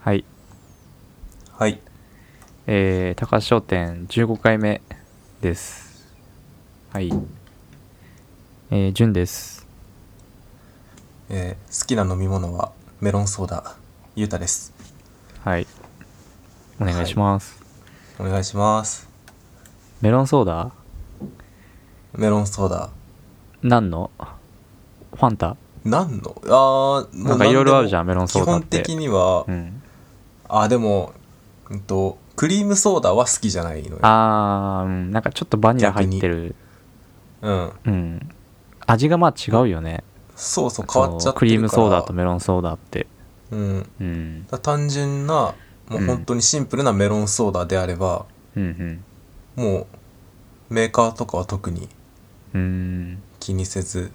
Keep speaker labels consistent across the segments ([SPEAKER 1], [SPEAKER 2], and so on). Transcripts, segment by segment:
[SPEAKER 1] はい。
[SPEAKER 2] はい。
[SPEAKER 1] えー、高橋商店15回目です。はい。えー、じゅんです。
[SPEAKER 2] えー好きな飲み物はメロンソーダ。ゆうたです。
[SPEAKER 1] はい。お願いします。
[SPEAKER 2] お願いします。
[SPEAKER 1] メロンソーダ
[SPEAKER 2] メロンソーダ。
[SPEAKER 1] 何のファンタ
[SPEAKER 2] 何のあー、
[SPEAKER 1] なんかいろいろあるじゃん、メロンソ
[SPEAKER 2] 基
[SPEAKER 1] ーダっ
[SPEAKER 2] 本
[SPEAKER 1] て。
[SPEAKER 2] 的には、
[SPEAKER 1] うん。
[SPEAKER 2] あ、でも、うんと、クリームソーダは好きじゃないのよ。
[SPEAKER 1] あー、うん、なんかちょっとバニラ入ってる。
[SPEAKER 2] うん。
[SPEAKER 1] うん。味がまあ違うよね。
[SPEAKER 2] そうそう、変わっち
[SPEAKER 1] そ
[SPEAKER 2] ゃ
[SPEAKER 1] の。
[SPEAKER 2] ってるから
[SPEAKER 1] クリームソーダとメロンソーダって。
[SPEAKER 2] うん。だか
[SPEAKER 1] うん。
[SPEAKER 2] ら単純な、もう本当にシンプルなメロンソーダであれば、
[SPEAKER 1] うん
[SPEAKER 2] もう、メーカーとかは特に
[SPEAKER 1] うん。うん。
[SPEAKER 2] 気にせず、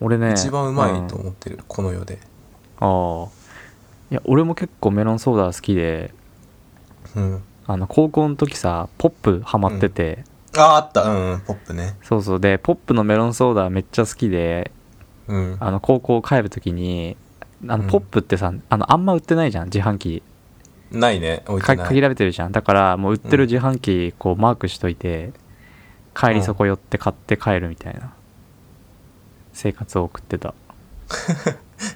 [SPEAKER 1] 俺ね。
[SPEAKER 2] 一番うまいと
[SPEAKER 1] ん
[SPEAKER 2] 思ってる、この世で。
[SPEAKER 1] ああいや俺も結構メロンソーダ好きで
[SPEAKER 2] うん。
[SPEAKER 1] あの高校の時さポップハマってて、
[SPEAKER 2] ああ、あった。うん、うん、ポップね。
[SPEAKER 1] そうそうでポップのメロンソーダめっちゃ好きで
[SPEAKER 2] うん。
[SPEAKER 1] あの高校帰る時にあの
[SPEAKER 2] うん
[SPEAKER 1] ポップってさ、あのあんま売ってないじゃん自販機
[SPEAKER 2] ないね、置いて
[SPEAKER 1] か
[SPEAKER 2] ない。
[SPEAKER 1] 限られてるじゃんだからもう売ってる自販機こうマークしといて、帰りそこ寄って買って帰るみたいな生活を送ってた、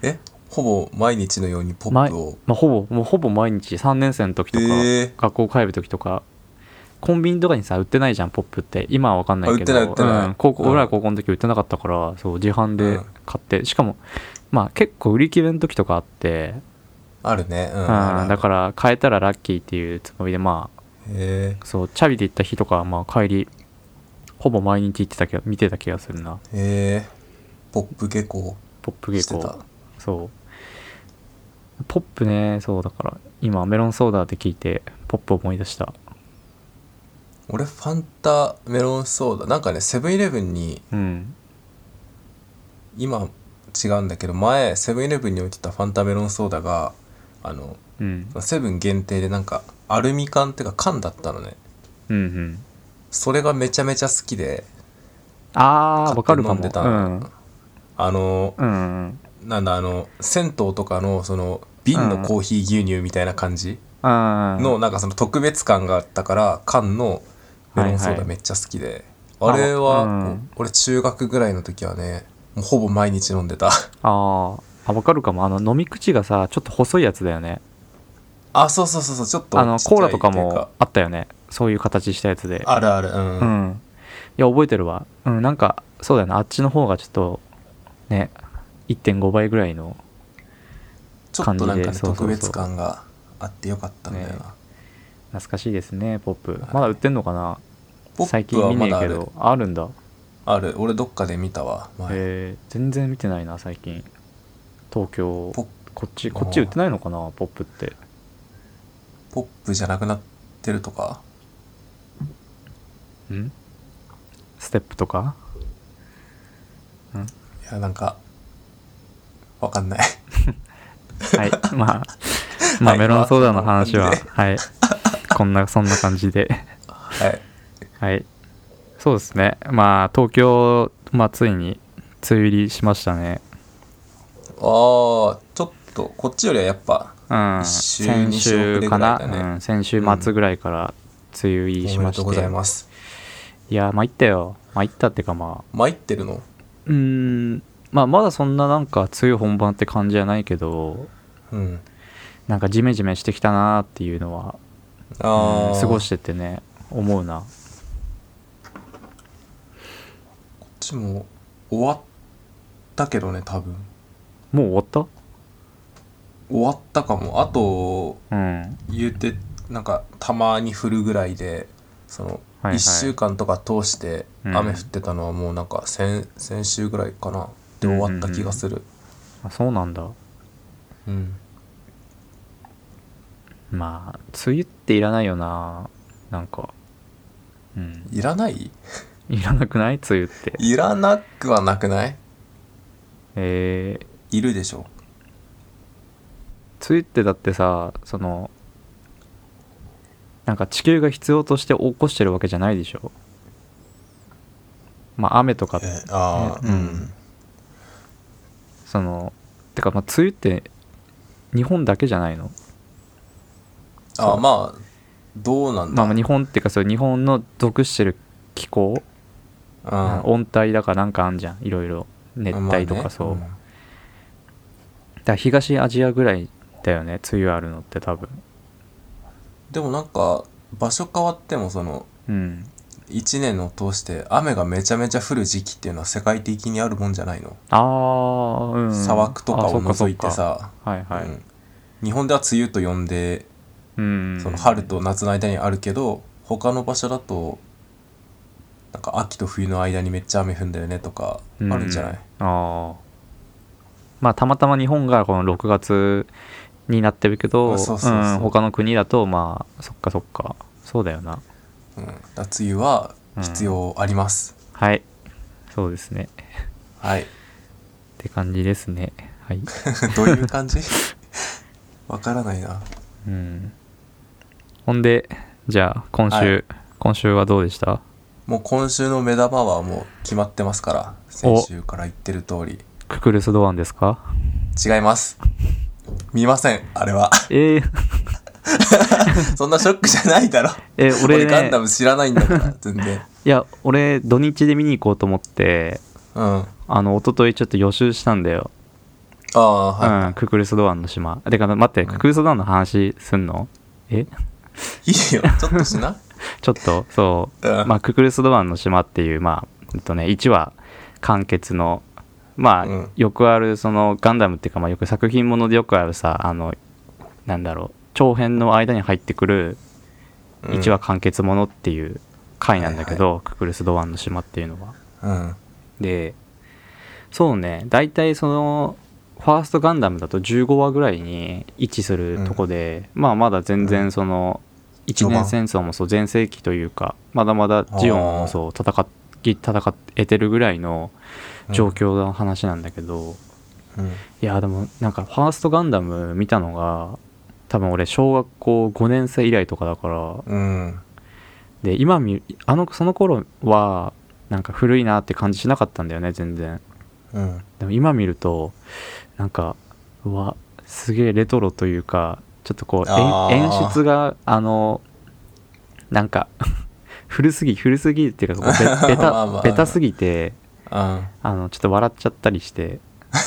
[SPEAKER 2] えほぼ毎日のようにポップを。
[SPEAKER 1] まあ、ほぼもうほぼ毎日3年生の時とか、
[SPEAKER 2] え
[SPEAKER 1] 学校帰る時とかコンビニとかにさ売ってないじゃんポップって今は分かんないけど
[SPEAKER 2] あ売ってない売ってない
[SPEAKER 1] うん、高校
[SPEAKER 2] うん
[SPEAKER 1] 俺ら高校の時売ってなかったからそう自販で
[SPEAKER 2] うん
[SPEAKER 1] 買って、しかもまあ結構売り切れの時とかあって、
[SPEAKER 2] ー、あるね。うん。
[SPEAKER 1] うん
[SPEAKER 2] ある
[SPEAKER 1] だから買えたらラッキーっていうつもりでま
[SPEAKER 2] え
[SPEAKER 1] あそうチャリで行った日とかはまあ帰りほぼ毎日行ってたけど見てた気がするな
[SPEAKER 2] ー、えー、ポップ下校
[SPEAKER 1] ポップ
[SPEAKER 2] して
[SPEAKER 1] 稽古
[SPEAKER 2] た。
[SPEAKER 1] そうポップねそうだから今メロンソーダって聞いてポップ思い出した
[SPEAKER 2] 俺、ファンタメロンソーダ。なんかね、セブンイレブンに、
[SPEAKER 1] うん
[SPEAKER 2] 今違うんだけど、前、セブンイレブンに置いてたファンタメロンソーダが、あの、
[SPEAKER 1] うん
[SPEAKER 2] セブン限定でなんか、アルミ缶っていうか缶だったのね。
[SPEAKER 1] うんうん
[SPEAKER 2] それがめちゃめちゃ好きで、
[SPEAKER 1] ああ、わか
[SPEAKER 2] 買
[SPEAKER 1] る
[SPEAKER 2] って
[SPEAKER 1] かも。
[SPEAKER 2] 飲んでた
[SPEAKER 1] う
[SPEAKER 2] の
[SPEAKER 1] ん。
[SPEAKER 2] あの、
[SPEAKER 1] うんうん。
[SPEAKER 2] なんだ、あの、銭湯とかの、その、瓶のコーヒー牛乳みたいな感じ、
[SPEAKER 1] あー
[SPEAKER 2] のなんかその特別感があったから缶のメロンソ
[SPEAKER 1] はい
[SPEAKER 2] ー
[SPEAKER 1] は
[SPEAKER 2] ダ
[SPEAKER 1] い
[SPEAKER 2] めっちゃ好きで、
[SPEAKER 1] あ
[SPEAKER 2] あれは、
[SPEAKER 1] うん
[SPEAKER 2] お俺中学ぐらいの時はねもうほぼ毎日飲んでた
[SPEAKER 1] あーあ、わかるかも。あの、飲み口がさ、ちょっと細いやつだよね。
[SPEAKER 2] あそうそうそうそうちょっと
[SPEAKER 1] あの、
[SPEAKER 2] ちっちゃい
[SPEAKER 1] コーラとか
[SPEAKER 2] っていう
[SPEAKER 1] もあったよね。そういう形したやつで。
[SPEAKER 2] あるあるうん、
[SPEAKER 1] うん。いや、覚えてるわ。うん、なんか、そうだよね。あっちの方がちょっと、ね、1.5倍ぐらいの。
[SPEAKER 2] ちょっとなんか
[SPEAKER 1] 感じで
[SPEAKER 2] ね
[SPEAKER 1] そうそうそう
[SPEAKER 2] 特別感があってよかったんだよな、
[SPEAKER 1] ね懐かしいですね、ポップ。まだ売ってんのかな
[SPEAKER 2] ポ
[SPEAKER 1] 最
[SPEAKER 2] ップ
[SPEAKER 1] 近
[SPEAKER 2] は
[SPEAKER 1] 見
[SPEAKER 2] ま
[SPEAKER 1] ね
[SPEAKER 2] だ
[SPEAKER 1] え
[SPEAKER 2] あ
[SPEAKER 1] け
[SPEAKER 2] る
[SPEAKER 1] ど。あるんだ。
[SPEAKER 2] ある俺どっかで見たわ前
[SPEAKER 1] へえ、全然見てないな、最近。東京。
[SPEAKER 2] ポ
[SPEAKER 1] こっち、こっち売ってないのかな、ポップって。
[SPEAKER 2] ポップじゃなくなってるとか
[SPEAKER 1] んステップと か
[SPEAKER 2] いやなんかわかんない
[SPEAKER 1] はい。まあ、まあ、
[SPEAKER 2] はい
[SPEAKER 1] メロンソーダの話は、
[SPEAKER 2] まあ
[SPEAKER 1] はい。こんな、そんな感じで。
[SPEAKER 2] はい
[SPEAKER 1] はい。そうですね。まあ、東京、まあ、ついに、梅雨入りしましたね。
[SPEAKER 2] あーちょっとこっちよりはやっぱ
[SPEAKER 1] うん。
[SPEAKER 2] 一週
[SPEAKER 1] 先週かな、
[SPEAKER 2] 二週遅れぐらいだね
[SPEAKER 1] うん。先週末ぐらいから、梅雨入
[SPEAKER 2] お
[SPEAKER 1] り
[SPEAKER 2] め
[SPEAKER 1] し
[SPEAKER 2] で
[SPEAKER 1] ま
[SPEAKER 2] とう
[SPEAKER 1] し
[SPEAKER 2] ご
[SPEAKER 1] て。
[SPEAKER 2] ざいます
[SPEAKER 1] いや、参ったよ。参ったってか、まあ、
[SPEAKER 2] 参ってるの
[SPEAKER 1] うーん、まあ、まだそんななんか、梅雨本番って感じじゃないけど、
[SPEAKER 2] うん
[SPEAKER 1] なんか、ジメジメしてきたなーっていうのは、
[SPEAKER 2] あ
[SPEAKER 1] う
[SPEAKER 2] あ、
[SPEAKER 1] ん過ご
[SPEAKER 2] こ
[SPEAKER 1] しててね、思うな。
[SPEAKER 2] っちも終わったけどね多分
[SPEAKER 1] もう終わった
[SPEAKER 2] 終わったかもあと
[SPEAKER 1] うん。
[SPEAKER 2] 言うてなんかたまに降るぐらいでその
[SPEAKER 1] はいはい
[SPEAKER 2] 1週間とか通して
[SPEAKER 1] うん
[SPEAKER 2] 雨降ってたのはもうなんか先先週ぐらいかなで終わった気がする
[SPEAKER 1] あそうなんだ。
[SPEAKER 2] うん、
[SPEAKER 1] まあ、梅雨っていらないよな。なんか。うん。
[SPEAKER 2] いらない
[SPEAKER 1] いらなくない梅雨って。
[SPEAKER 2] いらなくはなくない
[SPEAKER 1] えー、
[SPEAKER 2] いるでしょ
[SPEAKER 1] 梅雨ってだってさ、その、なんか地球が必要として起こしてるわけじゃないでしょ。まあ、雨とか、
[SPEAKER 2] えああ
[SPEAKER 1] ね
[SPEAKER 2] う
[SPEAKER 1] うん
[SPEAKER 2] ん
[SPEAKER 1] その、てか、まあ、梅雨って、日本だけじゃないの
[SPEAKER 2] あまあどうなん
[SPEAKER 1] ま
[SPEAKER 2] だ、
[SPEAKER 1] あまあ日本っていうかそう日本の属してる気候、
[SPEAKER 2] うん
[SPEAKER 1] 温帯だかなんかあんじゃんいろいろ熱帯と
[SPEAKER 2] まあね
[SPEAKER 1] かそう、
[SPEAKER 2] ん
[SPEAKER 1] だから東アジアぐらいだよね梅雨あるのって多分
[SPEAKER 2] でもなんか場所変わってもその
[SPEAKER 1] うん
[SPEAKER 2] 1年を通して雨がめちゃめちゃ降る時期っていうのは世界的にあるもんじゃないの、
[SPEAKER 1] ああうん
[SPEAKER 2] 砂漠とかを除いて
[SPEAKER 1] あそっかそっ
[SPEAKER 2] さ、
[SPEAKER 1] かはいはい、
[SPEAKER 2] うん日本では梅雨と呼んで
[SPEAKER 1] うん、
[SPEAKER 2] その春と夏の間にあるけど、他の場所だとなんか秋と冬の間にめっちゃ雨降るんだよねとかあるんじゃない、
[SPEAKER 1] うんああまあたまたま日本がこの6月になってるけど
[SPEAKER 2] あそうそうそうん
[SPEAKER 1] 他の国だとまあそっかそっかそうだよな
[SPEAKER 2] うんだから梅雨は必要あります、
[SPEAKER 1] はいそうですね
[SPEAKER 2] はい
[SPEAKER 1] って感じですねはい
[SPEAKER 2] どういう感じわからないな
[SPEAKER 1] うんほんでじゃあ今週、今週はどうでした
[SPEAKER 2] もう今週の目玉はもう決まってますから先週から言ってる通り
[SPEAKER 1] ククルス・ドアンですか
[SPEAKER 2] 違います見ませんあれは
[SPEAKER 1] えー、
[SPEAKER 2] そんなショックじゃないだろ
[SPEAKER 1] えー
[SPEAKER 2] 俺
[SPEAKER 1] 俺,、
[SPEAKER 2] ガン
[SPEAKER 1] ね
[SPEAKER 2] ダ、ム知らないんだから全然
[SPEAKER 1] いや俺土日で見に行こうと思って
[SPEAKER 2] うんあ
[SPEAKER 1] あの一昨日ちょっと予習したんだよ
[SPEAKER 2] あーはい、
[SPEAKER 1] うん、ククルス・ドアンの島。てか、待って、
[SPEAKER 2] ん
[SPEAKER 1] ククルス・ドアンの話すんのえ
[SPEAKER 2] いいよちょっとしな
[SPEAKER 1] ちょっと、そうう、
[SPEAKER 2] ん
[SPEAKER 1] まあ、ククルス・ドアンの島っていう、まあ、えっとね、1話完結の、まあ、
[SPEAKER 2] うん
[SPEAKER 1] よくある、その、ガンダムっていうか、まあ、よく作品ものでよくあるさ、あの、なんだろう、長編の間に入ってくる
[SPEAKER 2] うん
[SPEAKER 1] 1話完結ものっていう回なんだけど、ククルス・ドアンの島っていうのは。
[SPEAKER 2] うん
[SPEAKER 1] で、そうね、大体その、ファーストガンダムだと15話ぐらいに位置するとこで、まあまだ全然その、一年戦争もそう全盛期というかまだまだジオンもそう戦っ戦えてるぐらいの状況の話なんだけど、い
[SPEAKER 2] うん
[SPEAKER 1] やでもなんかファーストガンダム見たのが多分俺小学校5年生以来とかだから
[SPEAKER 2] うん
[SPEAKER 1] で今見あのその頃はなんか古いなって感じしなかったんだよね全然
[SPEAKER 2] うん
[SPEAKER 1] でも今見るとなんかうわすげえレトロというかちょっとこう
[SPEAKER 2] あー
[SPEAKER 1] 演演出があのなんか 古すぎ古すぎっていうかこうべベ
[SPEAKER 2] まあま
[SPEAKER 1] タ
[SPEAKER 2] あ
[SPEAKER 1] ベタすぎて
[SPEAKER 2] あ
[SPEAKER 1] あのちょっと笑っちゃったりして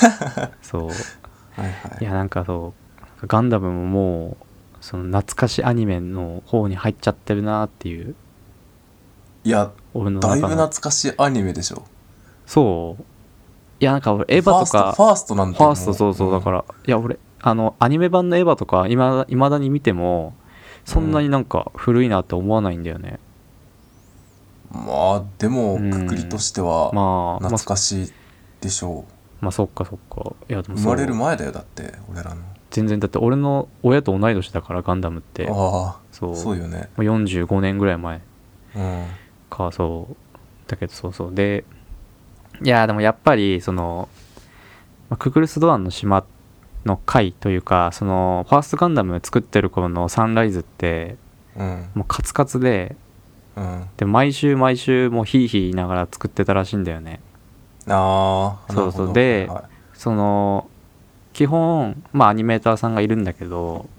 [SPEAKER 1] そう
[SPEAKER 2] ーはい
[SPEAKER 1] い
[SPEAKER 2] はい
[SPEAKER 1] やなんかそうなんかガンダムももうその懐かしアニメの方に入っちゃってるなっていう
[SPEAKER 2] いや
[SPEAKER 1] 俺の
[SPEAKER 2] だい
[SPEAKER 1] 中
[SPEAKER 2] ぶ懐
[SPEAKER 1] の
[SPEAKER 2] かしいアニメでしょ
[SPEAKER 1] そういやなんか俺エヴァとか
[SPEAKER 2] ファーストファーストなんだ
[SPEAKER 1] ファーストそうそうだからら、いや俺あのアニメ版のエヴァとかいま未だに見てもそんなになんか古いなって思わないんだよね、
[SPEAKER 2] まあでも
[SPEAKER 1] うん
[SPEAKER 2] くくりとして
[SPEAKER 1] ま
[SPEAKER 2] は
[SPEAKER 1] あまあ
[SPEAKER 2] 懐かしいでしょ
[SPEAKER 1] まあそっかそっかいやで
[SPEAKER 2] う
[SPEAKER 1] も
[SPEAKER 2] 生
[SPEAKER 1] そ
[SPEAKER 2] まれる
[SPEAKER 1] う
[SPEAKER 2] 前だよだって俺らの
[SPEAKER 1] 全然だって俺の親と同い年だからガンダムっても
[SPEAKER 2] あ
[SPEAKER 1] そう
[SPEAKER 2] あそうよね
[SPEAKER 1] う45年ぐらい前
[SPEAKER 2] うん
[SPEAKER 1] かそうだけどそうそうでいやでもやっぱりそのまあククルス・ドアンの島の回というかそのファーストガンダム作ってる頃のサンライズって
[SPEAKER 2] うん
[SPEAKER 1] もうカツカツで
[SPEAKER 2] うん
[SPEAKER 1] で毎週毎週もうヒーヒー言いながら作ってたらしいんだよね
[SPEAKER 2] ああ
[SPEAKER 1] そうそうでその基本まあアニメーターさんがいるんだけど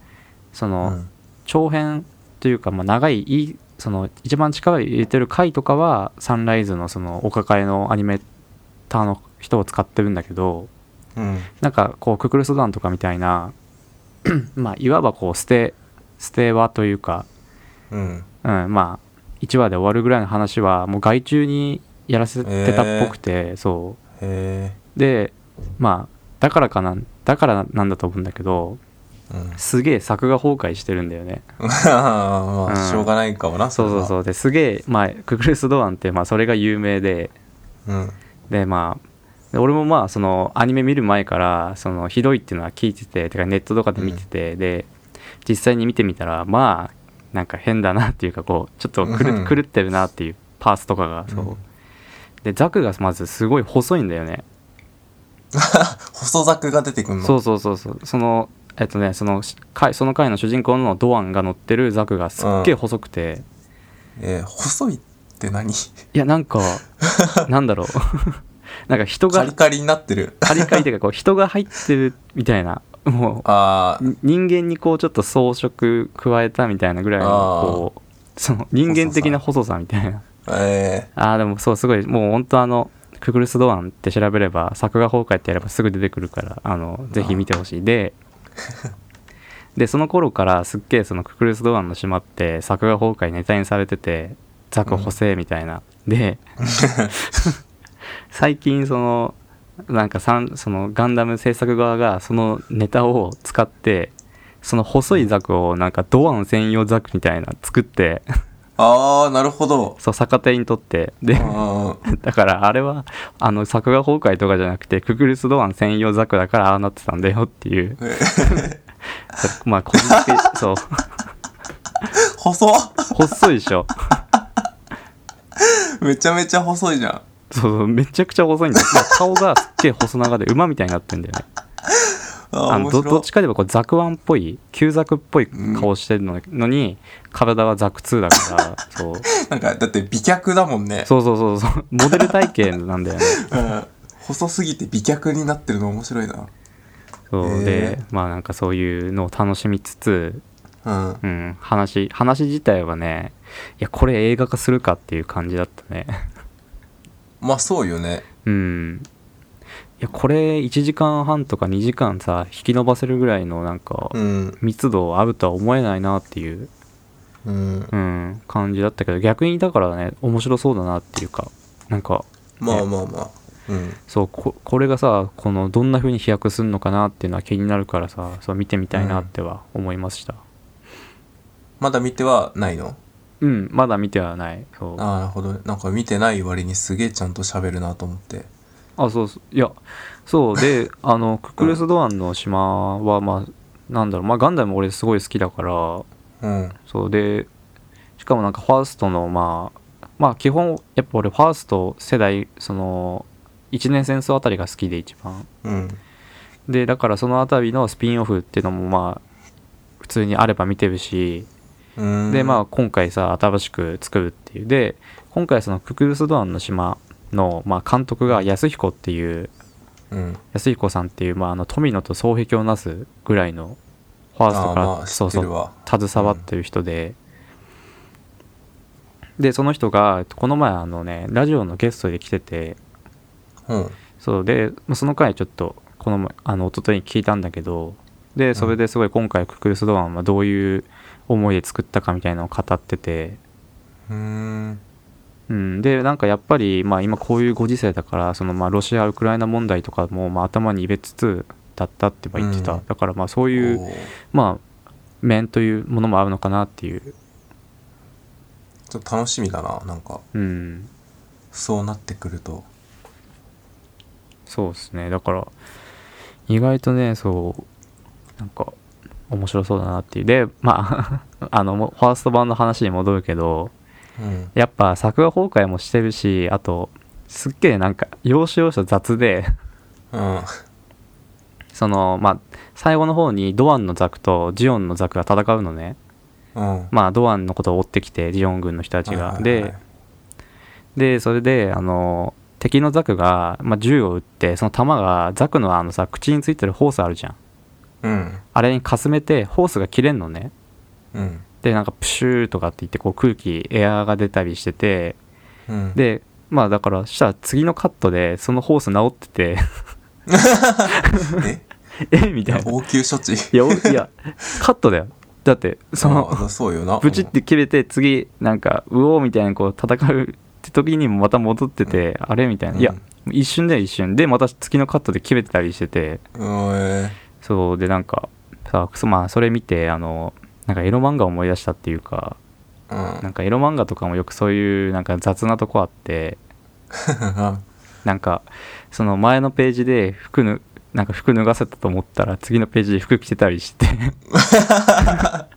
[SPEAKER 1] その、長編というか、まあ、長いいいその一番力を入れてる回とかはサンライズのそのお抱えのアニメーターの人を使ってるんだけど
[SPEAKER 2] うん
[SPEAKER 1] なんかこうククルソダンとかみたいな まあいわばこう捨て捨て話というか
[SPEAKER 2] うん
[SPEAKER 1] うん、まあ1話で終わるぐらいの話はもう外注にやらせてたっぽくて、そ
[SPEAKER 2] へえ
[SPEAKER 1] うでまあだからかなだからなんだと思うんだけど
[SPEAKER 2] うん
[SPEAKER 1] すげえ作画崩壊してるんだよね
[SPEAKER 2] ま
[SPEAKER 1] うん
[SPEAKER 2] あしょうがないかもな
[SPEAKER 1] そうそう
[SPEAKER 2] う
[SPEAKER 1] そうですげえまあククルス・ドアンってまあそれが有名で
[SPEAKER 2] うん
[SPEAKER 1] でまあで俺もまあそのアニメ見る前からそのひどいっていうのは聞いてててかネットとかで見てて、で実際に見てみたらまあなんか変だなっていうかこうちょっと狂
[SPEAKER 2] うん
[SPEAKER 1] 狂ってるなっていうパーツとかがそう、
[SPEAKER 2] うん
[SPEAKER 1] でザクがまずすごい細いんだよね、
[SPEAKER 2] 細作が出てくんの
[SPEAKER 1] そうそうそうそうそのえっとねそのし回その回の主人公のドアンが乗ってるザクがすっげえ細くて、
[SPEAKER 2] えー細いって何
[SPEAKER 1] いやなんかなんだろうなんか人
[SPEAKER 2] カ
[SPEAKER 1] が
[SPEAKER 2] リカリになってる
[SPEAKER 1] カリカリっていうかこう人が入ってるみたいなもう
[SPEAKER 2] あー
[SPEAKER 1] 人間にこうちょっと装飾加えたみたいなぐらいのこうその人間的な細さみたいな
[SPEAKER 2] え
[SPEAKER 1] ああでもそうすごいもう本当あのククルス・ドアンって調べれば作画崩壊ってやればすぐ出てくるからあのぜひ見てほしいで でその頃からすっげえそのククルス・ドアンの島って作画崩壊ネタにされててザク補正みたいな、で 最近そのなんかさんそのガンダム制作側がそのネタを使ってその細いザクをなんかドアン専用ザクみたいな作って
[SPEAKER 2] ー、あーなるほど
[SPEAKER 1] そう逆手にとってで
[SPEAKER 2] あ ー
[SPEAKER 1] だからあれはあの作画崩壊とかじゃなくてククルス・ドアン専用ザクだからああなってたんだよっていう まあこじつけ そう
[SPEAKER 2] 細っ
[SPEAKER 1] 細いでしょ
[SPEAKER 2] めちゃめちゃ細いじゃん
[SPEAKER 1] そうそうめちゃくちゃ細いんだよまあ顔がすっげえ細長で馬みたいになってんだよね
[SPEAKER 2] あー
[SPEAKER 1] あの
[SPEAKER 2] 面
[SPEAKER 1] ど
[SPEAKER 2] 白
[SPEAKER 1] どっちかといえばこうザクワンっぽい旧ザクっぽい顔してるののに体はザク2だからそう
[SPEAKER 2] なんかだって美脚だもんね
[SPEAKER 1] そうそうそうそうモデル体型なんだよね
[SPEAKER 2] うん細すぎて美脚になってるの面白いな
[SPEAKER 1] そう、
[SPEAKER 2] へ
[SPEAKER 1] で
[SPEAKER 2] え
[SPEAKER 1] まあなんかそういうのを楽しみつつ
[SPEAKER 2] うん
[SPEAKER 1] うん、話話自体はねいやこれ映画化するかっていう感じだったね
[SPEAKER 2] まあそうよね
[SPEAKER 1] うんいやこれ1時間半とか2時間さ引き延ばせるぐらいのなんか
[SPEAKER 2] うん
[SPEAKER 1] 密度あるとは思えないなっていう、
[SPEAKER 2] うん
[SPEAKER 1] うん、感じだったけど逆にだからね面白そうだなっていうかなんか
[SPEAKER 2] まあまあまあうん
[SPEAKER 1] そうここれがさこのどんな風に飛躍するのかなっていうのは気になるからさそう見てみたいなっては思いました
[SPEAKER 2] まだ見てはないの
[SPEAKER 1] うん、まだ見てはないそう
[SPEAKER 2] ああなるほどなんか見てない割にすげえちゃんと喋るなと思って
[SPEAKER 1] あそうそういやそうで あのククルス・ドアンの島はまあなんだろうまあガンダム俺すごい好きだから
[SPEAKER 2] うん
[SPEAKER 1] そうでしかもなんかファーストのまあまあ基本やっぱ俺ファースト世代その一年戦争あたりが好きで一番
[SPEAKER 2] うん
[SPEAKER 1] でだからそのあたりのスピンオフっていうのもまあ普通にあれば見てるし
[SPEAKER 2] うん
[SPEAKER 1] でまあ今回さ新しく作るっていうで今回そのククルス・ドアンの島のまあ監督が安彦っていう
[SPEAKER 2] うん
[SPEAKER 1] 安彦さんっていう、まあ、あの富野と双璧をなすぐらいのファースト
[SPEAKER 2] あ
[SPEAKER 1] か
[SPEAKER 2] あ
[SPEAKER 1] ら、
[SPEAKER 2] まあ知
[SPEAKER 1] そう
[SPEAKER 2] って
[SPEAKER 1] そ
[SPEAKER 2] る
[SPEAKER 1] う
[SPEAKER 2] わ
[SPEAKER 1] 携わってる人で、でその人がこの前あのねラジオのゲストで来てて
[SPEAKER 2] うん
[SPEAKER 1] そうでまあその回ちょっとこの前あの一昨日聞いたんだけどでそれですごい今回ククルス・ドアンはどういう思いで作ったかみたいなのを語ってて、
[SPEAKER 2] うん
[SPEAKER 1] うん、でなんかやっぱり、まあ、今こういうご時世だからそのまあロシア・ウクライナ問題とかもまあ頭に入れつつだったって言ってた、
[SPEAKER 2] うん
[SPEAKER 1] だからまあそういう
[SPEAKER 2] おー
[SPEAKER 1] まあ面というものもあるのかなっていう、
[SPEAKER 2] ちょっと楽しみだななんか
[SPEAKER 1] うん、
[SPEAKER 2] そうなってくると
[SPEAKER 1] そうですねだから意外とねそうなんか面白そうだなっていうでまあ あのもうファースト版の話に戻るけど
[SPEAKER 2] うん
[SPEAKER 1] やっぱ作画崩壊もしてるしあとすっげえなんか要所要所雑で
[SPEAKER 2] うん
[SPEAKER 1] そのまあ最後の方にドアンのザクとジオンのザクが戦うのね
[SPEAKER 2] うん
[SPEAKER 1] まあドアンのことを追ってきてジオン軍の人たちが、
[SPEAKER 2] はいはいはい
[SPEAKER 1] ででそれであの敵のザクが、まあ、銃を撃ってその弾がザクのあのさ口についてるホースあるじゃん
[SPEAKER 2] うん
[SPEAKER 1] あれにかすめてホースが切れんのね
[SPEAKER 2] うん
[SPEAKER 1] でなんかプシューとかって言ってこう空気エアーが出たりしてて
[SPEAKER 2] うん
[SPEAKER 1] でまあだからしたら次のカットでそのホース直ってて
[SPEAKER 2] え
[SPEAKER 1] えみたいな
[SPEAKER 2] 応急処置
[SPEAKER 1] いやおいやカットだよだってその
[SPEAKER 2] あそうよな
[SPEAKER 1] ブチって切れて次なんかうおーみたいなこう戦うって時にもまた戻っててあれみたいないや一瞬だよ一瞬でまた月のカットで切れてたりしてて
[SPEAKER 2] うんうんえ
[SPEAKER 1] そうでなんかさそまあそれ見てあのなんかエロ漫画を思い出したっていうか
[SPEAKER 2] ー
[SPEAKER 1] なんかエロ漫画とかもよくそういうなんか雑なとこあって
[SPEAKER 2] うん
[SPEAKER 1] なんかその前のページで服ぬなんか服脱がせたと思ったら次のページで服着てたりして
[SPEAKER 2] あ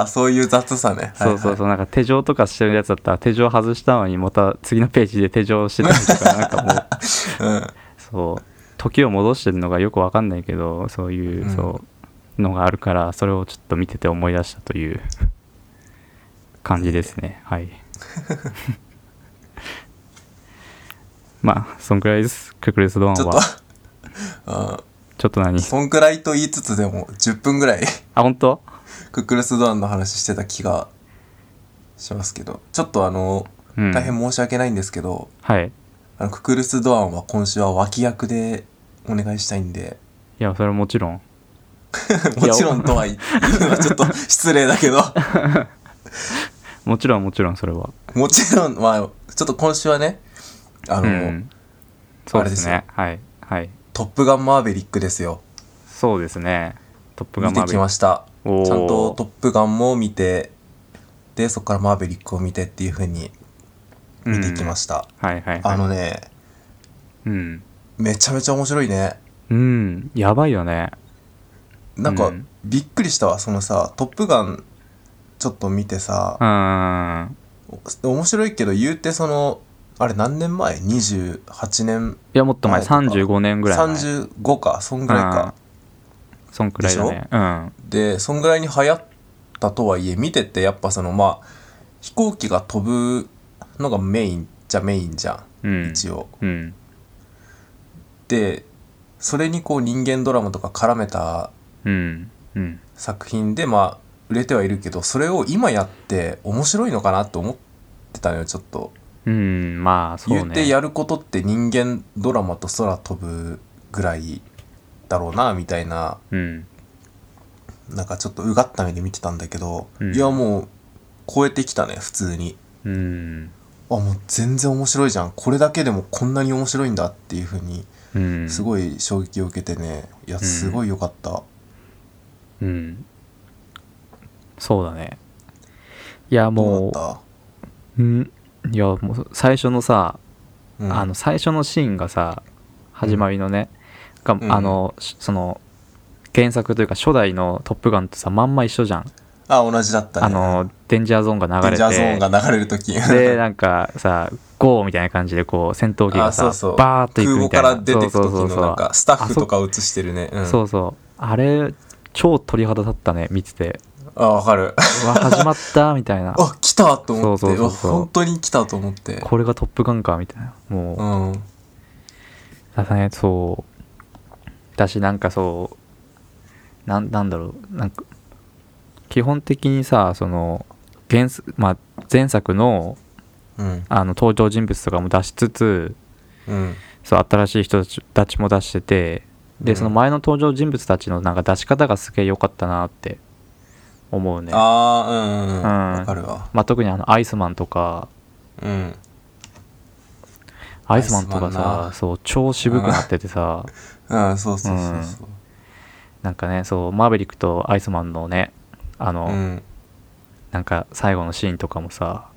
[SPEAKER 2] あそういう雑さね
[SPEAKER 1] そうそう
[SPEAKER 2] そ
[SPEAKER 1] そうなんか手錠とかしてるやつだったら手錠外したのにまた次のページで手錠してたりとかなんかもう
[SPEAKER 2] う、うん、
[SPEAKER 1] そう時を戻してるのがよくわかんないけどそういう、
[SPEAKER 2] うん
[SPEAKER 1] そうのがあるからそれをちょっと見てて思い出したという 感じですねはい まあそんくらいですククルス・ドアン
[SPEAKER 2] ちょっと
[SPEAKER 1] は
[SPEAKER 2] あー
[SPEAKER 1] ちょっと何
[SPEAKER 2] そんくらいと言いつつでも10分ぐらい
[SPEAKER 1] あ本当
[SPEAKER 2] クックルス・ドアンの話してた気がしますけどちょっとあの
[SPEAKER 1] うん
[SPEAKER 2] 大変申し訳ないんですけど、
[SPEAKER 1] はいい
[SPEAKER 2] あのクックルス・ドアンは今週は脇役でお願いしたいんで
[SPEAKER 1] やそれはもちろん
[SPEAKER 2] もちろんとは言うのはちょっと失礼だ けど
[SPEAKER 1] もちろんもちろんそれは
[SPEAKER 2] もちろんまあちょっと今週はねあの、
[SPEAKER 1] うんそうです
[SPEAKER 2] あ
[SPEAKER 1] ねはいはい
[SPEAKER 2] トップガンマーベリックですよ
[SPEAKER 1] そうですねトップガ
[SPEAKER 2] 見
[SPEAKER 1] ンマーベ
[SPEAKER 2] てき
[SPEAKER 1] リッ
[SPEAKER 2] ま
[SPEAKER 1] ク
[SPEAKER 2] したちゃ
[SPEAKER 1] お
[SPEAKER 2] ん
[SPEAKER 1] ー
[SPEAKER 2] と「トップガン」も見てでそこからマーベリックを見てっていう風に見てきました、
[SPEAKER 1] た、はいはいはい
[SPEAKER 2] あのね
[SPEAKER 1] うん
[SPEAKER 2] めちゃめちゃ面白いね
[SPEAKER 1] うんやばいよね
[SPEAKER 2] なんか、
[SPEAKER 1] うん
[SPEAKER 2] びっくりしたわそのさ「トップガン」ちょっと見てさ
[SPEAKER 1] う、ーん
[SPEAKER 2] 面白いけど言うてそのあれ何年前 ?28 年
[SPEAKER 1] いやもっと前
[SPEAKER 2] 前とか
[SPEAKER 1] 35年ぐらい前
[SPEAKER 2] 35かそんぐらいか、
[SPEAKER 1] そんくらいだねうん
[SPEAKER 2] でそんぐらいに流行ったとはいえ見ててやっぱそのまあ飛行機が飛ぶのがメインじゃメインじゃ
[SPEAKER 1] うん
[SPEAKER 2] ん一応、
[SPEAKER 1] うん
[SPEAKER 2] でそれにこう人間ドラマとか絡めた
[SPEAKER 1] うんうん
[SPEAKER 2] 作品でまあ売れてはいるけどそれを今やって面白いのかなと思ってたのよちょっと、
[SPEAKER 1] うんまあそう
[SPEAKER 2] 言うて
[SPEAKER 1] ね
[SPEAKER 2] やることって人間ドラマと空飛ぶぐらいだろうなみたいな
[SPEAKER 1] うん
[SPEAKER 2] なんかちょっとうがった目で見てたんだけど、
[SPEAKER 1] うん
[SPEAKER 2] いやもう超えてきたね普通に
[SPEAKER 1] うん
[SPEAKER 2] あもう全然面白いじゃんこれだけでもこんなに面白いんだっていう風に
[SPEAKER 1] うん
[SPEAKER 2] すごい衝撃を受けてねいやすごい良かった、
[SPEAKER 1] うんそうだねいや
[SPEAKER 2] ど
[SPEAKER 1] も
[SPEAKER 2] うだった
[SPEAKER 1] ううんいやもう最初のさ、
[SPEAKER 2] うん
[SPEAKER 1] あの最初のシーンがさ始まりのね、が
[SPEAKER 2] ん
[SPEAKER 1] あのしその原作というか初代の「トップガン」とさまんま一緒じゃん、
[SPEAKER 2] あ同じだったね
[SPEAKER 1] あのデンジャーゾーンが
[SPEAKER 2] デ
[SPEAKER 1] 流
[SPEAKER 2] ン
[SPEAKER 1] れ
[SPEAKER 2] ジャーゾーン
[SPEAKER 1] て
[SPEAKER 2] が流れる時
[SPEAKER 1] でなんかさゴーみたいな感じでこう戦闘機が
[SPEAKER 2] あ
[SPEAKER 1] さ
[SPEAKER 2] そうそう
[SPEAKER 1] バーッと
[SPEAKER 2] 空
[SPEAKER 1] 行くみ
[SPEAKER 2] 母
[SPEAKER 1] た
[SPEAKER 2] か
[SPEAKER 1] いな
[SPEAKER 2] ら出てく
[SPEAKER 1] そうそう
[SPEAKER 2] 時
[SPEAKER 1] そ
[SPEAKER 2] の
[SPEAKER 1] うそう
[SPEAKER 2] なんかスタッフとか映してるねうん
[SPEAKER 1] そうそうあれ超鳥肌立ったね見てて
[SPEAKER 2] あわかる
[SPEAKER 1] うわ始まったみたいな
[SPEAKER 2] あ来たと思って
[SPEAKER 1] そうそうそう
[SPEAKER 2] わ
[SPEAKER 1] そう
[SPEAKER 2] 本当に来たと思って
[SPEAKER 1] これが「トップガン」かみたいなもう
[SPEAKER 2] うんうん
[SPEAKER 1] だからねそうだしなんかそうなんなんだろうなんか基本的にさその原作、まあ、前作の
[SPEAKER 2] うん
[SPEAKER 1] あの登場人物とかも出しつつ
[SPEAKER 2] うん
[SPEAKER 1] そう新しい人たちたちも出しててで、
[SPEAKER 2] うん
[SPEAKER 1] その前の登場人物たちのなんか出し方がすげえ良かったなって思うね
[SPEAKER 2] ああうんうんうん
[SPEAKER 1] うん
[SPEAKER 2] わかるわ
[SPEAKER 1] まあ、特にあのアイスマンとか
[SPEAKER 2] うん
[SPEAKER 1] アイスマンとか
[SPEAKER 2] アイスマン
[SPEAKER 1] さ
[SPEAKER 2] な
[SPEAKER 1] そう超渋くなっててさ
[SPEAKER 2] うんそうそうそうそう
[SPEAKER 1] なんかねそうマーベリックとアイスマンのねあの、
[SPEAKER 2] うん
[SPEAKER 1] なんか最後のシーンとかもさ、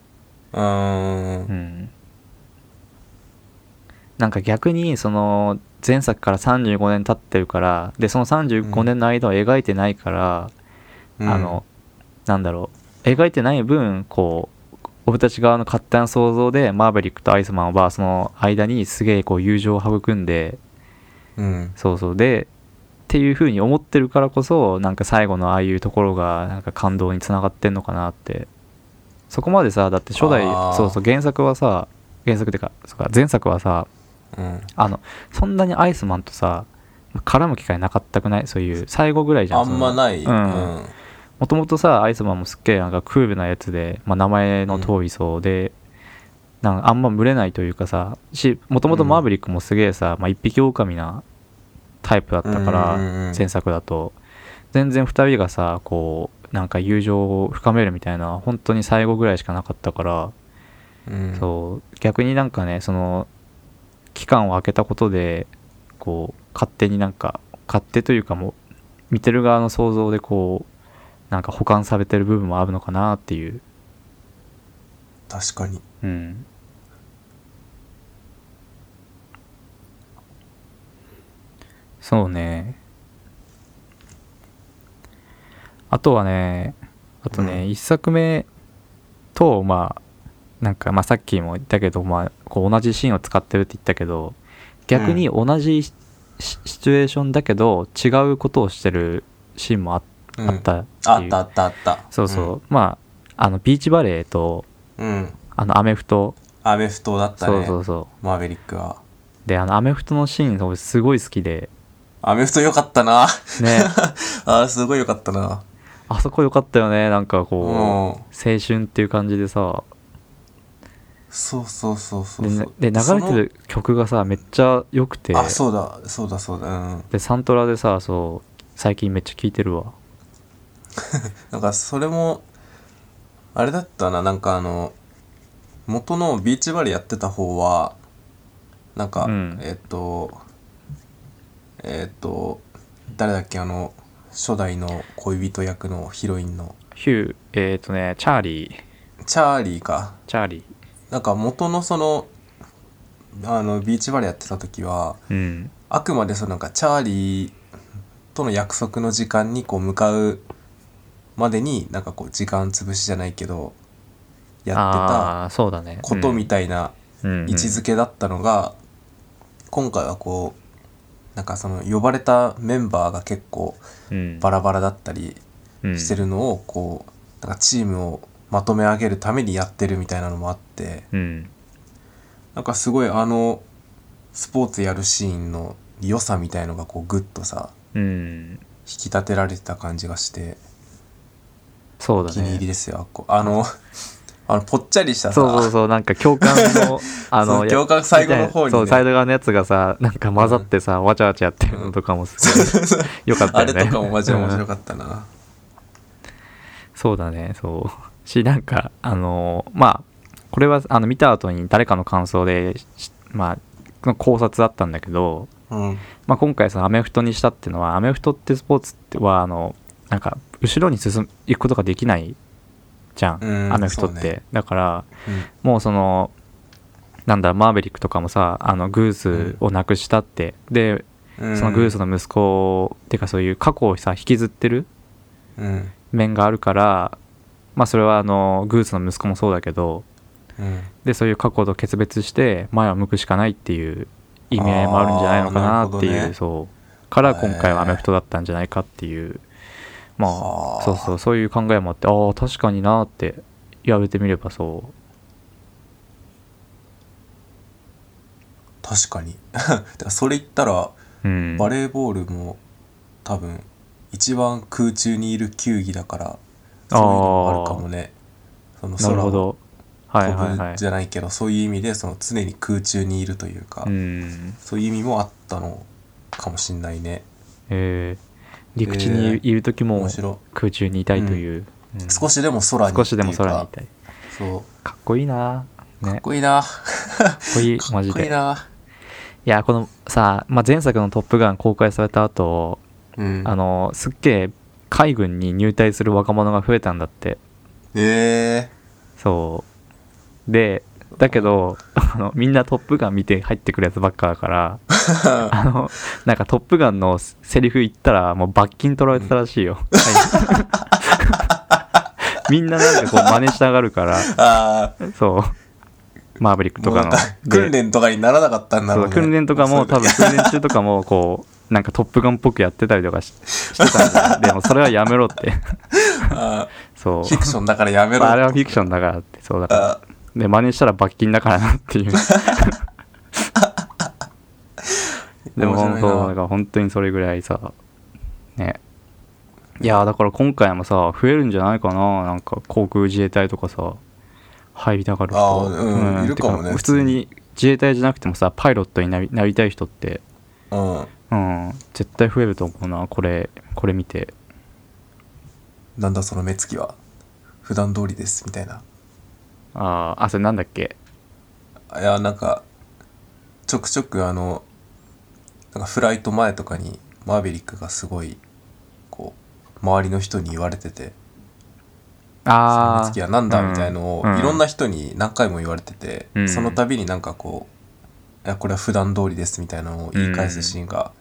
[SPEAKER 2] うん
[SPEAKER 1] うん、なんか逆にその前作から35年経ってるからでその35年の間を描いてないから、
[SPEAKER 2] うん
[SPEAKER 1] あのなんだろう描いてない分こう僕たち側の勝手な想像でマーベリックとアイスマンはその間にすげえこう友情を育んで
[SPEAKER 2] うん
[SPEAKER 1] そうそうでっていう風に思ってるからこそなんか最後のああいうところがなんか感動につながってんのかなってそこまでさだって初代
[SPEAKER 2] あー
[SPEAKER 1] そうそう原作はさ原作っていうかそうか前作はさ
[SPEAKER 2] うん
[SPEAKER 1] あのそんなにアイスマンとさ絡む機会なかったくないそういう最後ぐらいじゃん
[SPEAKER 2] あんまない
[SPEAKER 1] うんもともとさアイスマンもすっげえなんかクールなやつで、まあ、名前の通りそうで、なんかあんま群れないというかさしもともとマーヴェリックもすげえさ、まあ、一匹狼なタイプだったか
[SPEAKER 2] うんうんう
[SPEAKER 1] ら
[SPEAKER 2] ん
[SPEAKER 1] 前作だと全然二人がさこうなんか友情を深めるみたいな本当に最後ぐらいしかなかったから、
[SPEAKER 2] うん
[SPEAKER 1] そう逆になんかねその期間を空けたことでこう勝手になんか勝手というかもう見てる側の想像でこうなんか保管されてる部分もあるのかなっていう、
[SPEAKER 2] 確かに
[SPEAKER 1] うん、そうねあとはねあとね、
[SPEAKER 2] う
[SPEAKER 1] 一作目とまあなんかまあさっきも言ったけど、まあ、こう同じシーンを使ってるって言ったけど逆に同じシ,シ、シチュエーションだけど違うことをしてるシーンもあ
[SPEAKER 2] うん
[SPEAKER 1] あったっていう、
[SPEAKER 2] あったあったあった
[SPEAKER 1] そうそう、まああのビーチバレーと
[SPEAKER 2] うんうん
[SPEAKER 1] あのアメフト、
[SPEAKER 2] アメフトだった
[SPEAKER 1] そう
[SPEAKER 2] ね
[SPEAKER 1] そうそう
[SPEAKER 2] マーベリックは
[SPEAKER 1] であのアメフトのシーン俺すごい好きで
[SPEAKER 2] アメフト良かったな。
[SPEAKER 1] ね
[SPEAKER 2] あーすごい良かったな。
[SPEAKER 1] あそこ良かったよねなんかこう、
[SPEAKER 2] うん
[SPEAKER 1] 青春っていう感じでさ
[SPEAKER 2] そうそうそうそ
[SPEAKER 1] で
[SPEAKER 2] う
[SPEAKER 1] な
[SPEAKER 2] そう。
[SPEAKER 1] で流れてる曲がさめっちゃ良くて
[SPEAKER 2] そのあ、そうだ、そうだ、そうだ。うん。
[SPEAKER 1] でサントラでさそう最近めっちゃ聴いてるわ
[SPEAKER 2] なんかそれも、あれだったな、なんかあの、元のビーチバレーやってた方は、なんか、
[SPEAKER 1] うん
[SPEAKER 2] えっと、えっと、誰だっけ、あの、初代の恋人役のヒロインの、
[SPEAKER 1] ヒューえっ、とねチャーリー
[SPEAKER 2] チャーリーか。
[SPEAKER 1] チャーリ
[SPEAKER 2] なんか元のその、あの、ビーチバレーやってた時は、
[SPEAKER 1] ーうん
[SPEAKER 2] あくまでそのなんかチャーリーとの約束の時間にこう向かうまでになんかこう時間潰しじゃないけどやっ
[SPEAKER 1] ああそうだね
[SPEAKER 2] てたことみたいな
[SPEAKER 1] うんうんうん
[SPEAKER 2] 位置づけだったのが、今回はこうなんかその呼ばれたメンバーが結構
[SPEAKER 1] うん
[SPEAKER 2] バラバラだったり
[SPEAKER 1] うん
[SPEAKER 2] してるのをこうなんかチームをまとめ上げるためにやってるみたいなのもあって
[SPEAKER 1] うん
[SPEAKER 2] なんかすごいあのスポーツやるシーンの良さみたいのがこうグッとさ
[SPEAKER 1] うん
[SPEAKER 2] 引き立てられてた感じがして
[SPEAKER 1] そう
[SPEAKER 2] お
[SPEAKER 1] だ
[SPEAKER 2] 気に入り
[SPEAKER 1] ね
[SPEAKER 2] ですよ、あっこあのあのぽっちゃりしたさ
[SPEAKER 1] そうそうそうなんか共感 のあ
[SPEAKER 2] そ
[SPEAKER 1] の
[SPEAKER 2] う
[SPEAKER 1] や
[SPEAKER 2] 教官最後の方にね
[SPEAKER 1] そうサイド側のやつがさなんか混ざってさ、わちゃわちゃやってるのとかもすごいよかった
[SPEAKER 2] あ
[SPEAKER 1] よね
[SPEAKER 2] れとかもマジで面白
[SPEAKER 1] うん
[SPEAKER 2] かったな、
[SPEAKER 1] そうだねそうしなんかあのまあこれはあの見た後に誰かの感想でしまあ考察だったんだけど、
[SPEAKER 2] うん、うん
[SPEAKER 1] まあ、今回そのアメフトにしたっていうのはアメフトってスポーツってはあのなんか後ろに進む行くことができないじゃん、
[SPEAKER 2] うん
[SPEAKER 1] アメフトって、
[SPEAKER 2] そうね
[SPEAKER 1] だからもうそのなんだマーベリックとかもさあのグースをなくしたって、で
[SPEAKER 2] うん
[SPEAKER 1] そのグースの息子っていうかそういう過去をさ引きずってる
[SPEAKER 2] うん
[SPEAKER 1] 面があるからまあそれはあのグースの息子もそうだけど
[SPEAKER 2] うん
[SPEAKER 1] でそういう過去と決別して前を向くしかないっていう意味合いもあるんじゃないのかなって
[SPEAKER 2] あーなる
[SPEAKER 1] いう、
[SPEAKER 2] ほどね
[SPEAKER 1] そうから今回はアメフトだったんじゃないかっていうま
[SPEAKER 2] は
[SPEAKER 1] あ
[SPEAKER 2] あ
[SPEAKER 1] そうそうそういう考えもあってああ確かになーって言われてみればそ
[SPEAKER 2] 確かに だからそれ言ったら
[SPEAKER 1] ううん
[SPEAKER 2] バレーボールも多分一番空中にいる球技だからそういうのもあるかもねその
[SPEAKER 1] なる
[SPEAKER 2] 空
[SPEAKER 1] ほ
[SPEAKER 2] を
[SPEAKER 1] どはいはい
[SPEAKER 2] 飛
[SPEAKER 1] はい
[SPEAKER 2] ぶじゃないけど、そういう意味でその常に空中にいるというか、
[SPEAKER 1] うん
[SPEAKER 2] そういう意味もあったのかもしんないね
[SPEAKER 1] えー、陸地にいる時も
[SPEAKER 2] 面白
[SPEAKER 1] 空中にいたいという、うん
[SPEAKER 2] い少しでも空に
[SPEAKER 1] 少しでも空にい
[SPEAKER 2] って
[SPEAKER 1] たい
[SPEAKER 2] いうかそ
[SPEAKER 1] かっこいいな
[SPEAKER 2] う
[SPEAKER 1] ね
[SPEAKER 2] かっこいいな、
[SPEAKER 1] かっこいい
[SPEAKER 2] か
[SPEAKER 1] マ
[SPEAKER 2] っ
[SPEAKER 1] ジ
[SPEAKER 2] こいい
[SPEAKER 1] で
[SPEAKER 2] ない
[SPEAKER 1] やこのさ、まあ、前作の「トップガン」公開された後
[SPEAKER 2] うん
[SPEAKER 1] あのすっげえ海軍に入隊する若者が増えたんだって
[SPEAKER 2] え
[SPEAKER 1] そうでだけどあのみんな「トップガン」見て入ってくるやつばっかだから あのなんか「トップガン」のセリフ言ったらもう罰金取られてたらしいよ、はい、 みんななんかこう真似したがるから
[SPEAKER 2] ー、ああ
[SPEAKER 1] そうマーヴェリックとかので
[SPEAKER 2] 訓練とかにならなかったんだ
[SPEAKER 1] そ
[SPEAKER 2] ろう
[SPEAKER 1] う
[SPEAKER 2] ね
[SPEAKER 1] 訓練とかも多分訓練中とかもこうなんか「トップガン」っぽくやってたりとかししてたんだよでもそれはやめろって
[SPEAKER 2] あ
[SPEAKER 1] そ
[SPEAKER 2] ーフィ
[SPEAKER 1] う
[SPEAKER 2] クションだからやめろ、
[SPEAKER 1] まああれはフィクションだからってそうだから
[SPEAKER 2] あ
[SPEAKER 1] で真似したら罰金だからなっていうでも
[SPEAKER 2] 面
[SPEAKER 1] 本
[SPEAKER 2] 白いな
[SPEAKER 1] 当だから本当にそれぐらいさねいやーだから今回もさ増えるんじゃないかななんか航空自衛隊とかさ入りたがる人
[SPEAKER 2] あーうんいるかもね
[SPEAKER 1] て普通に自衛隊じゃなくてもさパイロットになりなりたい人って
[SPEAKER 2] うん
[SPEAKER 1] うん絶対増えると思うなこれこれ見て
[SPEAKER 2] なんだその目つきは普段通りですみたいな
[SPEAKER 1] あーあそれなんだっけ
[SPEAKER 2] いやなんかちょくちょくあのなんかフライト前とかにマーヴェリックがすごいこう周りの人に言われてて「その
[SPEAKER 1] あ
[SPEAKER 2] 目
[SPEAKER 1] あ
[SPEAKER 2] つきはなんだ?」みたいのを
[SPEAKER 1] うん
[SPEAKER 2] いろんな人に何回も言われてて、
[SPEAKER 1] うん
[SPEAKER 2] その度になんかこう「いやこれは普段通りです」みたいなのを言い返すシーンが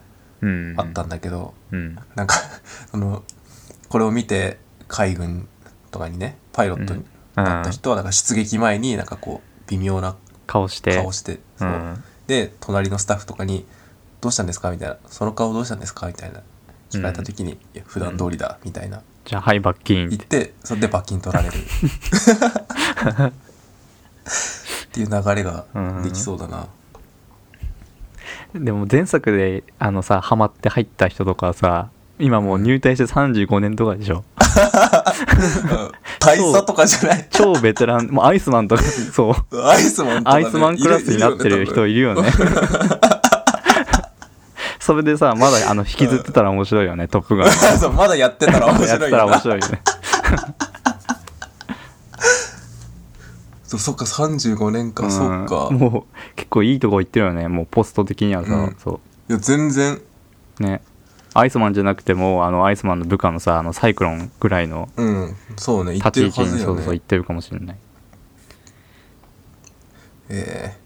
[SPEAKER 1] うん
[SPEAKER 2] あったんだけど、
[SPEAKER 1] うん
[SPEAKER 2] なんか そのこれを見て海軍とかにねパイロットになった人はなんか出撃前になんかこう微妙な
[SPEAKER 1] 顔して
[SPEAKER 2] 顔して。
[SPEAKER 1] う
[SPEAKER 2] そうんで隣のスタッフとかに「どうしたんですか?」みたいな「その顔どうしたんですか?」みたいな聞かれた時に「いや普段通りだ」みたいな
[SPEAKER 1] じゃあはい罰金っ
[SPEAKER 2] 言っててそれで罰金取られるっていう流れができそうだな
[SPEAKER 1] でも前作であのさハマって入った人とかさ今もう入隊して35年とかでしょ
[SPEAKER 2] うん大佐とかじゃない。
[SPEAKER 1] 超ベテランもうアイスマン とかそう
[SPEAKER 2] アイスマンとか
[SPEAKER 1] ア
[SPEAKER 2] ね、
[SPEAKER 1] イスマンクラスになってる人いるよね それでさまだあの引きずってたら面白いよね「トップガン」
[SPEAKER 2] 多分そうまだやってたら面
[SPEAKER 1] やっ
[SPEAKER 2] 白
[SPEAKER 1] て
[SPEAKER 2] い
[SPEAKER 1] たら
[SPEAKER 2] よ
[SPEAKER 1] 面
[SPEAKER 2] な。
[SPEAKER 1] 白いよね
[SPEAKER 2] そうそっか、35年か、
[SPEAKER 1] うん
[SPEAKER 2] そっか。
[SPEAKER 1] もう結構いいとこ行ってるよねもうポスト的にはさ、
[SPEAKER 2] うん
[SPEAKER 1] そ
[SPEAKER 2] いや、全然、
[SPEAKER 1] うねアイスマンじゃなくてもあのアイスマンの部下のさあのサイクロンぐらいの
[SPEAKER 2] うん、そうね、言って
[SPEAKER 1] 立
[SPEAKER 2] る
[SPEAKER 1] ち位
[SPEAKER 2] は
[SPEAKER 1] 置に
[SPEAKER 2] ず
[SPEAKER 1] そ
[SPEAKER 2] よ
[SPEAKER 1] うそう
[SPEAKER 2] ね
[SPEAKER 1] 行。ってるかもしれない
[SPEAKER 2] え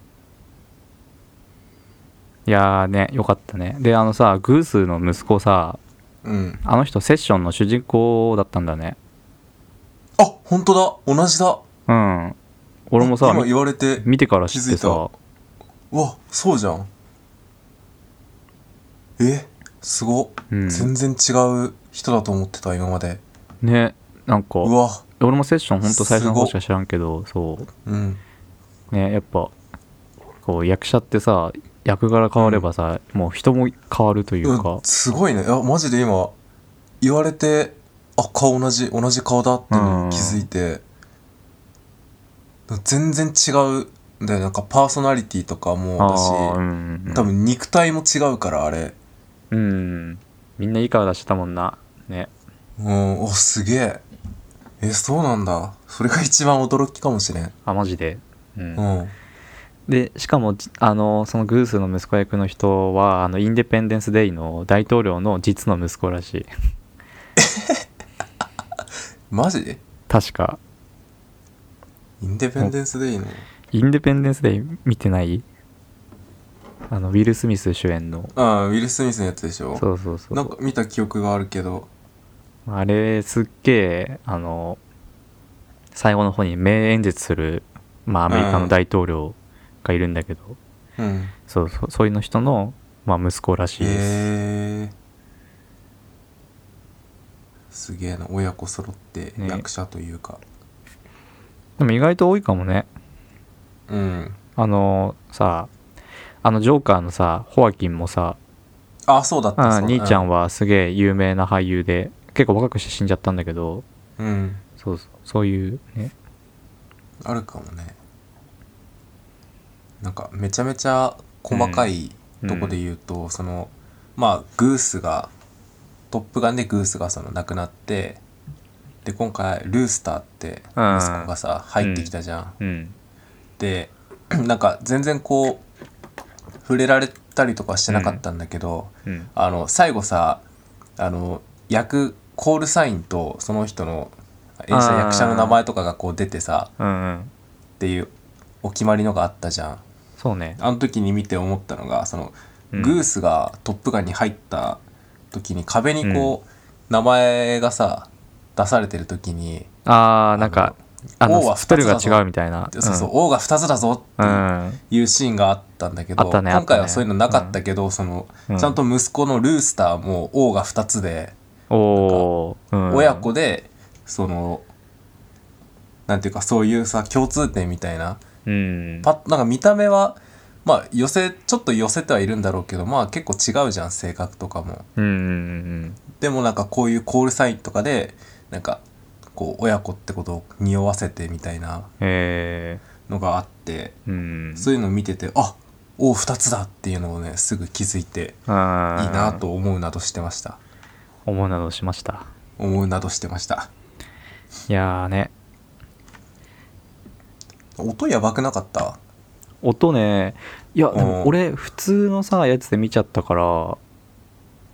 [SPEAKER 1] いやーねよかったねであのさグースの息子さ
[SPEAKER 2] えうん。
[SPEAKER 1] あの人セッションの主人公だったんだね
[SPEAKER 2] あ、本当だ、同じだ。
[SPEAKER 1] うん俺もさ
[SPEAKER 2] 今言われて、
[SPEAKER 1] 見てから知って
[SPEAKER 2] 気づ
[SPEAKER 1] さ
[SPEAKER 2] いうわ、そうじゃん。え、すごっ。
[SPEAKER 1] うん
[SPEAKER 2] 全然違う人だと思ってた、今まで。
[SPEAKER 1] ねなんか
[SPEAKER 2] うわ、
[SPEAKER 1] 俺もセッションほんと最初の
[SPEAKER 2] す
[SPEAKER 1] 方
[SPEAKER 2] ご
[SPEAKER 1] しか知らんけどそう
[SPEAKER 2] うん。
[SPEAKER 1] ねやっぱこう役者ってさ役柄変わればさ、もう人も変わるという
[SPEAKER 2] うん
[SPEAKER 1] か、
[SPEAKER 2] すごいねいやマジで今言われてあ顔同じ同じ顔だってのに気づいて、全然違うんだよなんかパーソナリティとかもだし、
[SPEAKER 1] ああうんうん
[SPEAKER 2] 多分肉体も違うからあれ
[SPEAKER 1] うんみんないい顔出してたもんなね
[SPEAKER 2] うんおすげええそうなんだそれが一番驚きかもしれん
[SPEAKER 1] あマジで、うん
[SPEAKER 2] うん
[SPEAKER 1] でしかもじあのそのグースの息子役の人はあのインデペンデンス・デイの大統領の実の息子らしい
[SPEAKER 2] マジ
[SPEAKER 1] 確か
[SPEAKER 2] インデペンデンスでいいの
[SPEAKER 1] インデペンデンス・デイ見てないあのウィル・スミス主演の
[SPEAKER 2] ああウィル・スミスのやつでしょ
[SPEAKER 1] そうそうそう
[SPEAKER 2] なんか見た記憶があるけど
[SPEAKER 1] あれすっげえあの最後の方に名演説する、まあ、アメリカの大統領がいるんだけど、
[SPEAKER 2] うん
[SPEAKER 1] そうそうそういうの人の、まあ、息子らしいです、
[SPEAKER 2] へえすげえな親子揃って
[SPEAKER 1] ね
[SPEAKER 2] 役者というか、
[SPEAKER 1] でも意外と多いかもね
[SPEAKER 2] うん
[SPEAKER 1] あのさあのジョーカーのさホアキンもさ
[SPEAKER 2] あそうだった
[SPEAKER 1] あ
[SPEAKER 2] そう
[SPEAKER 1] 兄ちゃ
[SPEAKER 2] は
[SPEAKER 1] んはすげえ有名な俳優で結構若くして死んじゃったんだけど
[SPEAKER 2] うん、うん
[SPEAKER 1] そうそうそういうね
[SPEAKER 2] あるかもねなんかめちゃめちゃ細かいとこで言うと、そのまあグースが「トップガン」でグースがその亡くなってで今回ルースターって息子がさ入ってきたじゃん、
[SPEAKER 1] うん
[SPEAKER 2] で なんか全然こう触れられたりとかしてなかったんだけど、
[SPEAKER 1] うん
[SPEAKER 2] あの最後さあの役コールサインとその人の演
[SPEAKER 1] あ
[SPEAKER 2] 者
[SPEAKER 1] ー
[SPEAKER 2] 役者の名前とかがこう出てさ
[SPEAKER 1] うんうん
[SPEAKER 2] っていうお決まりのがあったじゃん
[SPEAKER 1] そうね
[SPEAKER 2] あの時に見て思ったのがその、
[SPEAKER 1] うん
[SPEAKER 2] グースが「トップガン」に入った時に壁にこう、名前がさ出されてる時に
[SPEAKER 1] あーなんかあ
[SPEAKER 2] 王
[SPEAKER 1] の
[SPEAKER 2] は
[SPEAKER 1] スペルが
[SPEAKER 2] 二つだぞ
[SPEAKER 1] 違うみたいな
[SPEAKER 2] 「そうそう王が2つだぞ」って
[SPEAKER 1] う、
[SPEAKER 2] いうん
[SPEAKER 1] うん
[SPEAKER 2] いうシーンがあったんだけ
[SPEAKER 1] あ
[SPEAKER 2] ど、
[SPEAKER 1] ったねあ
[SPEAKER 2] 今回
[SPEAKER 1] ったね
[SPEAKER 2] はそういうのなかったけど、その
[SPEAKER 1] うん
[SPEAKER 2] ちゃんと息子のルースターも王が2つで、
[SPEAKER 1] おーうん
[SPEAKER 2] 親子でそのなんていうかそういうさ共通点みたいな
[SPEAKER 1] うん
[SPEAKER 2] パッなんか見た目はまあ寄せちょっと寄せてはいるんだろうけどまあ結構違うじゃん性格とかも。
[SPEAKER 1] うんうん
[SPEAKER 2] でもなんかこういうコールサインとかでなんかこう親子ってことを匂わせてみたいな
[SPEAKER 1] え
[SPEAKER 2] のがあって、
[SPEAKER 1] ー、うん
[SPEAKER 2] そういうのを見ててあ王2つだっていうのをねすぐ気づいて。
[SPEAKER 1] あー
[SPEAKER 2] いいなと思うなどしてました
[SPEAKER 1] 思うなどしました
[SPEAKER 2] 思うなどしてました
[SPEAKER 1] いやーね
[SPEAKER 2] 音やばくなかった
[SPEAKER 1] 音ねいやでも
[SPEAKER 2] うん
[SPEAKER 1] 俺普通のさやつで見ちゃったから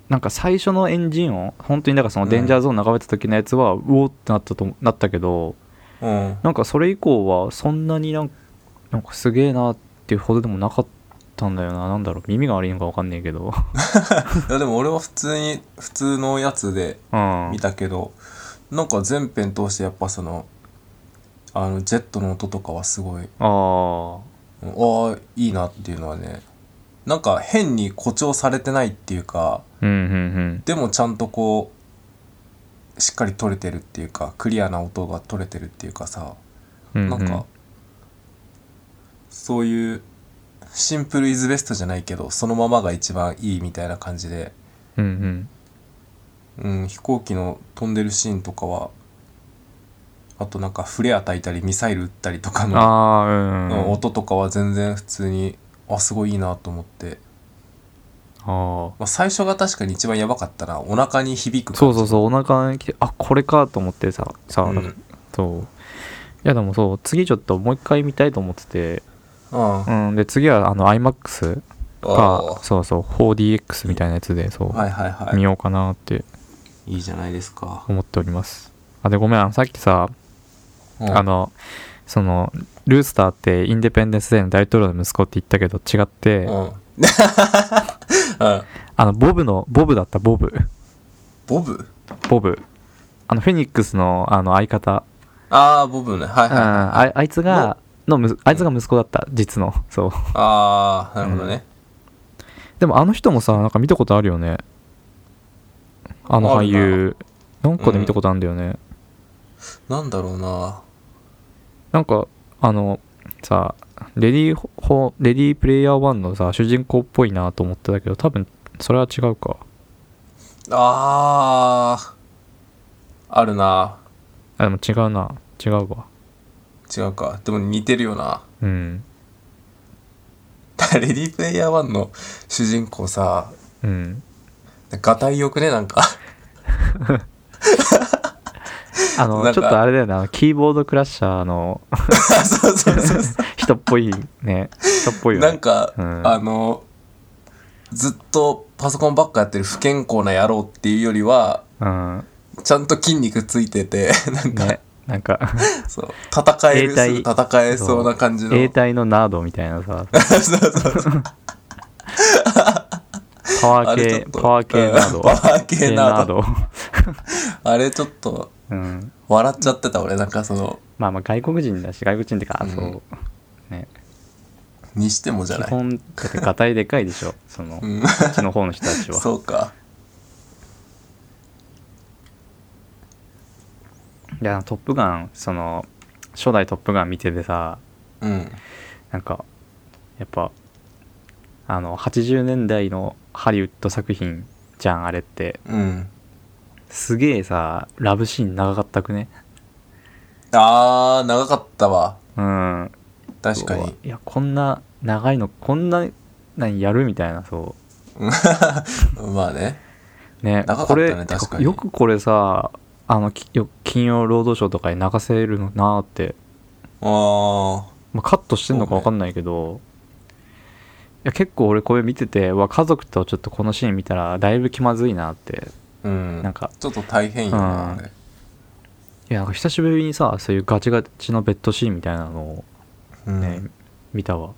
[SPEAKER 1] なんか最初のエンジン音本当にだからその
[SPEAKER 2] うん
[SPEAKER 1] デンジャーゾーン眺めた時のやつは、うおーってなったとなったけど
[SPEAKER 2] うん
[SPEAKER 1] なんかそれ以降はそんなになんなんかすげえなっていうほどでもなかったんだよななんだろう耳が悪いのかわかんないけど
[SPEAKER 2] いやでも俺は普通に普通のやつで
[SPEAKER 1] うん
[SPEAKER 2] 見たけどなんか全編通してやっぱそのあのジェットの音とかはすごい
[SPEAKER 1] あー
[SPEAKER 2] ああいいなっていうのはねなんか変に誇張されてないっていうか
[SPEAKER 1] うんうん
[SPEAKER 2] でもちゃんとこうしっかり取れてるっていうかクリアな音が取れてるっていうかさ
[SPEAKER 1] うんうんう
[SPEAKER 2] なんか、そういうシンプルイズベストじゃないけどそのままが一番いいみたいな感じで、
[SPEAKER 1] うんうん
[SPEAKER 2] うん、飛行機の飛んでるシーンとかはあとなんかフレア焚いたりミサイル撃ったりとかの
[SPEAKER 1] ああ
[SPEAKER 2] う
[SPEAKER 1] うんん
[SPEAKER 2] 音とかは全然普通にあすごいいいなと思って、
[SPEAKER 1] あ
[SPEAKER 2] まあ、最初が確かに一番やばかったなお腹に響く
[SPEAKER 1] あそうそう
[SPEAKER 2] う
[SPEAKER 1] そうお腹にきてあこれかと思ってささ、
[SPEAKER 2] うん、う
[SPEAKER 1] だからそういやでもそう次ちょっともう一回見たいと思ってて、
[SPEAKER 2] ん
[SPEAKER 1] うん、で次はあの iMAX
[SPEAKER 2] あ
[SPEAKER 1] かそうそう 4DX みたいなやつでそう、
[SPEAKER 2] ーはいはいは
[SPEAKER 1] 見ようかなって
[SPEAKER 2] いいいじゃないですか、
[SPEAKER 1] 思っておりますあでごめんあのさっきさ、
[SPEAKER 2] うん
[SPEAKER 1] あのそのルースターってインデペンデンス・デーの大統領の息子って言ったけど違って、
[SPEAKER 2] うん うん
[SPEAKER 1] あのボブのボブだったボブ
[SPEAKER 2] ボブ
[SPEAKER 1] ボブあのフェニックスのあの相方、
[SPEAKER 2] ああボブねはいはい、
[SPEAKER 1] うん、ああいつがのむあいつが息子だった実のそう
[SPEAKER 2] ああなるほどね、
[SPEAKER 1] でもあの人もさなんか見たことあるよねあの俳優なんかで見たことあるんだよね、
[SPEAKER 2] なんだろうな
[SPEAKER 1] なんかあのさレディーホホレディープレイヤー1のさ主人公っぽいなと思ってたけど多分それは違うか
[SPEAKER 2] あーあるな
[SPEAKER 1] あでも違うな違うわ
[SPEAKER 2] 違うかでも似てるよな
[SPEAKER 1] うん
[SPEAKER 2] レディープレイヤー1の主人公さ
[SPEAKER 1] うん
[SPEAKER 2] がたいよくねなんか
[SPEAKER 1] あ
[SPEAKER 2] な
[SPEAKER 1] の
[SPEAKER 2] ん
[SPEAKER 1] ち
[SPEAKER 2] か
[SPEAKER 1] ょっとあれだよねあのキーボードクラッシャーの
[SPEAKER 2] そうそうそうそ
[SPEAKER 1] 人っぽいね人っぽいうよね
[SPEAKER 2] なんか、
[SPEAKER 1] うん
[SPEAKER 2] あのずっとパソコンばっかやってる不健康な野郎っていうよりは
[SPEAKER 1] うん
[SPEAKER 2] ちゃんと筋肉ついてて なんか、
[SPEAKER 1] ねなんか
[SPEAKER 2] そう戦える
[SPEAKER 1] 永代
[SPEAKER 2] すぐ戦えそうな感 じの
[SPEAKER 1] 永代のナードみたいなさ
[SPEAKER 2] そうそうそう
[SPEAKER 1] パワ
[SPEAKER 2] あ
[SPEAKER 1] ー
[SPEAKER 2] れち
[SPEAKER 1] 系
[SPEAKER 2] ょっと
[SPEAKER 1] パワー系ナー
[SPEAKER 2] う
[SPEAKER 1] ド
[SPEAKER 2] んパワー系ナード
[SPEAKER 1] ド
[SPEAKER 2] あれちょっと
[SPEAKER 1] うん
[SPEAKER 2] 笑っちゃってた俺なんかその
[SPEAKER 1] まあまあ外国人だし外国人ってか、
[SPEAKER 2] うん
[SPEAKER 1] そうね
[SPEAKER 2] にしてもじゃ
[SPEAKER 1] 基
[SPEAKER 2] ない
[SPEAKER 1] 本だってガタイでかいでしょその、
[SPEAKER 2] うん
[SPEAKER 1] こっちの方の人たちは
[SPEAKER 2] そうか
[SPEAKER 1] いや「トップガン」その初代「トップガン」見ててさ
[SPEAKER 2] うん
[SPEAKER 1] なんかやっぱあの80年代のハリウッド作品じゃんあれって
[SPEAKER 2] うん
[SPEAKER 1] すげえさラブシーン長かったくね
[SPEAKER 2] あー長かったわ
[SPEAKER 1] うん
[SPEAKER 2] 確かに
[SPEAKER 1] そういやこんな長いのこんな何やるみたいなそ
[SPEAKER 2] まあね
[SPEAKER 1] うね
[SPEAKER 2] 長かったね
[SPEAKER 1] これ
[SPEAKER 2] 確かに
[SPEAKER 1] てよくこれさあのきよ金曜ロードショーとかに流せるのなーって
[SPEAKER 2] あ
[SPEAKER 1] まあ、カットしてんのか分かんないけど、いや結構俺これ見ててうわ家族とちょっとこのシーン見たらだいぶ気まずいなって
[SPEAKER 2] ーうん
[SPEAKER 1] なんか
[SPEAKER 2] ちょっと大変よな、
[SPEAKER 1] うん
[SPEAKER 2] あれ
[SPEAKER 1] いやなんか久しぶりにさそういうガチガチのベッドシーンみたいなのを
[SPEAKER 2] うん
[SPEAKER 1] ね、見たわ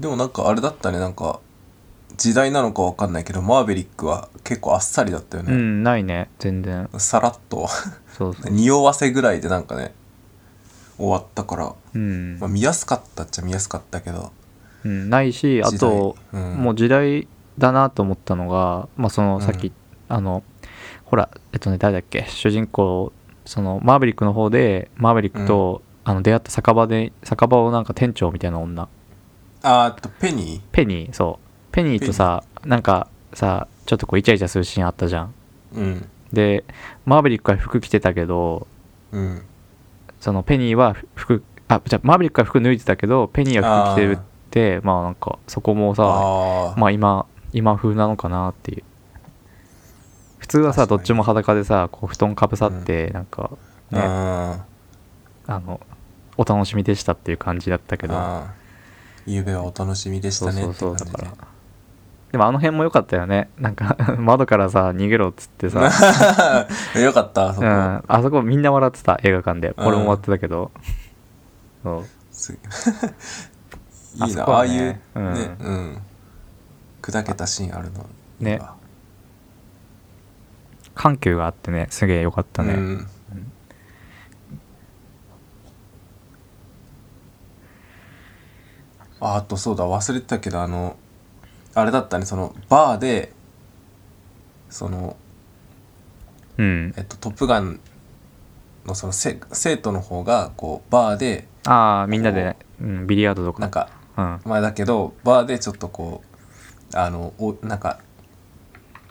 [SPEAKER 2] でもなんかあれだったねなんか時代なのかわかんないけどマーヴェリックは結構あっさりだったよ
[SPEAKER 1] う
[SPEAKER 2] ね、
[SPEAKER 1] んないね全然
[SPEAKER 2] さらっと
[SPEAKER 1] そうそう
[SPEAKER 2] 匂わせぐらいでなんかね終わったから、
[SPEAKER 1] うん
[SPEAKER 2] まあ、、見やすかったっちゃ見やすかったけど
[SPEAKER 1] うん、ないしあと、
[SPEAKER 2] 時代うん、
[SPEAKER 1] もう時代だなと思ったのがまあそのさっき、
[SPEAKER 2] うん
[SPEAKER 1] あのほらえっとね誰だっけ主人公そのマーヴェリックの方でマーヴェリックと、あの出会った酒場で酒場をなんか店長みたいな女
[SPEAKER 2] あーっとペニ
[SPEAKER 1] ペニーそうペニーとさなんかさちょっとこうイチャイチャするシーンあったじゃん
[SPEAKER 2] ーうん
[SPEAKER 1] でマーヴェリックは服着てたけど
[SPEAKER 2] うん
[SPEAKER 1] そのペニーは服あじゃあマーヴェリックは服脱いでたけどペニーは服着てるってまあなんかそこもさ
[SPEAKER 2] あー
[SPEAKER 1] まあ今今風なのかなっていう普通はさ
[SPEAKER 2] 確
[SPEAKER 1] ど
[SPEAKER 2] かに
[SPEAKER 1] っちも裸でさこう布団かぶさってなんかね、
[SPEAKER 2] うん
[SPEAKER 1] あのお楽しみでしたっていう感じだったけど
[SPEAKER 2] あーゆうべはお楽しみでし
[SPEAKER 1] そう
[SPEAKER 2] たね
[SPEAKER 1] そ
[SPEAKER 2] っ
[SPEAKER 1] う
[SPEAKER 2] て
[SPEAKER 1] そ
[SPEAKER 2] 感
[SPEAKER 1] う
[SPEAKER 2] じ
[SPEAKER 1] だ
[SPEAKER 2] で
[SPEAKER 1] からでもあの辺も良かったよねなんか 窓からさ逃げろっつってさ、
[SPEAKER 2] よかったあそ
[SPEAKER 1] うん、
[SPEAKER 2] こ、
[SPEAKER 1] あそこみんな笑ってた映画館で
[SPEAKER 2] うん
[SPEAKER 1] 俺も笑ってたけど、そう
[SPEAKER 2] す い
[SPEAKER 1] あ
[SPEAKER 2] い
[SPEAKER 1] そ
[SPEAKER 2] な
[SPEAKER 1] こ
[SPEAKER 2] ああ
[SPEAKER 1] は
[SPEAKER 2] いう
[SPEAKER 1] ね
[SPEAKER 2] ねうん砕けたシーンあるのいい
[SPEAKER 1] ね
[SPEAKER 2] わ
[SPEAKER 1] 緩急があってねすげえ良かったね、
[SPEAKER 2] うんああとそうだ忘れてたけどあのあれだったねそのバーでその
[SPEAKER 1] うん
[SPEAKER 2] えっと「トップガン」のそのせ生徒の方がこうバーで
[SPEAKER 1] ああみんなで、うん、ビリヤードとか
[SPEAKER 2] なんか
[SPEAKER 1] うん、
[SPEAKER 2] まあだけどバーでちょっとこうあのおなんか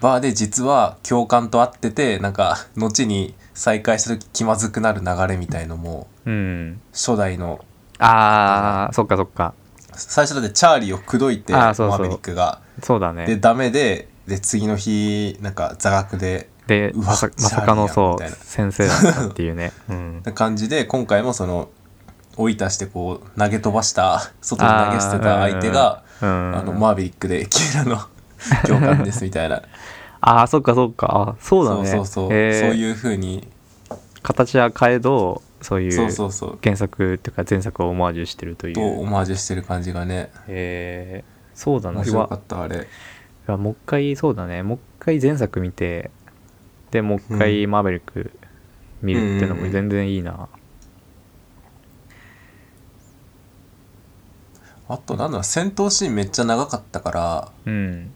[SPEAKER 2] バーで実は教官と会っててなんか後に再会した時気まずくなる流れみたいのも
[SPEAKER 1] うん、
[SPEAKER 2] 初代の
[SPEAKER 1] ああそっかそっか
[SPEAKER 2] 最初だってチャーリーを口説いて
[SPEAKER 1] あ
[SPEAKER 2] マ
[SPEAKER 1] ーそうそう
[SPEAKER 2] ーヴェリックが
[SPEAKER 1] そうだ
[SPEAKER 2] で
[SPEAKER 1] ね
[SPEAKER 2] ダメでで次の日なんか座学で
[SPEAKER 1] で
[SPEAKER 2] うわ
[SPEAKER 1] まさまさ
[SPEAKER 2] チャーリ
[SPEAKER 1] か
[SPEAKER 2] ーや
[SPEAKER 1] のそ
[SPEAKER 2] みたいうな
[SPEAKER 1] 先生だったって いうね、うん、
[SPEAKER 2] な感じで今回もその追い足してこう投げ飛ばした外に投げ捨てた相手が
[SPEAKER 1] うん
[SPEAKER 2] あ,、
[SPEAKER 1] あ
[SPEAKER 2] のマーヴェリックでキエラの 教官ですみたいな
[SPEAKER 1] あーそっかそっかあ そうだね
[SPEAKER 2] そうそうそう、
[SPEAKER 1] へー
[SPEAKER 2] そういうふうに
[SPEAKER 1] 形は変えどそうい
[SPEAKER 2] そう
[SPEAKER 1] う
[SPEAKER 2] そうそう
[SPEAKER 1] 原作っていうか前作をオマージュしてるとい
[SPEAKER 2] とオ
[SPEAKER 1] う
[SPEAKER 2] マージュしてる感じがね
[SPEAKER 1] えー、そうだな
[SPEAKER 2] 面
[SPEAKER 1] う
[SPEAKER 2] 白
[SPEAKER 1] わ
[SPEAKER 2] かったあれ
[SPEAKER 1] いやもう一回そうだねもう一回前作見てでもう一回マーベリック見るっていうのも全然いいな、
[SPEAKER 2] あとなんだろう戦闘シーンめっちゃ長かったから
[SPEAKER 1] うん、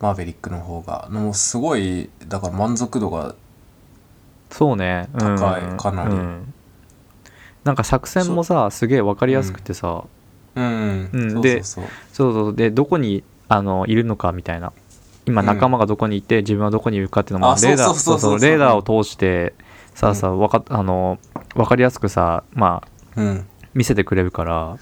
[SPEAKER 2] マーヴェリックの方がもうすごいだから満足度が
[SPEAKER 1] そうね、うん、
[SPEAKER 2] 高いかなり
[SPEAKER 1] うんなんか作戦もさすげえ分かりやすくてさ、
[SPEAKER 2] うん、
[SPEAKER 1] うん
[SPEAKER 2] そうそ
[SPEAKER 1] で
[SPEAKER 2] うそう
[SPEAKER 1] そうそうでどこにあのいるのかみたいな今
[SPEAKER 2] うん
[SPEAKER 1] 仲間がどこにいて、自分はどこにいるかっていうのも
[SPEAKER 2] あ
[SPEAKER 1] レーダー
[SPEAKER 2] そうそうそ
[SPEAKER 1] そ
[SPEAKER 2] うそう
[SPEAKER 1] うそうレーダーを通してさ
[SPEAKER 2] うん
[SPEAKER 1] さわかあの分かりやすくさまあ
[SPEAKER 2] うん
[SPEAKER 1] 見せてくれるから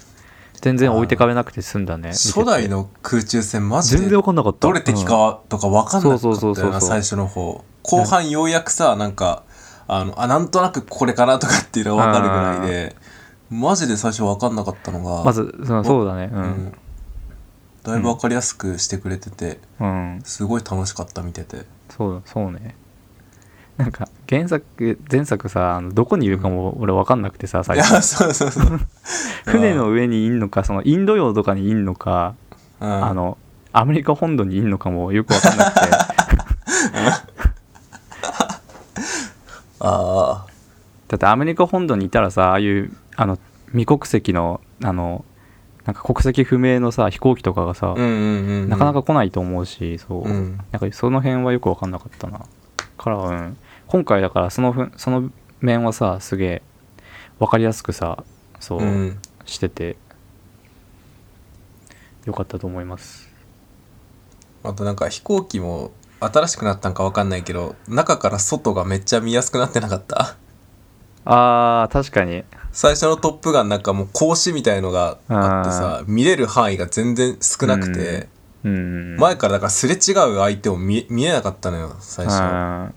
[SPEAKER 1] 全然置いてかれなくて済んだね見てて
[SPEAKER 2] 初代の空中戦マジ
[SPEAKER 1] 全
[SPEAKER 2] で
[SPEAKER 1] 然分かんなかった
[SPEAKER 2] どれ敵かとか分かんなか
[SPEAKER 1] そうそう
[SPEAKER 2] った
[SPEAKER 1] そ
[SPEAKER 2] よ
[SPEAKER 1] うそ
[SPEAKER 2] な
[SPEAKER 1] う
[SPEAKER 2] 最初の方後半ようやくさなんかあのあなんとなくこれかなとかっていうのが分かるぐらいでマジで最初分かんなかったの
[SPEAKER 1] う
[SPEAKER 2] が
[SPEAKER 1] んまずそのそうだね
[SPEAKER 2] う
[SPEAKER 1] うんん、
[SPEAKER 2] だいぶ分かりやすくしてくれてて
[SPEAKER 1] うん、
[SPEAKER 2] すごい楽しかった見てて
[SPEAKER 1] そうそうねなんか原作前作さあのどこにいるかも俺分かんなくてさ
[SPEAKER 2] い
[SPEAKER 1] 最
[SPEAKER 2] や
[SPEAKER 1] 初
[SPEAKER 2] そうそうそう
[SPEAKER 1] 船の上にいんのかそのインド洋とかにいんのか
[SPEAKER 2] うん
[SPEAKER 1] あのアメリカ本土にいんのかもよく分かんな くて
[SPEAKER 2] あ
[SPEAKER 1] だってアメリカ本土にいたらさああいうあの未国籍のあのなんか国籍不明のさ飛行機とかがさ
[SPEAKER 2] あ、うんうんうんうん
[SPEAKER 1] なかなか来ないと思うしそう、
[SPEAKER 2] うん
[SPEAKER 1] なんかその辺はよく分かんなかったなからうん今回だからそのふんその面はさすげえ分かりやすくさそう、
[SPEAKER 2] うん
[SPEAKER 1] しててよかったと思います
[SPEAKER 2] あとなんか飛行機も新しくなったんか分かんないけど中から外がめっちゃ見やすくなってなかった
[SPEAKER 1] あー確かに
[SPEAKER 2] 最初の「トップガン」なんかもう格子みたいのがあってさ見れる範囲が全然少なくて、
[SPEAKER 1] うん
[SPEAKER 2] 前からだからすれ違う相手を見見えなかったのよ最初
[SPEAKER 1] あ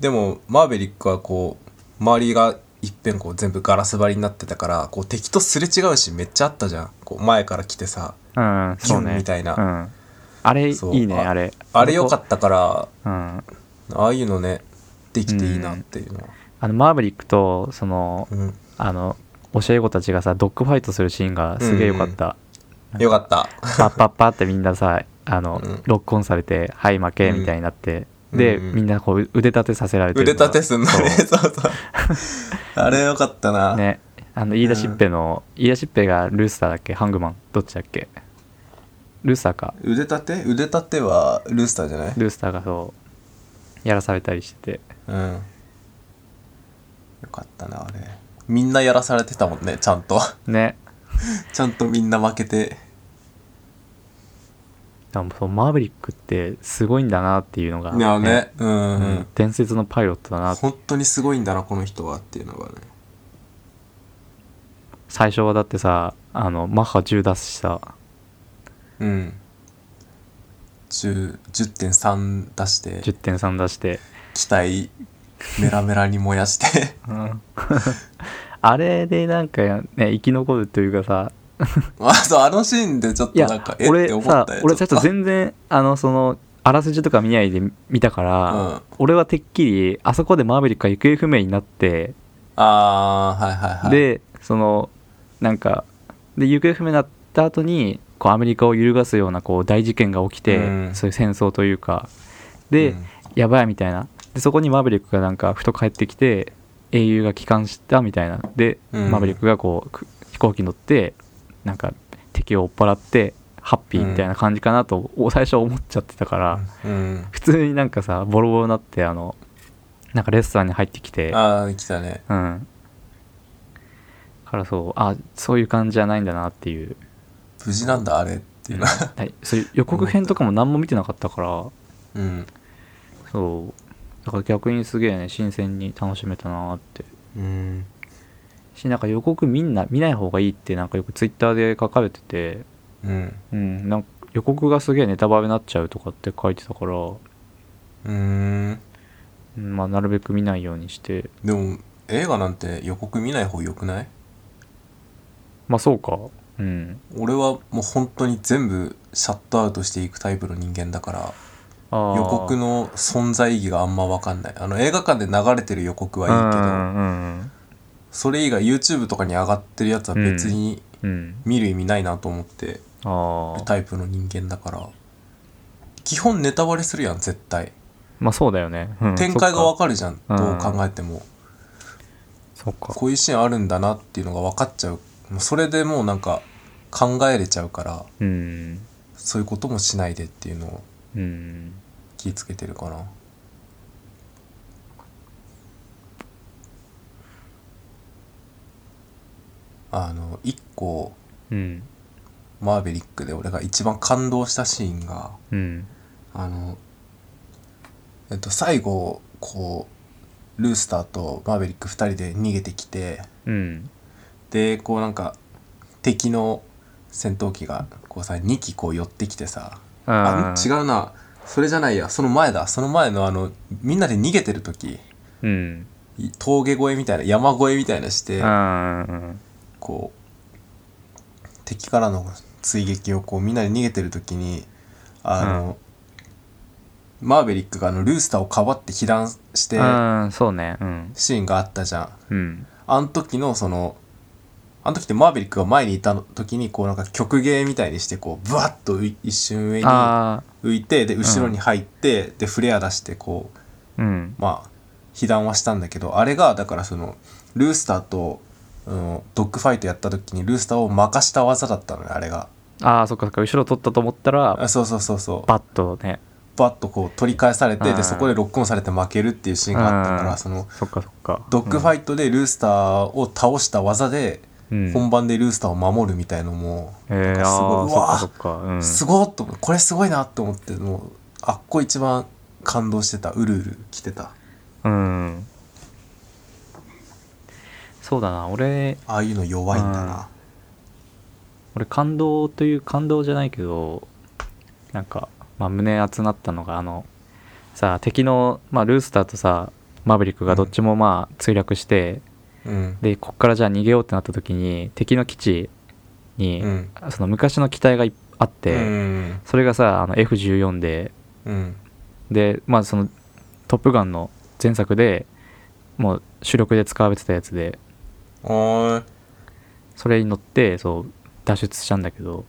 [SPEAKER 2] でもマーヴェリックはこう周りがいっぺんこう全部ガラス張りになってたからこう敵とすれ違うしめっちゃあったじゃんこう前から来てさ
[SPEAKER 1] ーうんそう
[SPEAKER 2] ギュン
[SPEAKER 1] ね
[SPEAKER 2] みたいな
[SPEAKER 1] うん、あれい
[SPEAKER 2] そう
[SPEAKER 1] いね
[SPEAKER 2] あ
[SPEAKER 1] あれ
[SPEAKER 2] あれ良かったから
[SPEAKER 1] た、うん、
[SPEAKER 2] ああいうのねできていいなっていうのは、
[SPEAKER 1] あのマーヴェリックとその
[SPEAKER 2] うん
[SPEAKER 1] あの教え子たちがさドッグファイトするシーンがすげえよかった、
[SPEAKER 2] よかった
[SPEAKER 1] パッパッパってみんなさあの、
[SPEAKER 2] うん
[SPEAKER 1] ロックオンされて「はい負け」みたいになって、
[SPEAKER 2] うん
[SPEAKER 1] で、
[SPEAKER 2] うんうん
[SPEAKER 1] みんなこう腕立てさせられてる
[SPEAKER 2] 腕
[SPEAKER 1] のが
[SPEAKER 2] 立てすんのねそうそうあれ良かったな、
[SPEAKER 1] ねあの飯田しっぺの、飯田しっぺがルースターだっけハングマンどっちだっけルースターか
[SPEAKER 2] 腕立て腕立てはルースターじゃない
[SPEAKER 1] ルースターがそうやらされたりしてて
[SPEAKER 2] うんよかったなあれみんなやらされてたもんねちゃんと
[SPEAKER 1] ね
[SPEAKER 2] ちゃんとみんな負けて
[SPEAKER 1] でもそうマーヴェリックってすごいんだなっていうのが、
[SPEAKER 2] いやねうん、
[SPEAKER 1] う
[SPEAKER 2] うんん、
[SPEAKER 1] 伝説のパイロットだな
[SPEAKER 2] 本当にすごいんだなこの人はっていうのがね
[SPEAKER 1] 最初はだってさあのマッハ10出すしさ
[SPEAKER 2] うん10 10.3出して
[SPEAKER 1] 10.3出して、
[SPEAKER 2] 機体メラメラに燃やして
[SPEAKER 1] うんあれでなんかね生き残るというかさ
[SPEAKER 2] あそうあのシーンでちょっ
[SPEAKER 1] い
[SPEAKER 2] と
[SPEAKER 1] や
[SPEAKER 2] なんかえって
[SPEAKER 1] 俺
[SPEAKER 2] 思っ
[SPEAKER 1] さ
[SPEAKER 2] たよ
[SPEAKER 1] 俺ちょっと全然あのそのあらすじとか見ないで見たから、
[SPEAKER 2] うん
[SPEAKER 1] 俺はてっきりあそこでマーヴェリックが行方不明になって、
[SPEAKER 2] ああはいはいはい
[SPEAKER 1] でそのなんかで行方不明になった後にこうアメリカを揺るがすようなこう大事件が起きて、
[SPEAKER 2] うん
[SPEAKER 1] そういう戦争というかで、
[SPEAKER 2] うん
[SPEAKER 1] やばいみたいなでそこにマーヴェリックがなんかふと帰ってきて英雄が帰還したみたいなで、
[SPEAKER 2] うん
[SPEAKER 1] マーヴェリックがこうく飛行機に乗ってなんか敵を追っ払ってハッピーみたいな感じかなと、お最初思っちゃってたから、
[SPEAKER 2] うん
[SPEAKER 1] 普通になんかさボロボロになってあのなんかレストランに入ってきて
[SPEAKER 2] ああ来たね
[SPEAKER 1] うんからそうあそういう感じじゃないんだなっていう
[SPEAKER 2] 無事なんだあれっていうのは
[SPEAKER 1] はいそういう予告編とかも何も見てなかったから
[SPEAKER 2] うん
[SPEAKER 1] そうだから逆にすげえね新鮮に楽しめたなって
[SPEAKER 2] うん
[SPEAKER 1] しなんか予告みんな見ない方がいいってなんかよくツイッターで書かれてて
[SPEAKER 2] うん
[SPEAKER 1] うんなんか予告がすげえネタバレになっちゃうとかって書いてたから、
[SPEAKER 2] うーん
[SPEAKER 1] うんまあ、なるべく見ないようにして
[SPEAKER 2] でも映画なんて予告見ない方よくない
[SPEAKER 1] まあそうかうん
[SPEAKER 2] 俺はもう本当に全部シャットアウトしていくタイプの人間だから
[SPEAKER 1] あー
[SPEAKER 2] 予告の存在意義があんま分かんないあの映画館で流れてる予告はいいけど、
[SPEAKER 1] うんうん
[SPEAKER 2] それ以外 YouTube とかに上がってるやつは別に
[SPEAKER 1] うんうん
[SPEAKER 2] 見る意味ないなと思って
[SPEAKER 1] ああ
[SPEAKER 2] るタイプの人間だから基本ネタバレするやん絶対
[SPEAKER 1] まあそうだよね、うん
[SPEAKER 2] 展開が分かるじゃん
[SPEAKER 1] うん
[SPEAKER 2] どう考えても
[SPEAKER 1] そっかそっか
[SPEAKER 2] こういうシーンあるんだなっていうのが分かっちゃうもうそれでもうなんか考えれちゃうから
[SPEAKER 1] うん
[SPEAKER 2] そういうこともしないでっていうのを
[SPEAKER 1] うん
[SPEAKER 2] 気ぃつけてるかなあの1個
[SPEAKER 1] うん
[SPEAKER 2] マーベリックで俺が一番感動したシーンが
[SPEAKER 1] うん
[SPEAKER 2] あのえっと最後こうルースターとマーベリック2人で逃げてきて
[SPEAKER 1] うん
[SPEAKER 2] でこうなんか敵の戦闘機がこうさ2機こう寄ってきてさあ
[SPEAKER 1] あ
[SPEAKER 2] 違うなそれじゃないやその前だその前のあのみんなで逃げてる時
[SPEAKER 1] ううん
[SPEAKER 2] い峠越えみたいな山越えみたいなして
[SPEAKER 1] あー
[SPEAKER 2] こう敵からの追撃をこうみんなで逃げてる時にあの、マーベリックがあのルースターをかばって被弾して
[SPEAKER 1] あーそうねうん
[SPEAKER 2] シーンがあったじゃん
[SPEAKER 1] うん
[SPEAKER 2] あの時のそのあの時ってマーベリックが前にいた時にこうなんか曲芸みたいにしてこうブワッと一瞬上に
[SPEAKER 1] あ
[SPEAKER 2] 浮いてで後ろに入って、でフレア出してこう
[SPEAKER 1] あうん
[SPEAKER 2] まあ被弾はしたんだけどあれがだからそのルースターと、うん、ドッグファイトやった時にルースターを負かした技だったのよあれが
[SPEAKER 1] ああそっかそっか後ろ取ったと思ったら
[SPEAKER 2] あそうそうそうそう
[SPEAKER 1] パッとね
[SPEAKER 2] バッとこう取り返されて
[SPEAKER 1] う
[SPEAKER 2] で
[SPEAKER 1] ん
[SPEAKER 2] そこでロックオンされて負けるっていうシーンがあったか
[SPEAKER 1] う
[SPEAKER 2] ら
[SPEAKER 1] ん
[SPEAKER 2] その
[SPEAKER 1] そっかそっか
[SPEAKER 2] ドッグファイトでルースターを倒した技で
[SPEAKER 1] うん
[SPEAKER 2] 本番でルースターを守るみたいのも
[SPEAKER 1] えー、
[SPEAKER 2] すご
[SPEAKER 1] あ
[SPEAKER 2] い
[SPEAKER 1] あ
[SPEAKER 2] う
[SPEAKER 1] そっ
[SPEAKER 2] わ
[SPEAKER 1] かそっかうん
[SPEAKER 2] すごっと思うこれすごいなと思ってもうあっこ一番感動してたうるうる来てた
[SPEAKER 1] うんそうだな俺
[SPEAKER 2] ああいうの弱いんだな
[SPEAKER 1] 俺感動という感動じゃないけどなんか、まあ、胸熱なったのがあのさ敵の、まあ、ルースターとさマーヴェリックがどっちもまあ墜落して、
[SPEAKER 2] うん
[SPEAKER 1] でこっからじゃあ逃げようってなった時に敵の基地に、
[SPEAKER 2] うん
[SPEAKER 1] その昔の機体がいっあっ
[SPEAKER 2] う
[SPEAKER 1] て、
[SPEAKER 2] ん
[SPEAKER 1] それがさあの F14 で
[SPEAKER 2] うん
[SPEAKER 1] でまあその「トップガン」の前作でもう主力で使われてたやつで
[SPEAKER 2] おーい
[SPEAKER 1] それに乗ってそう脱出したんだけど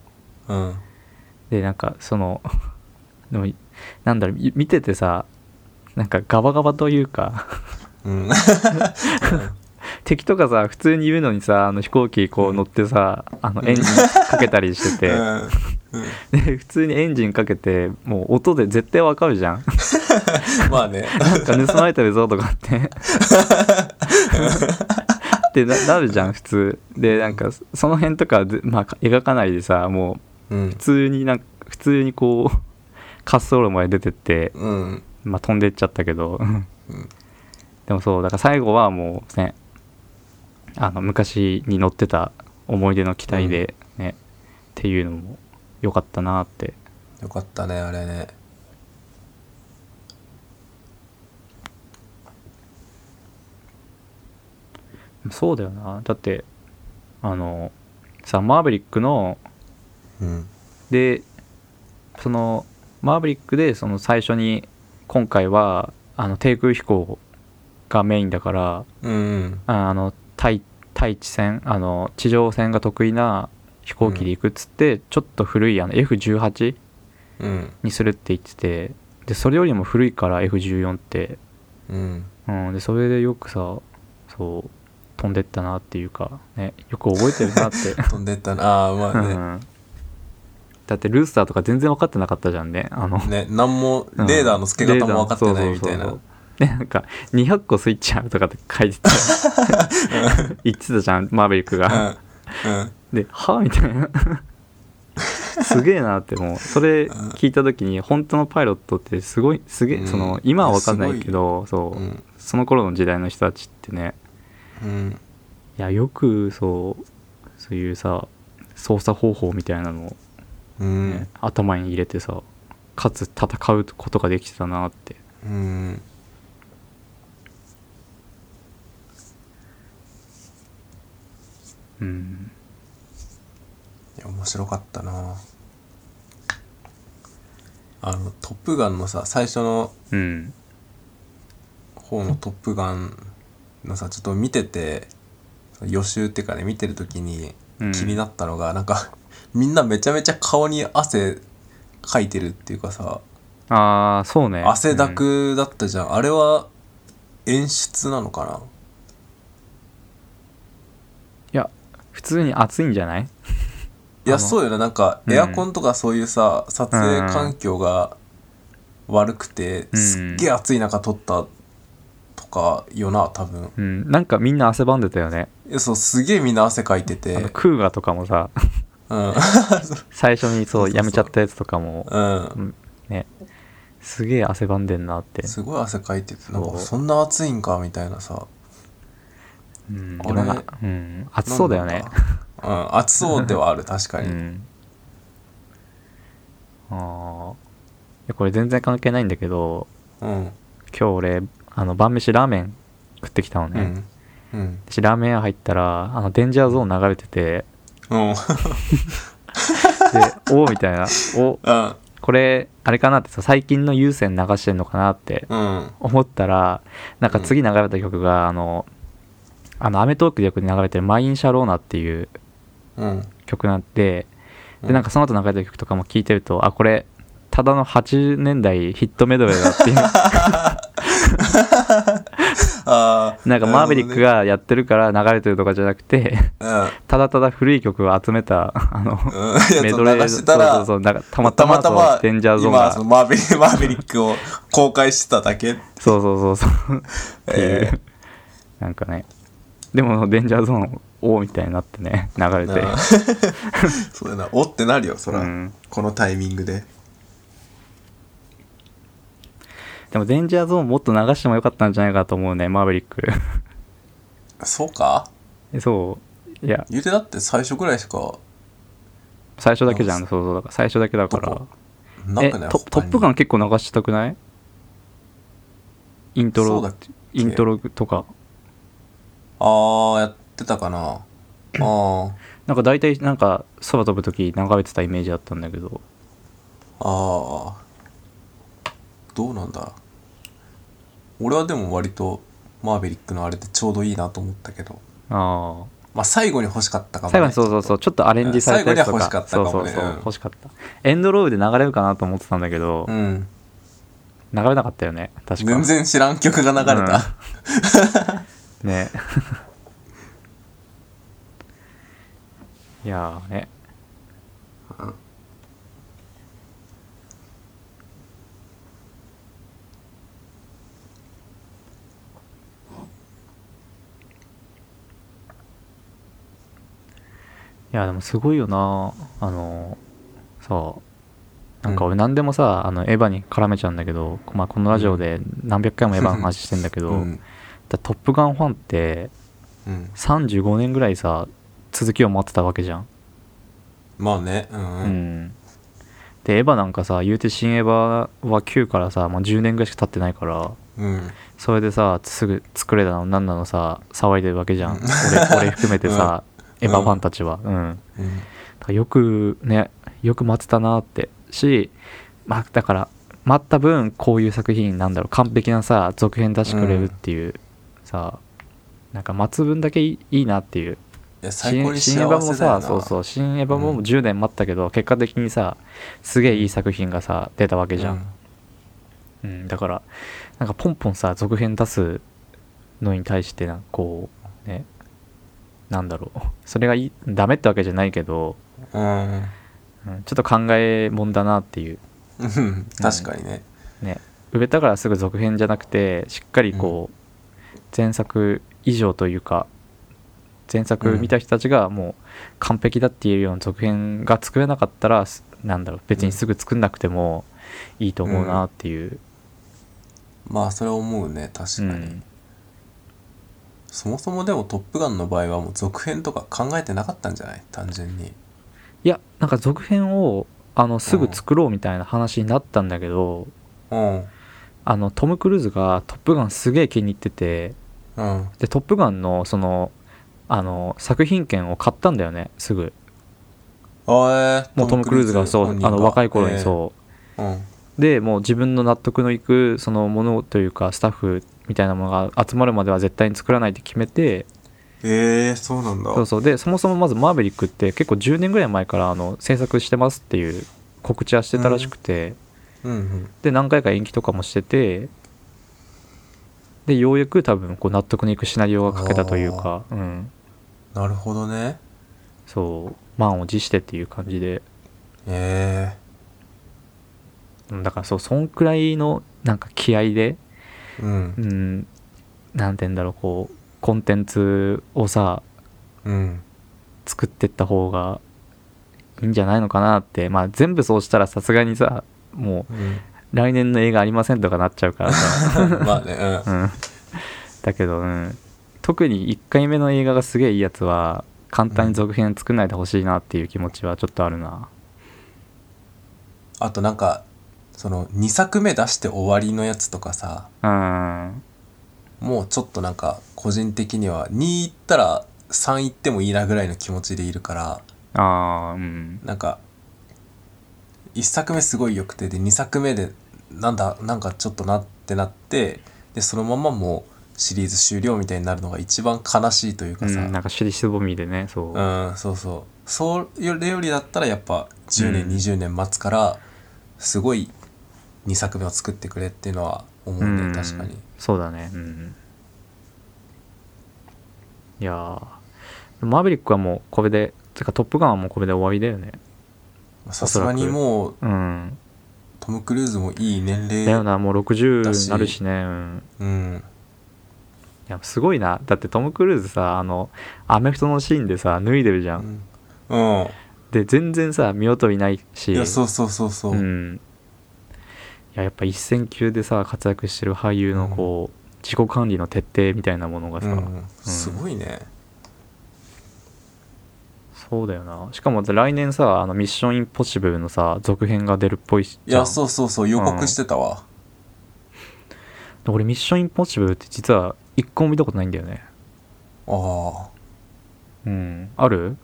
[SPEAKER 2] うん
[SPEAKER 1] でなんかその でもなんだろうい見ててさなんかガバガバというか
[SPEAKER 2] うん
[SPEAKER 1] 敵とかさ普通にいるのにさあの飛行機こう乗ってさあのエンジンかけたりしてて、
[SPEAKER 2] うん
[SPEAKER 1] で普通にエンジンかけてもう音で絶対わかるじゃん
[SPEAKER 2] まあね
[SPEAKER 1] なんか盗まれてるぞとかってってななるじゃん普通でなんかその辺とかはぜ、まあ、描かないでさ もう
[SPEAKER 2] うん
[SPEAKER 1] 普通になんか普通にこう滑走路まで出てって
[SPEAKER 2] うん
[SPEAKER 1] まあ、飛んでっちゃったけど、
[SPEAKER 2] うん
[SPEAKER 1] でもそうだから最後はもうねあの昔に乗ってた思い出の機体でね、っていうのも良かったなって
[SPEAKER 2] よかったねあれね
[SPEAKER 1] そうだよなだってあのさマーヴェリックの
[SPEAKER 2] うん
[SPEAKER 1] でそのマーヴェリックでその最初に今回はあの低空飛行がメインだから
[SPEAKER 2] うん
[SPEAKER 1] ああの対対地戦あの地上戦が得意な飛行機で行くっつって、ちょっと古いあの F18
[SPEAKER 2] うん
[SPEAKER 1] にするって言っててでそれよりも古いから F14 って、
[SPEAKER 2] うん
[SPEAKER 1] うん、でそれでよくさそう飛んでったなっていうか、ね、よく覚えてるなって、
[SPEAKER 2] 飛んでったなああ ま
[SPEAKER 1] う
[SPEAKER 2] あね、
[SPEAKER 1] ん、だってルースターとか全然分かってなかったじゃんねあの
[SPEAKER 2] ね何もレーダーの付け方も分かってないみたいな
[SPEAKER 1] そうそうそうそうでなんか200個スイッチあるとかって書い てた言ってたじゃんマーベリックが、
[SPEAKER 2] うんうん
[SPEAKER 1] ではみたいなすげえなってもうそれ聞いた時に本当のパイロットってすごいすげえ、
[SPEAKER 2] うん
[SPEAKER 1] その今は分かんないけどそう、
[SPEAKER 2] うん
[SPEAKER 1] その頃の時代の人たちってね
[SPEAKER 2] うん
[SPEAKER 1] いやよくそうそういうさ操作方法みたいなのを
[SPEAKER 2] う
[SPEAKER 1] ね、
[SPEAKER 2] ん
[SPEAKER 1] 頭に入れてさかつ戦うことができてたなって
[SPEAKER 2] うん
[SPEAKER 1] うん
[SPEAKER 2] いや面白かったなあの「トップガン」のさ最初の
[SPEAKER 1] うん
[SPEAKER 2] 方の「トップガン」のさちょっと見てて予習っていうかね見てる時に
[SPEAKER 1] うん
[SPEAKER 2] 気になったのが、なんか みんなめちゃめちゃ顔に汗かいてるっていうかさ
[SPEAKER 1] ああそうね
[SPEAKER 2] 汗だ、くだったじゃん、あれは演出なのかな
[SPEAKER 1] うん普通に暑いんじゃない
[SPEAKER 2] い
[SPEAKER 1] あの
[SPEAKER 2] やそうよねなんか
[SPEAKER 1] うん
[SPEAKER 2] エアコンとかそういうさ、撮影環境が悪くて、
[SPEAKER 1] うん
[SPEAKER 2] すっげえ暑い中撮ったとかよな多分
[SPEAKER 1] うんなんかみんな汗ばんでたよね、
[SPEAKER 2] えそうすげえみんな汗かいてて
[SPEAKER 1] あのクーガーとかもさ
[SPEAKER 2] うん
[SPEAKER 1] 最初にそ
[SPEAKER 2] そう
[SPEAKER 1] う
[SPEAKER 2] そうそう
[SPEAKER 1] やめちゃったやつとかも
[SPEAKER 2] うん
[SPEAKER 1] ねすげえ汗ばんでんなって、
[SPEAKER 2] すごい汗かいててなん
[SPEAKER 1] そ
[SPEAKER 2] か
[SPEAKER 1] う
[SPEAKER 2] そんな暑いんかみたいなさ
[SPEAKER 1] うん、
[SPEAKER 2] あ
[SPEAKER 1] で
[SPEAKER 2] れ
[SPEAKER 1] もな、うん、暑そうだよね
[SPEAKER 2] なんかうん暑そうではある確か
[SPEAKER 1] う
[SPEAKER 2] に、
[SPEAKER 1] んああいやこれ全然関係ないんだけど
[SPEAKER 2] うん
[SPEAKER 1] 今日俺あの晩飯ラーメン食ってきたの
[SPEAKER 2] う
[SPEAKER 1] ね、
[SPEAKER 2] んうん
[SPEAKER 1] 私ラーメン屋入ったらあのデンジャーゾーン流れてて
[SPEAKER 2] うん、
[SPEAKER 1] でおおみたいなお
[SPEAKER 2] うん
[SPEAKER 1] これあれかなってさ最近の有線流してんのかなって
[SPEAKER 2] うん
[SPEAKER 1] 思ったらなんか次流れた曲が、あの「あのアメトーーク」でよく流れてる「マイン・シャローナ」っていう
[SPEAKER 2] うん
[SPEAKER 1] 曲なんで
[SPEAKER 2] う
[SPEAKER 1] で
[SPEAKER 2] ん
[SPEAKER 1] なんかその後流れた曲とかも聴いてるとあこれただの80年代ヒットメドレーだって いう
[SPEAKER 2] あー
[SPEAKER 1] なんかマーヴェリックがやってるから流れてるとかじゃなくて
[SPEAKER 2] なる
[SPEAKER 1] ただただ古い曲を集めたあの
[SPEAKER 2] ほどねうん、うん、
[SPEAKER 1] メ
[SPEAKER 2] やつ
[SPEAKER 1] ド
[SPEAKER 2] を
[SPEAKER 1] レー
[SPEAKER 2] 流してた
[SPEAKER 1] そう
[SPEAKER 2] ら
[SPEAKER 1] そうそうなんかたまたま
[SPEAKER 2] たま
[SPEAKER 1] そうデンジャーゾーン
[SPEAKER 2] 今
[SPEAKER 1] が
[SPEAKER 2] そ
[SPEAKER 1] そ
[SPEAKER 2] の
[SPEAKER 1] う
[SPEAKER 2] マーベリ マーベリックを公開してただけ
[SPEAKER 1] そうそうそうっていう、
[SPEAKER 2] え
[SPEAKER 1] なんかねでもデンジャーゾーンおおみたいにな ってね流れて
[SPEAKER 2] なあ そうだなおってなるよそら、
[SPEAKER 1] うん
[SPEAKER 2] このタイミングで
[SPEAKER 1] でもデンジャーゾーンもっと流してもよかったんじゃないかと思うねマーヴェリック
[SPEAKER 2] そうか
[SPEAKER 1] えそういや
[SPEAKER 2] 言うてだって最初ぐらいしか
[SPEAKER 1] 最初だけじゃん
[SPEAKER 2] ど
[SPEAKER 1] そうそうだから最初だけだから
[SPEAKER 2] どこな
[SPEAKER 1] え
[SPEAKER 2] くない
[SPEAKER 1] トトップガン結構流したくないイント
[SPEAKER 2] そうだ
[SPEAKER 1] ロ
[SPEAKER 2] っけ
[SPEAKER 1] イントロとか
[SPEAKER 2] あーやってたかなあー
[SPEAKER 1] なんか大体なんか空飛ぶ時流れてたイメージだったんだけど
[SPEAKER 2] あーどうなんだ俺はでも割とマーベリックのあれでちょうどいいなと思ったけど
[SPEAKER 1] ああ
[SPEAKER 2] まあ最後に欲しかったかもね、
[SPEAKER 1] 最後にそうそうそうちょっとアレンジされたやつと
[SPEAKER 2] うん
[SPEAKER 1] か
[SPEAKER 2] 最
[SPEAKER 1] そう
[SPEAKER 2] 後には欲しかったか
[SPEAKER 1] そ
[SPEAKER 2] も
[SPEAKER 1] う
[SPEAKER 2] ね
[SPEAKER 1] そう
[SPEAKER 2] うん
[SPEAKER 1] 欲しかったエンドロールで流れるかなと思ってたんだけど、
[SPEAKER 2] うん
[SPEAKER 1] 流れなかったよね確か
[SPEAKER 2] 全然知らん曲が流れた、
[SPEAKER 1] ねいやーねいやでもすごいよなあのさなんか俺何でもさ、あのエヴァに絡めちゃうんだけど、まあ、このラジオで何百回もエヴァの話してんだけど、
[SPEAKER 2] うん
[SPEAKER 1] だトップガンファンって
[SPEAKER 2] うん
[SPEAKER 1] 35年ぐらいさ続きを待ってたわけじゃん、
[SPEAKER 2] まあねうん
[SPEAKER 1] う
[SPEAKER 2] うんん
[SPEAKER 1] でエヴァなんかさ言うて新エヴァは9からさ、まあ、10年ぐらいしか経ってないから
[SPEAKER 2] うん
[SPEAKER 1] それでさすぐ作れたの何なのさ騒いでるわけじゃん俺俺含めてさ、
[SPEAKER 2] うん
[SPEAKER 1] エヴァファンたちはうん、だ
[SPEAKER 2] うん
[SPEAKER 1] からよくねよく待ってたなってしまあだから待った分こういう作品なんだろう完璧なさ続編出してくれるっていう、さなんか待つ分だけいいいいなっていう
[SPEAKER 2] いや最
[SPEAKER 1] 新
[SPEAKER 2] 高に幸せ
[SPEAKER 1] 新
[SPEAKER 2] だ
[SPEAKER 1] エヴ
[SPEAKER 2] よ
[SPEAKER 1] ァ
[SPEAKER 2] な
[SPEAKER 1] もさそうそう新エヴァ
[SPEAKER 2] う
[SPEAKER 1] も
[SPEAKER 2] ん
[SPEAKER 1] 10年待ったけど、結果的にさすげえいい作品がさ出たわけじゃん、うんだからなんかポンポンさ続編出すのに対してなんかこうねなんだろうそれがいいダメってわけじゃないけど、
[SPEAKER 2] うん、うん
[SPEAKER 1] うん、ちょっと考えもんだなっていう
[SPEAKER 2] うん、確かにね、
[SPEAKER 1] ね売れたからすぐ続編じゃなくてしっかりこう、前作以上というか前作見た人たちがもう完璧だって言えるような続編が作れなかったらすなんだろう別にすぐ作んなくてもいいと思うなっていう、
[SPEAKER 2] まあそれは思うね確か
[SPEAKER 1] うん
[SPEAKER 2] に、そもそもでも「トップガン」の場合はもう続編とか考えてなかったんじゃない単純に
[SPEAKER 1] いやなんか続編をあのすぐ作ろうみたいな話になったんだけど、
[SPEAKER 2] うん
[SPEAKER 1] あのトム・クルーズが「トップガン」すげえ気に入ってて
[SPEAKER 2] うん
[SPEAKER 1] で「トップガンの」そのあの作品権を買ったんだよねすぐ
[SPEAKER 2] あえ
[SPEAKER 1] もうトム・クルーズがそうあの若い頃に
[SPEAKER 2] う、
[SPEAKER 1] そう、
[SPEAKER 2] えーうん、
[SPEAKER 1] でもう自分の納得のいくそのものというかスタッフみたいなものが集まるまでは絶対に作らないって決めて
[SPEAKER 2] えー、そうなんだ
[SPEAKER 1] そうそうでそもそもまずマーヴェリックって結構10年ぐらい前からあの制作してますっていう告知はしてたらしくて、
[SPEAKER 2] うんうん
[SPEAKER 1] で何回か延期とかもしててでようやく多分こう納得のいくシナリオが書けたというか、うん、
[SPEAKER 2] なるほどね
[SPEAKER 1] そう満を持してっていう感じで
[SPEAKER 2] え
[SPEAKER 1] うんだからそうそんくらいのなんか気合で
[SPEAKER 2] えうん
[SPEAKER 1] うん、なんて言うんだろう、こう、コンテンツをさ、
[SPEAKER 2] うん
[SPEAKER 1] 作ってった方がいいんじゃないのかなって、まあ全部そうしたらさすがにさ、も
[SPEAKER 2] うん
[SPEAKER 1] う来年の映画ありませんとかなっちゃうからさ、
[SPEAKER 2] まあねうん
[SPEAKER 1] うん。だけど、うん。特に1回目の映画がすげえいいやつは、簡単に続編作んないでほしいなっていう気持ちはちょっとあるな。
[SPEAKER 2] あとなんかその2作目出して終わりのやつとかさ
[SPEAKER 1] うん。
[SPEAKER 2] もうちょっとなんか個人的には2行ったら3行ってもいいなぐらいの気持ちでいるから
[SPEAKER 1] ああ、うん。
[SPEAKER 2] なんか1作目すごい良くてで2作目でなんだなんかちょっとなってなってでそのままもうシリーズ終了みたいになるのが一番悲しいという
[SPEAKER 1] う
[SPEAKER 2] かさ、
[SPEAKER 1] ん、なんか尻すぼみでね、そう。
[SPEAKER 2] うん、そうそうそれよりだったらやっぱ10年、
[SPEAKER 1] うん
[SPEAKER 2] 20年待つからすごい2作目を作ってくれっていうのは思うね、
[SPEAKER 1] うん
[SPEAKER 2] 確かに
[SPEAKER 1] そうだねうんいやーマーヴェリックはもうこれでてかトップガンはもうこれで終わりだよね
[SPEAKER 2] さすがにもう
[SPEAKER 1] うん
[SPEAKER 2] トム・クルーズもいい年
[SPEAKER 1] だよ
[SPEAKER 2] 齢
[SPEAKER 1] なもう
[SPEAKER 2] だ
[SPEAKER 1] 60
[SPEAKER 2] し
[SPEAKER 1] になるしねうん
[SPEAKER 2] うん
[SPEAKER 1] いやすごいなだってトム・クルーズさあのアメフトのシーンでさ脱いでるじゃ、
[SPEAKER 2] うんん、うん、
[SPEAKER 1] で全然さ見劣りないし
[SPEAKER 2] いやそうそうそうそう、
[SPEAKER 1] んいややっぱ一線級でさ活躍してる俳優のこう、自己管理の徹底みたいなものがさ、
[SPEAKER 2] うん、すごいね、
[SPEAKER 1] そうだよなしかも来年さあのミッションインポッシブルのさ続編が出るっぽいじゃん
[SPEAKER 2] いやそうそうそう予告してたわ、
[SPEAKER 1] 俺ミッションインポッシブルって実は一個も見たことないんだよね
[SPEAKER 2] ああ
[SPEAKER 1] うんある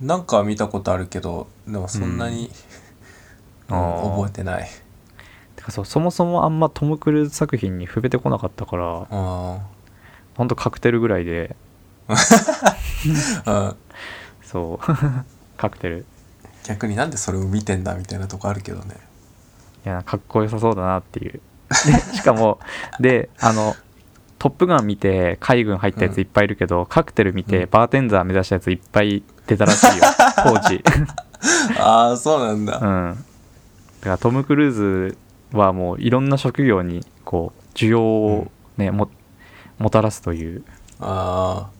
[SPEAKER 2] なんか見たことあるけどでもそんなに、
[SPEAKER 1] うんあー
[SPEAKER 2] 覚えてない
[SPEAKER 1] てかそうそもそもあんまトム・クルーズ作品に触れてこなかったから
[SPEAKER 2] あ
[SPEAKER 1] ほんとカクテルぐらいで
[SPEAKER 2] あ
[SPEAKER 1] そう カクテルい
[SPEAKER 2] 逆になんでそれを見てんだみたいなとこあるけどね
[SPEAKER 1] やかっこよさそうだなっていうでしか もであの「トップガン」見て海軍入ったやついっぱいいるけど、カクテル見てバーテンザー目指したやついっぱい出たらし いよ当時
[SPEAKER 2] ああそうなんだ、
[SPEAKER 1] うん、だからトム・クルーズはもういろんな職業にこう需要を、ねももたらすという、
[SPEAKER 2] あ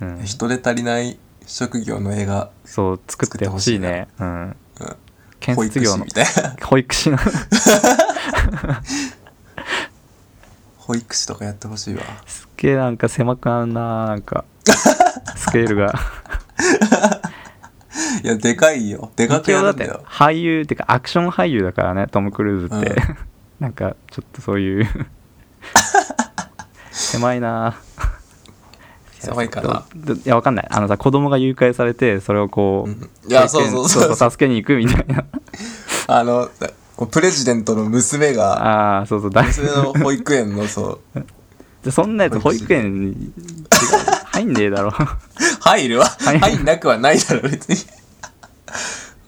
[SPEAKER 1] う
[SPEAKER 2] あ
[SPEAKER 1] ん、
[SPEAKER 2] 人手足りない職業の映画、
[SPEAKER 1] そう作ってほしいねうん、
[SPEAKER 2] うん、
[SPEAKER 1] 建
[SPEAKER 2] 保
[SPEAKER 1] 設
[SPEAKER 2] 育
[SPEAKER 1] 業
[SPEAKER 2] 士
[SPEAKER 1] の
[SPEAKER 2] みたいな
[SPEAKER 1] 保育士の
[SPEAKER 2] 保育士とかやってほしいわ
[SPEAKER 1] すっげえなんか狭くなるななん かスケールが
[SPEAKER 2] いやでかいよでかく
[SPEAKER 1] 一
[SPEAKER 2] や
[SPEAKER 1] 応だ
[SPEAKER 2] る
[SPEAKER 1] っ
[SPEAKER 2] んだ
[SPEAKER 1] て
[SPEAKER 2] よ
[SPEAKER 1] 俳優っていうかアクション俳優だからねトム・クルーズって、
[SPEAKER 2] うん
[SPEAKER 1] なんかちょっとそう いう狭いな
[SPEAKER 2] 狭いかな
[SPEAKER 1] どどいやわかんないあのさ子供が誘拐されてそれをこう、
[SPEAKER 2] うんいや
[SPEAKER 1] 体験
[SPEAKER 2] そうそうそう
[SPEAKER 1] 助けに行くみたいな
[SPEAKER 2] あのこうプレジデントの娘が
[SPEAKER 1] ああそうそうだ
[SPEAKER 2] 娘の保育園のそう
[SPEAKER 1] そんなやつ保育園に違う入んねえ だろ
[SPEAKER 2] 入るわ
[SPEAKER 1] い
[SPEAKER 2] 入んなくはないだろ別に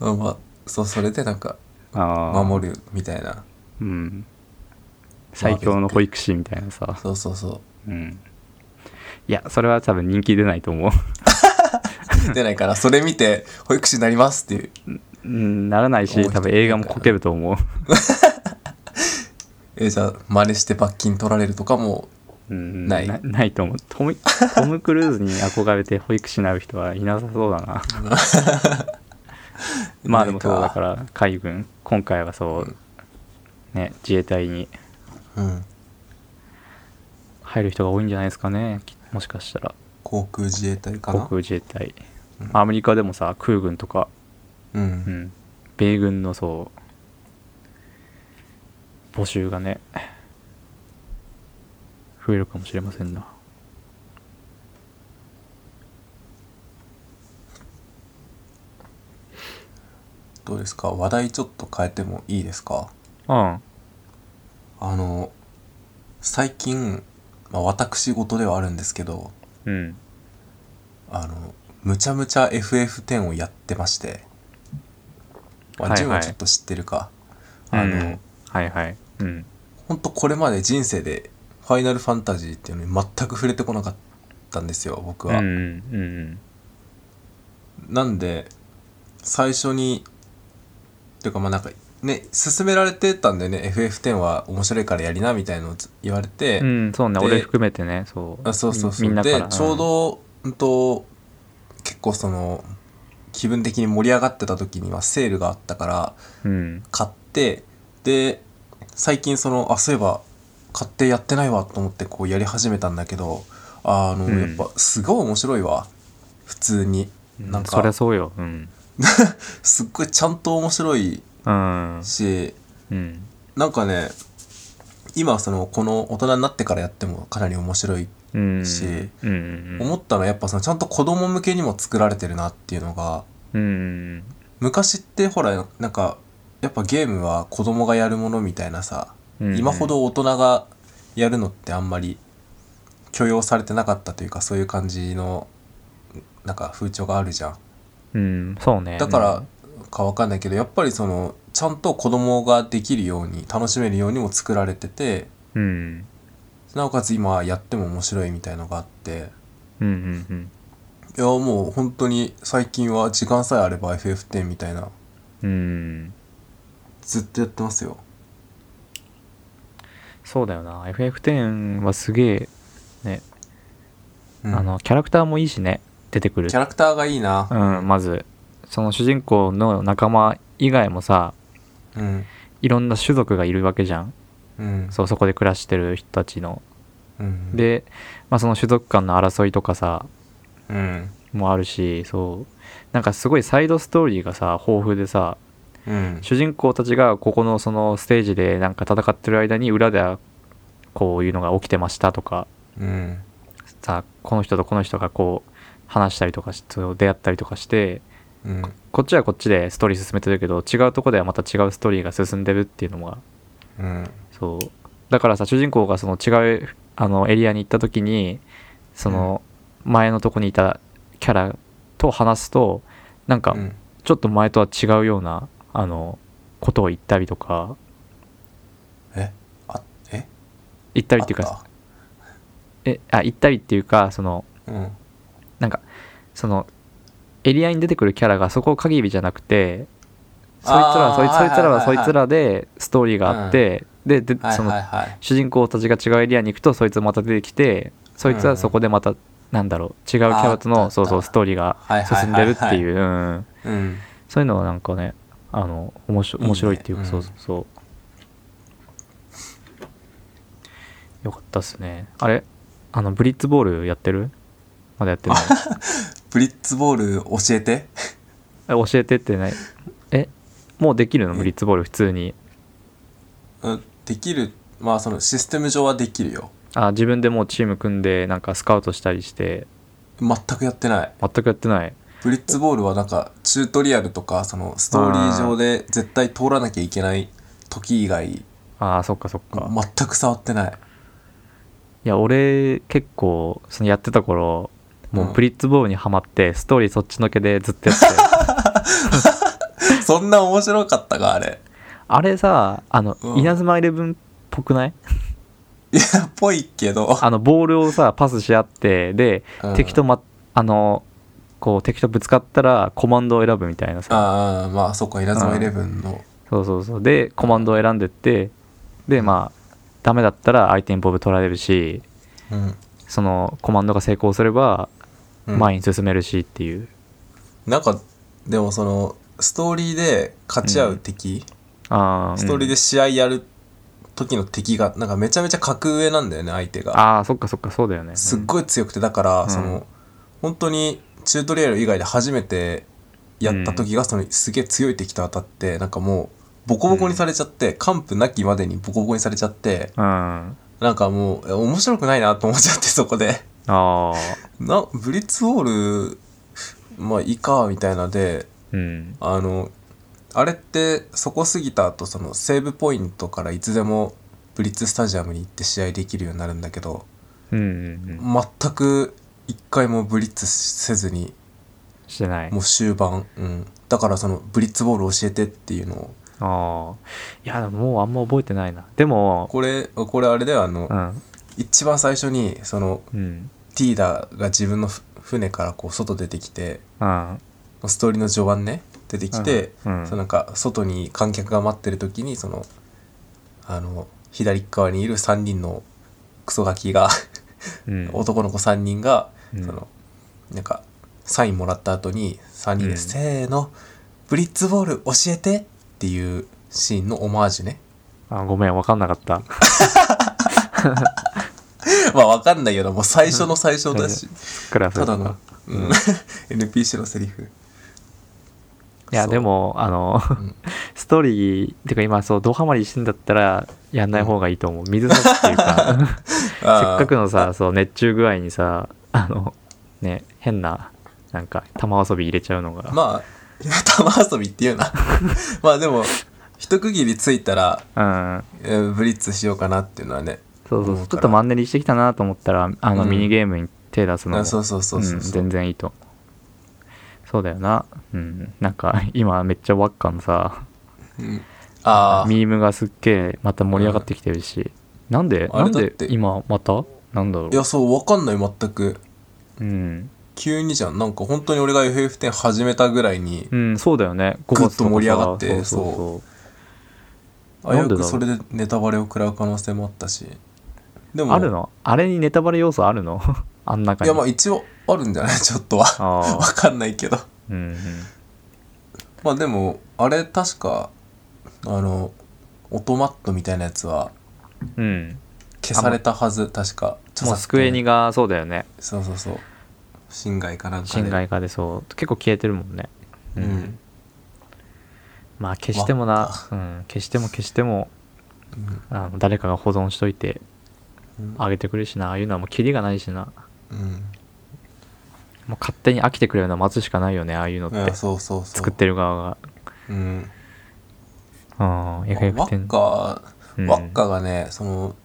[SPEAKER 2] まあまあそうそれでなんか
[SPEAKER 1] ああ
[SPEAKER 2] 守るみたいな
[SPEAKER 1] うん最強の保育士みたいなさ
[SPEAKER 2] そうそうそ
[SPEAKER 1] うんいやそれは多分人気出ないと思う
[SPEAKER 2] う出ないからそれ見て保育士になりますっていう
[SPEAKER 1] うん、ならない
[SPEAKER 2] 思う
[SPEAKER 1] し
[SPEAKER 2] 人
[SPEAKER 1] 多分映画もこけると思う
[SPEAKER 2] えじゃあ真似して罰金取られるとかも
[SPEAKER 1] うん
[SPEAKER 2] ない
[SPEAKER 1] ないと思うトムトム・クルーズに憧れて保育士になる人はいなさそうだなまあでもそうだから海軍今回はそう、ね、自衛隊に
[SPEAKER 2] うん
[SPEAKER 1] 入る人が多いんじゃないですかねきもしかしたら
[SPEAKER 2] 航空自衛隊か
[SPEAKER 1] 航
[SPEAKER 2] な
[SPEAKER 1] 空自衛隊、アメリカでもさ空軍とか、
[SPEAKER 2] う
[SPEAKER 1] うんん、米軍のそう募集がね増えるかもしれませんな
[SPEAKER 2] どうですか話題ちょっと変えてもいいですか
[SPEAKER 1] うん
[SPEAKER 2] あの最近、まあ、私事ではあるんですけど
[SPEAKER 1] うん
[SPEAKER 2] あのむちゃむちゃ FF10 をやってまして
[SPEAKER 1] は
[SPEAKER 2] ま
[SPEAKER 1] いは
[SPEAKER 2] あ、
[SPEAKER 1] い
[SPEAKER 2] ジュンはちょっと知ってるか、
[SPEAKER 1] う
[SPEAKER 2] あ
[SPEAKER 1] ん
[SPEAKER 2] の
[SPEAKER 1] はいはいうん
[SPEAKER 2] 本当これまで人生で「ファイナルファンタジー」っていうのに全く触れてこなかったんですよ僕は、
[SPEAKER 1] うんうんうん
[SPEAKER 2] なんで最初にていうかまあなんかね勧められてたんでね FF10 は面白いからやりなみたいのを言われて、
[SPEAKER 1] うん、そうね、
[SPEAKER 2] で
[SPEAKER 1] 俺含めてね、そう。
[SPEAKER 2] あそうそうそう
[SPEAKER 1] みんなか
[SPEAKER 2] で
[SPEAKER 1] ら
[SPEAKER 2] ちょう、ど、うんと結構その気分的に盛り上がってた時にはセールがあったから
[SPEAKER 1] うん、
[SPEAKER 2] 買ってで最近そのあそういえば買ってやってないわと思ってこうやり始めたんだけどあの、
[SPEAKER 1] うん
[SPEAKER 2] やっぱすごい面白いわ普通に
[SPEAKER 1] うん
[SPEAKER 2] なん
[SPEAKER 1] そりゃ
[SPEAKER 2] か
[SPEAKER 1] そうよ。うん。
[SPEAKER 2] すっごいちゃんと面白い
[SPEAKER 1] うん。
[SPEAKER 2] し
[SPEAKER 1] うん。
[SPEAKER 2] なんかね今そのこの大人になってからやってもかなり面白い
[SPEAKER 1] うん。
[SPEAKER 2] し
[SPEAKER 1] うんうんうん。
[SPEAKER 2] 思ったのはやっぱそのちゃんと子供向けにも作られてるなっていうのが
[SPEAKER 1] うん。
[SPEAKER 2] 昔ってほらなんかやっぱゲームは子供がやるものみたいなさ、
[SPEAKER 1] うん
[SPEAKER 2] 今ほど大人がやるのってあんまり許容されてなかったというかそういう感じのなんか風潮があるじゃ
[SPEAKER 1] う
[SPEAKER 2] ん
[SPEAKER 1] ん、そうね。
[SPEAKER 2] だからかわかんないけどやっぱりそのちゃんと子供ができるように楽しめるようにも作られてて
[SPEAKER 1] うん、
[SPEAKER 2] なおかつ今やっても面白いみたいのがあって
[SPEAKER 1] うん。うん。うん。
[SPEAKER 2] いやもう本当に最近は時間さえあれば FF10 みたいな
[SPEAKER 1] うん。うん。
[SPEAKER 2] ずっとやってますよ
[SPEAKER 1] そうだよな。FF10 はすげえ、ね、
[SPEAKER 2] うん
[SPEAKER 1] あの、キャラクターもいいしね、出てくる
[SPEAKER 2] キャ。ラクターがいいな
[SPEAKER 1] うん、まず。その主人公の仲間以外もさ、
[SPEAKER 2] うん
[SPEAKER 1] いろんな種族がいるわけじゃん。
[SPEAKER 2] うん
[SPEAKER 1] そう、そこで暮らしてる人たちの。
[SPEAKER 2] うん
[SPEAKER 1] で、まあ、その種族間の争いとかさ、
[SPEAKER 2] うん
[SPEAKER 1] もあるしそうなんかすごいサイドストーリーがさ豊富でさ
[SPEAKER 2] うん
[SPEAKER 1] 主人公たちがここのそのステージでなんか戦ってる間に裏ではこういうのが起きてましたとか
[SPEAKER 2] うん
[SPEAKER 1] さこの人とこの人がこう話したりとかしそう出会ったりとかして
[SPEAKER 2] うん
[SPEAKER 1] こっちはこっちでストーリー進めてるけど違うとこではまた違うストーリーが進んでるっていうのが
[SPEAKER 2] うん
[SPEAKER 1] そうだからさ主人公がその違うあのエリアに行った時にその前のとこにいたキャラと話すとなんか
[SPEAKER 2] うん
[SPEAKER 1] ちょっと前とは違うようなあのことを言ったりとか
[SPEAKER 2] えあえ
[SPEAKER 1] 言ったりっていう
[SPEAKER 2] あ
[SPEAKER 1] か
[SPEAKER 2] っ
[SPEAKER 1] えあ言ったりっていうかその
[SPEAKER 2] たうん
[SPEAKER 1] なんかそのエリアに出てくるキャラがそこ限りじゃなくてそいつら
[SPEAKER 2] あー
[SPEAKER 1] はそいそいつらは
[SPEAKER 2] は
[SPEAKER 1] そ
[SPEAKER 2] いは
[SPEAKER 1] い
[SPEAKER 2] いはいはい
[SPEAKER 1] つらでストーリーがあって、でで、
[SPEAKER 2] はい
[SPEAKER 1] そ
[SPEAKER 2] は
[SPEAKER 1] の
[SPEAKER 2] いはい
[SPEAKER 1] 主人公たちが違うエリアに行くとそいつまた出てきてそいつはそこでまた、なんだろう違うキャラと
[SPEAKER 2] あーあったあっ
[SPEAKER 1] の
[SPEAKER 2] た
[SPEAKER 1] そうそうストーリーが
[SPEAKER 2] はいはい
[SPEAKER 1] 進んでるっ
[SPEAKER 2] は
[SPEAKER 1] て
[SPEAKER 2] い
[SPEAKER 1] いうう、うん
[SPEAKER 2] うん
[SPEAKER 1] そういうのはなんかねあの面白
[SPEAKER 2] いいね
[SPEAKER 1] 面白いっていうか
[SPEAKER 2] うん
[SPEAKER 1] そうそうそうよかったっすねあれあのブリッツボールやってるまだやって ない
[SPEAKER 2] ブリッツボール教えて
[SPEAKER 1] え教えてってないえもうできるのブリッツボール普通に
[SPEAKER 2] うんできるまあそのシステム上はできるよ
[SPEAKER 1] あ自分でもうチーム組んでなんかスカウトしたりして
[SPEAKER 2] 全くやってない
[SPEAKER 1] 全くやってない
[SPEAKER 2] ブリッツボールはなんかチュートリアルとかそのストーリー上で絶対通らなきゃいけない時以外
[SPEAKER 1] あーそっかそっか
[SPEAKER 2] 全く触ってない
[SPEAKER 1] いや俺結構そのやってた頃もううんブリッツボールにはまってストーリーそっちのけでずっとやってて
[SPEAKER 2] そんな面白かったかあれ
[SPEAKER 1] あれさあの、
[SPEAKER 2] うん
[SPEAKER 1] 稲妻イレブンっぽくない
[SPEAKER 2] いやぽいけど
[SPEAKER 1] あのボールをさパスし合ってで、
[SPEAKER 2] うん
[SPEAKER 1] 敵と、ま、あのこう敵とぶつかったらコマンドを選ぶみたいなさ
[SPEAKER 2] ああまあそっか稲妻イレブンの
[SPEAKER 1] そうそうそうでコマンドを選んでってでまあダメだったら相手にボブ取られるし
[SPEAKER 2] うん
[SPEAKER 1] そのコマンドが成功すれば
[SPEAKER 2] うん
[SPEAKER 1] 前に進めるしっていう、
[SPEAKER 2] なんかでもそのストーリーで勝ち合う敵、
[SPEAKER 1] ああ
[SPEAKER 2] ストーリーで試合やる時の敵がなんかめちゃめちゃ格上なんだよね相手が
[SPEAKER 1] ああそっかそっかそうだよね
[SPEAKER 2] すっごい強くてだから、
[SPEAKER 1] うん
[SPEAKER 2] その本当にチュートリアル以外で初めてやった時がそのすげえ強い敵と当たってなんかもうボコボコにされちゃって、完膚なきまでにボコボコにされちゃって
[SPEAKER 1] うんあ
[SPEAKER 2] なんかもうえ面白くないなと思っちゃってそこで
[SPEAKER 1] あ
[SPEAKER 2] なブリッツウォールまあいいかみたいなで
[SPEAKER 1] うん
[SPEAKER 2] あのあれってそこ過ぎた後そのセーブポイントからいつでもブリッツスタジアムに行って試合できるようになるんだけど
[SPEAKER 1] うんうんうん
[SPEAKER 2] 全く一回もブリッツせずに
[SPEAKER 1] してない
[SPEAKER 2] もう終盤、うん、だからそのブリッツボール教えてっていうのを
[SPEAKER 1] ああいやもうあんま覚えてないなでも
[SPEAKER 2] これこれあれだよあの、
[SPEAKER 1] うん
[SPEAKER 2] 一番最初にその
[SPEAKER 1] うん
[SPEAKER 2] ティーダが自分のふ船からこう外出てきて
[SPEAKER 1] うん
[SPEAKER 2] ストーリーの序盤ね出てきて、
[SPEAKER 1] うんうん
[SPEAKER 2] そのなんか外に観客が待ってる時にそのあの左側にいる3人のクソガキが
[SPEAKER 1] うん
[SPEAKER 2] 男の子3人が、
[SPEAKER 1] うん
[SPEAKER 2] そのなんかサインもらった後に3人で「
[SPEAKER 1] うん
[SPEAKER 2] せーのブリッツボール教えて!」っていうシーンのオマージュね
[SPEAKER 1] あごめん分かんなかった
[SPEAKER 2] まあわかんないけどもう最初の最初 だし、
[SPEAKER 1] クラス
[SPEAKER 2] ただの、 うん、NPC のセリフ
[SPEAKER 1] いや
[SPEAKER 2] そう
[SPEAKER 1] でもあの、
[SPEAKER 2] ん
[SPEAKER 1] ストーリーてか今そうドハマりしてんだったらやんない方がいいと思う水差しっていう か
[SPEAKER 2] せっ
[SPEAKER 1] せっかくのさそう熱中具合にさあのね変ななんか玉遊び入れちゃうのが、
[SPEAKER 2] まあ、 玉遊びっていうな。 まあでも、一区切りついたら、
[SPEAKER 1] うん
[SPEAKER 2] えーブリッツしようかなっていうのはね。
[SPEAKER 1] そうそう
[SPEAKER 2] 思
[SPEAKER 1] そうう
[SPEAKER 2] か
[SPEAKER 1] ちょ
[SPEAKER 2] ら
[SPEAKER 1] っとマンネリしてきたなと思ったらあの、
[SPEAKER 2] うん
[SPEAKER 1] ミニゲームに手出すのも
[SPEAKER 2] あそうそうそうそううんそう。
[SPEAKER 1] 全然いいと思うそうだよなうんなんか今めっちゃワッカのさ
[SPEAKER 2] うんああ、
[SPEAKER 1] ミームがすっげえまた盛り上がってきてるし、なんで
[SPEAKER 2] あ
[SPEAKER 1] な
[SPEAKER 2] れ
[SPEAKER 1] ん
[SPEAKER 2] だっ
[SPEAKER 1] で
[SPEAKER 2] て
[SPEAKER 1] 今またなんだろう
[SPEAKER 2] いや、そう、わかんない、全く。
[SPEAKER 1] うん、
[SPEAKER 2] 急にじゃん。なんか本当に俺が FF10 始めたぐらいに
[SPEAKER 1] う、ん、そうだよね5月
[SPEAKER 2] ぐっ
[SPEAKER 1] か
[SPEAKER 2] と
[SPEAKER 1] さ
[SPEAKER 2] 盛り上がって
[SPEAKER 1] そうそうそう
[SPEAKER 2] あや
[SPEAKER 1] なんで
[SPEAKER 2] く
[SPEAKER 1] だろう
[SPEAKER 2] それでネタバレを食らう可能性もあったし。でも、
[SPEAKER 1] あるのあれにネタバレ要素あるの あん中に
[SPEAKER 2] いや、まあ一応あるんじゃない ちょっとは。
[SPEAKER 1] あ
[SPEAKER 2] わ
[SPEAKER 1] あ
[SPEAKER 2] かんないけど。
[SPEAKER 1] うんうん
[SPEAKER 2] まあでも、あれ確か、あの、オトマットみたいなやつは、
[SPEAKER 1] うん
[SPEAKER 2] 消されたはず確か著
[SPEAKER 1] もう
[SPEAKER 2] 作
[SPEAKER 1] スクエ
[SPEAKER 2] 権
[SPEAKER 1] ニがそうだよね
[SPEAKER 2] そうそうそう侵害かなんかで
[SPEAKER 1] 侵害化でそう結構消えてるもんね
[SPEAKER 2] うん、
[SPEAKER 1] まあ消してもな
[SPEAKER 2] わ、
[SPEAKER 1] うん、消しても消しても
[SPEAKER 2] うん
[SPEAKER 1] あの誰かが保存しといて
[SPEAKER 2] うん
[SPEAKER 1] あげてくれるしなああいうのはもうキリがないしな
[SPEAKER 2] うん
[SPEAKER 1] もう勝手に飽きてくれるのは待つしかないよねああいうのっ
[SPEAKER 2] い
[SPEAKER 1] て、
[SPEAKER 2] やそうそうそう
[SPEAKER 1] 作ってる側が
[SPEAKER 2] うん
[SPEAKER 1] うん
[SPEAKER 2] まあ
[SPEAKER 1] FF10
[SPEAKER 2] ワッカ
[SPEAKER 1] う
[SPEAKER 2] ー
[SPEAKER 1] ん
[SPEAKER 2] ワッカーがねその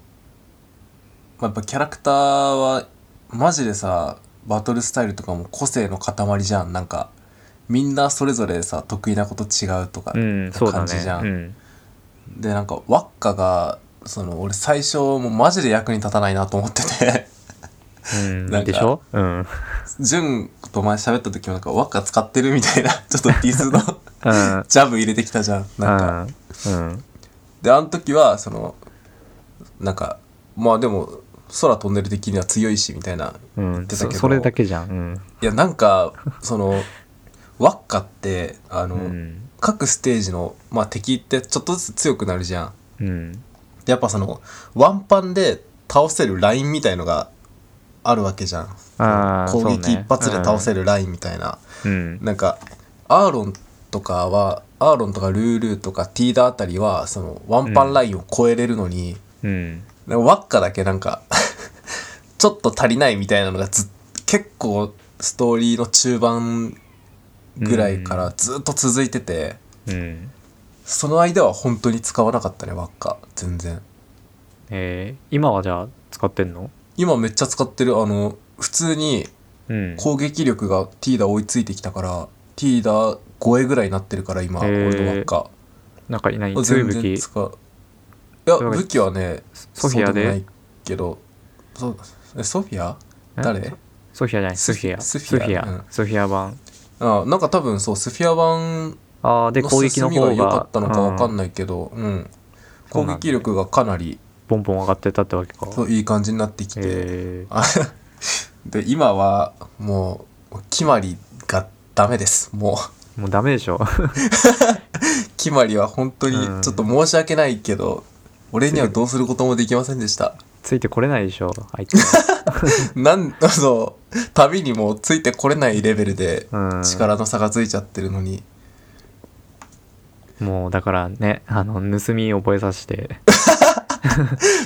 [SPEAKER 2] まあやっぱキャラクターはマジでさバトルスタイルとかも個性の塊じゃんなんかみんなそれぞれさ得意なこと違うとか
[SPEAKER 1] うんそうだ
[SPEAKER 2] 感じじゃん
[SPEAKER 1] ね
[SPEAKER 2] でなんかワッカがその俺最初もうマジで役に立たないなと思ってて
[SPEAKER 1] うん、う
[SPEAKER 2] な
[SPEAKER 1] ん
[SPEAKER 2] か
[SPEAKER 1] ん、でしょうん、うん、
[SPEAKER 2] ジュンと前喋った時もなんか輪っか使ってるみたいなちょっとディスの ジャブ入れてきたじゃんなんか
[SPEAKER 1] うんうん
[SPEAKER 2] であの時はそのなんかまあでも空飛んでる的には強いしみたいな
[SPEAKER 1] うん
[SPEAKER 2] てたけど
[SPEAKER 1] そそれだけじゃん
[SPEAKER 2] いやなんかその輪っかってあ
[SPEAKER 1] う
[SPEAKER 2] の、
[SPEAKER 1] んうん
[SPEAKER 2] 各ステージの、まあ、敵ってちょっとずつ強くなるじゃ
[SPEAKER 1] う
[SPEAKER 2] ん
[SPEAKER 1] ん
[SPEAKER 2] でやっぱそのワンパンで倒せるラインみたいのがあるわけじゃん
[SPEAKER 1] あー
[SPEAKER 2] 攻撃一発で倒せ
[SPEAKER 1] る
[SPEAKER 2] るラインみたいな、
[SPEAKER 1] うん
[SPEAKER 2] なんかアーロンとかはアーロンとかルールーとかティーダーあたりはそのワンパンラインを超えれるのに、
[SPEAKER 1] うん
[SPEAKER 2] なんかワッカだけなんか ちょっと足りないみたいなのがず結構ストーリーの中盤ぐらいからずっと続いてて、
[SPEAKER 1] うん
[SPEAKER 2] その間は本当に使わなかったねワッカ全然
[SPEAKER 1] えー、今はじゃあ使ってんの
[SPEAKER 2] 今めっちゃ使ってるあの普通に
[SPEAKER 1] うん
[SPEAKER 2] 攻撃力がティーダー追いついてきたからティーダー5えぐらいになってるから今、
[SPEAKER 1] へー
[SPEAKER 2] 俺のワッカ
[SPEAKER 1] なんかいない強い
[SPEAKER 2] 全
[SPEAKER 1] 武
[SPEAKER 2] 然
[SPEAKER 1] 器
[SPEAKER 2] 使ういや
[SPEAKER 1] そういうわけ
[SPEAKER 2] 武器はね
[SPEAKER 1] ソフィア
[SPEAKER 2] そうでもな
[SPEAKER 1] で
[SPEAKER 2] いけどそうえソフィア
[SPEAKER 1] え
[SPEAKER 2] 誰
[SPEAKER 1] ソフィアじゃない
[SPEAKER 2] ス
[SPEAKER 1] スフィア
[SPEAKER 2] ス
[SPEAKER 1] ス
[SPEAKER 2] フィ
[SPEAKER 1] フィ
[SPEAKER 2] アうん
[SPEAKER 1] アスフィア版
[SPEAKER 2] あなんか多分そうスフィア版
[SPEAKER 1] ああで
[SPEAKER 2] の
[SPEAKER 1] 攻撃
[SPEAKER 2] 進
[SPEAKER 1] の
[SPEAKER 2] み
[SPEAKER 1] 方
[SPEAKER 2] が
[SPEAKER 1] が
[SPEAKER 2] 良かったのか分か
[SPEAKER 1] うんん
[SPEAKER 2] ないけど、うん
[SPEAKER 1] そう
[SPEAKER 2] 攻
[SPEAKER 1] なんだ
[SPEAKER 2] 撃力がかなり
[SPEAKER 1] ボンボン上がってたってわけか
[SPEAKER 2] そういい感じになってきて、
[SPEAKER 1] えー
[SPEAKER 2] あ で今はもう決まりがダメですもう
[SPEAKER 1] もうダメでしょ
[SPEAKER 2] 決まりは本当に
[SPEAKER 1] うん
[SPEAKER 2] ちょっと申し訳ないけど、俺にはどうすることもできませんでした
[SPEAKER 1] ついてこれないでしょあいつは
[SPEAKER 2] なんあの旅にもついてこれないレベルで
[SPEAKER 1] うん
[SPEAKER 2] 力の差がついちゃってるのに、
[SPEAKER 1] もうだからねあの盗み覚えさせ て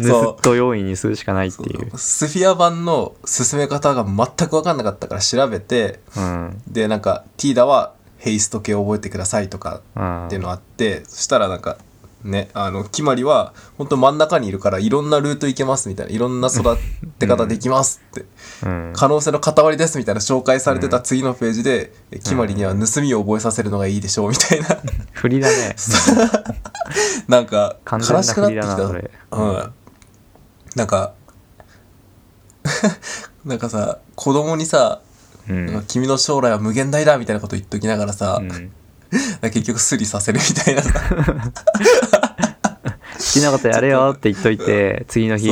[SPEAKER 2] そう
[SPEAKER 1] 盗っ人要員にするしかないって
[SPEAKER 2] そ
[SPEAKER 1] いう
[SPEAKER 2] のスフィア版の進め方が全く分かんなかったから調べて
[SPEAKER 1] うん
[SPEAKER 2] でなんかティーダはヘイスト系を覚えてくださいとか
[SPEAKER 1] うん
[SPEAKER 2] っていうのあって、そしたらなんかねあの決まりは本当真ん中にいるからいろんなルート行けますみたいないろんな育て方できますって、
[SPEAKER 1] うん
[SPEAKER 2] 可能性の塊ですみたいな紹介されてた次のページで、え決まりには盗みを覚えさせるのがいいでしょうみたいな
[SPEAKER 1] 振りだね
[SPEAKER 2] なんか
[SPEAKER 1] 完全な
[SPEAKER 2] 悲しくなっ
[SPEAKER 1] 振り
[SPEAKER 2] てき
[SPEAKER 1] だな
[SPEAKER 2] た
[SPEAKER 1] それ
[SPEAKER 2] うんなんか なんかさ子供にさ、
[SPEAKER 1] うん
[SPEAKER 2] なんか君の将来は無限大だみたいなこと言っときながらさ、
[SPEAKER 1] うん
[SPEAKER 2] なんか
[SPEAKER 1] 好
[SPEAKER 2] 結局スリさせるみたいな さ
[SPEAKER 1] きなことやれよって言っといて次の日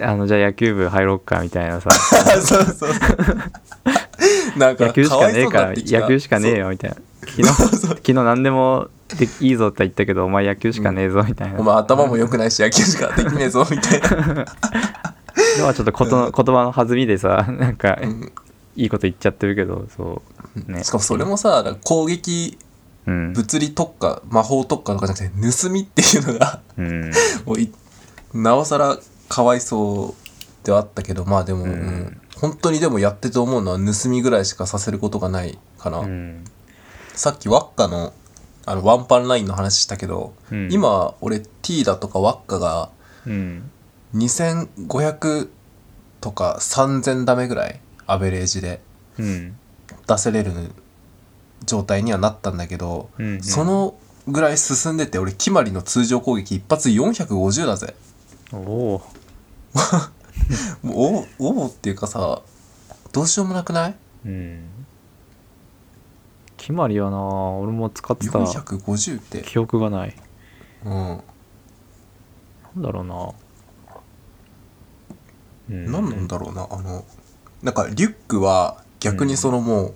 [SPEAKER 1] あのじゃあ野球部入ろっかみたいなさ
[SPEAKER 2] そうそうそう。 なんか
[SPEAKER 1] 野球しかねえから
[SPEAKER 2] わいそうになってきた
[SPEAKER 1] 野球しかねえよみたいな 昨日昨日何でもでいいぞって言ったけどお前野球しかねえぞみたい
[SPEAKER 2] そ
[SPEAKER 1] な
[SPEAKER 2] うお前頭も良くないし野球しかできねえぞみた いな。
[SPEAKER 1] のはちょっとこと言葉の弾みでさなんか
[SPEAKER 2] うん
[SPEAKER 1] いいこと言っちゃってるけどそうね
[SPEAKER 2] しかもそれもさ、なんか攻撃、
[SPEAKER 1] うん
[SPEAKER 2] 物理特化、魔法特化とかじゃなくて、盗みっていうのが、
[SPEAKER 1] うん
[SPEAKER 2] もういなおさらかわいそうではあったけど、まあでも、
[SPEAKER 1] うん
[SPEAKER 2] うん本当にでもやってて思うのは盗みぐらいしかさせることがないかな。
[SPEAKER 1] うん
[SPEAKER 2] さっきワッカのあのワンパンラインの話したけど、
[SPEAKER 1] うん
[SPEAKER 2] 今俺ティーダとかワッカが
[SPEAKER 1] うん
[SPEAKER 2] 2500とか3000ダメぐらいアベレージで
[SPEAKER 1] うん
[SPEAKER 2] 出せれる状態にはなったんだけど、
[SPEAKER 1] うん
[SPEAKER 2] そのぐらい進んでて俺決まりの通常攻撃一発450だぜ
[SPEAKER 1] おおー
[SPEAKER 2] もうおおおっていうかさどうしようもなくない
[SPEAKER 1] うん決まりやな俺も使ってた
[SPEAKER 2] ?450 って
[SPEAKER 1] 記憶がない
[SPEAKER 2] うん
[SPEAKER 1] なんだろうな、うん
[SPEAKER 2] 何なんだろうなあのなんかリュックは逆にそのもう、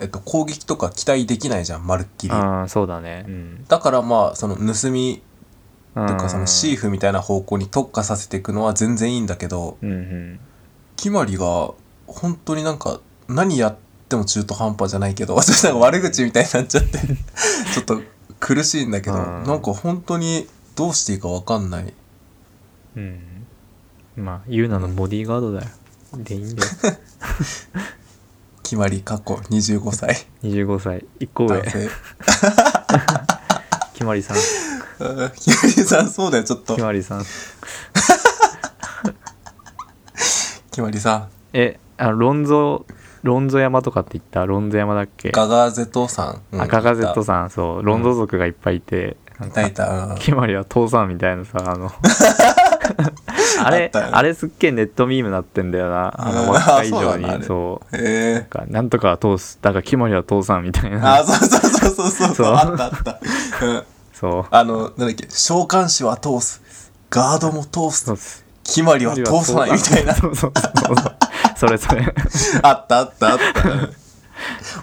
[SPEAKER 2] えっと、攻撃とか期待できないじゃんまるっきり
[SPEAKER 1] ああそうだねうん
[SPEAKER 2] だからまあその盗み
[SPEAKER 1] と
[SPEAKER 2] とかそのシーフみたいな方向に特化させていくのは全然いいんだけど
[SPEAKER 1] うんうん
[SPEAKER 2] 決まりが本当になんか何やっても中途半端じゃないけど 私なんか悪口みたいになっちゃって ちょっと苦しいんだけど
[SPEAKER 1] うん
[SPEAKER 2] なんか本当にどうしていいか分かんない
[SPEAKER 1] うんまあユーナのボディーガードだよでいいん だよ
[SPEAKER 2] 決まり過去25歳
[SPEAKER 1] 25歳一個上
[SPEAKER 2] 男性
[SPEAKER 1] 決まりさん決
[SPEAKER 2] うんひまりさんそうだよちょっと
[SPEAKER 1] まりさん
[SPEAKER 2] 決まりさ
[SPEAKER 1] えあロンゾロンゾ山とかって言ったロンゾ山だっけ
[SPEAKER 2] んガガーゼトさん、うん
[SPEAKER 1] あガガゼットさんそうロンゾ族がいっぱいいて、
[SPEAKER 2] いたいたうん
[SPEAKER 1] 決まりは父さんみたいなさあのあ
[SPEAKER 2] あっ
[SPEAKER 1] れ
[SPEAKER 2] たよね
[SPEAKER 1] あれすっげえネットミームなってんだよなあ
[SPEAKER 2] うん
[SPEAKER 1] の若い以
[SPEAKER 2] あそ
[SPEAKER 1] 上
[SPEAKER 2] うなんだあれ
[SPEAKER 1] にそう
[SPEAKER 2] え
[SPEAKER 1] なんかなんとかは通すだから決まりは通さんみたい
[SPEAKER 2] ー、あ
[SPEAKER 1] な
[SPEAKER 2] ーそうそうそうそうそう
[SPEAKER 1] そう
[SPEAKER 2] あったあった、うん、
[SPEAKER 1] そう
[SPEAKER 2] あのなんだっけ召喚師は通すガードも通す
[SPEAKER 1] そうです
[SPEAKER 2] 決まりは通さないみたい な
[SPEAKER 1] そうそうそうそうそれそれ
[SPEAKER 2] あったあったあった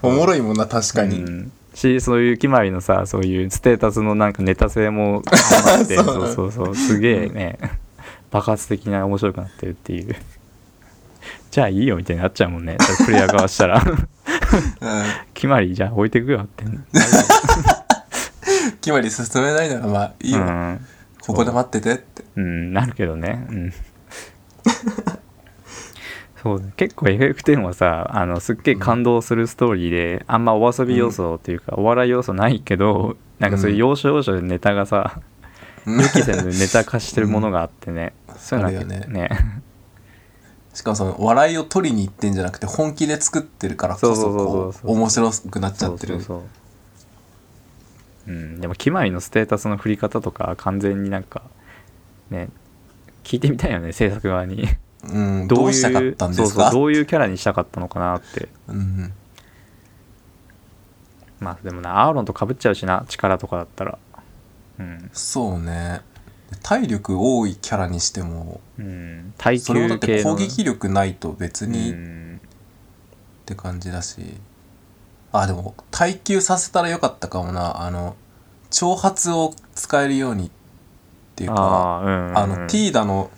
[SPEAKER 2] おもろいもんな確かに、
[SPEAKER 1] うんしそういう決まりのさそういうステータスのなんかネタ性もあって
[SPEAKER 2] そう
[SPEAKER 1] そうそうそうすげえね爆発的な面白くなってるっていうじゃあいいよみたいになっちゃうもんねそれプレイヤー側したら
[SPEAKER 2] うん
[SPEAKER 1] 決まりじゃあ置いてくよって
[SPEAKER 2] 決まり進めないならまあいいよ、
[SPEAKER 1] うん
[SPEAKER 2] ここで待っててって
[SPEAKER 1] うん、なるけどね。うん。 そうね結構 FF10 はさあのすっげえ感動するストーリーで、あんまお遊び要素っていうか、お笑い要素ないけどなんかそういう要所要所でネタがさ、
[SPEAKER 2] うん
[SPEAKER 1] 予期せぬネタ化してるものがあってね、そういうのは
[SPEAKER 2] あるよね
[SPEAKER 1] ね
[SPEAKER 2] しかもその笑いを取りに行ってんじゃなくて本気で作ってるからこ
[SPEAKER 1] そ
[SPEAKER 2] そ
[SPEAKER 1] うそうそうそう
[SPEAKER 2] こう面白くなっちゃ
[SPEAKER 1] そ
[SPEAKER 2] っ
[SPEAKER 1] う
[SPEAKER 2] て
[SPEAKER 1] そ
[SPEAKER 2] る
[SPEAKER 1] うそう、うん、でもキマイのステータスの振り方とか完全になんかね聞いてみたいよね制作側に
[SPEAKER 2] うん、どうしたかったんです
[SPEAKER 1] そうそ
[SPEAKER 2] か
[SPEAKER 1] うどういうキャラにしたかったのかなって
[SPEAKER 2] うん
[SPEAKER 1] まあでもなアーロンとかぶっちゃうしな力とかだったらうん
[SPEAKER 2] そうね体力多いキャラにしても
[SPEAKER 1] うん、耐
[SPEAKER 2] それ
[SPEAKER 1] 久
[SPEAKER 2] もだって
[SPEAKER 1] 系の
[SPEAKER 2] 攻撃力ないと別に
[SPEAKER 1] う
[SPEAKER 2] っ
[SPEAKER 1] ん
[SPEAKER 2] て感じだし、あでも耐久させたらよかったかもなあの挑発を使えるようにっていうか
[SPEAKER 1] あーうんうん
[SPEAKER 2] あの、ティーダの、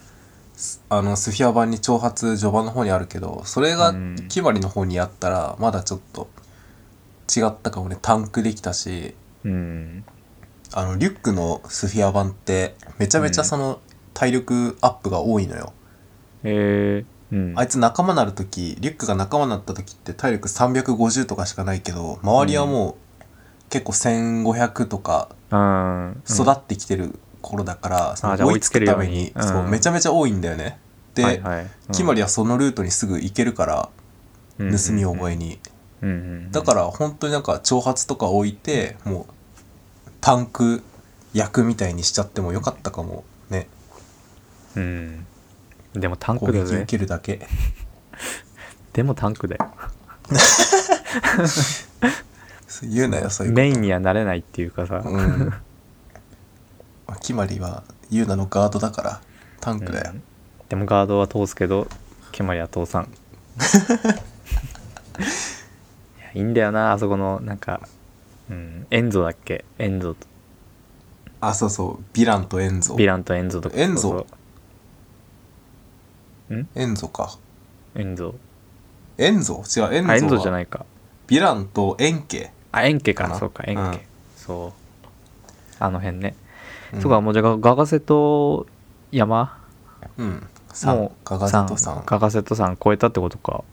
[SPEAKER 2] すあの、スフィア版に挑発序盤の方にあるけど、それが
[SPEAKER 1] うん
[SPEAKER 2] 決まりの方にやったら、まだちょっと違ったかもね、タンクできたし、
[SPEAKER 1] うん
[SPEAKER 2] あの、リュックのスフィア版って、めちゃめちゃその、体力アップが多いのよ。
[SPEAKER 1] えーうん
[SPEAKER 2] あいつ仲間なるとき、リュックが仲間になったときって体力350とかしかないけど、周りはもう結構1500とか
[SPEAKER 1] うんうん
[SPEAKER 2] 育ってきてる頃だから、その
[SPEAKER 1] じゃあ
[SPEAKER 2] 追いつくため
[SPEAKER 1] 追い
[SPEAKER 2] に
[SPEAKER 1] つ、けるように
[SPEAKER 2] そうう、
[SPEAKER 1] ん
[SPEAKER 2] めちゃめちゃ多いんだよね。で、
[SPEAKER 1] はいはいうん
[SPEAKER 2] キマリはそのルートにすぐ行けるから、
[SPEAKER 1] うん
[SPEAKER 2] 盗み覚えに。
[SPEAKER 1] うんうんうん
[SPEAKER 2] だから本当になんか挑発とか置いて、もうタンク役みたいにしちゃってもよかったかもね。
[SPEAKER 1] うんでもタン
[SPEAKER 2] 攻
[SPEAKER 1] ク
[SPEAKER 2] 撃
[SPEAKER 1] だ
[SPEAKER 2] 受
[SPEAKER 1] ぜ
[SPEAKER 2] けるだけ。
[SPEAKER 1] でもタンクだよ
[SPEAKER 2] そう言うなよ、そういうこ
[SPEAKER 1] メインにはなれないっていうかさ
[SPEAKER 2] と。うん。キマリはユーナのガードだから、タンクだよ。
[SPEAKER 1] うんでもガードは通すけど決まりは通 さんいやいいんだよなあそこのなんか、うん、エンゾだっけエンゾと
[SPEAKER 2] あ、そうそう、ヴィランとエンゾ
[SPEAKER 1] ヴ。ィランとエンゾと
[SPEAKER 2] エンゾ
[SPEAKER 1] そうそうん
[SPEAKER 2] エンゾか。
[SPEAKER 1] エンゾ
[SPEAKER 2] エンゾ違う、エンゾ
[SPEAKER 1] あエンゾじゃ
[SPEAKER 2] い。
[SPEAKER 1] ないか
[SPEAKER 2] ヴィランとエンケ。
[SPEAKER 1] あエンケか
[SPEAKER 2] かな
[SPEAKER 1] そうかエンケ、
[SPEAKER 2] うん
[SPEAKER 1] そうあの辺ね、
[SPEAKER 2] うん
[SPEAKER 1] そうかもうじゃあガガセと山
[SPEAKER 2] うん。さん
[SPEAKER 1] もう
[SPEAKER 2] ガガゼットさん。
[SPEAKER 1] ガガセットさん超えたってことか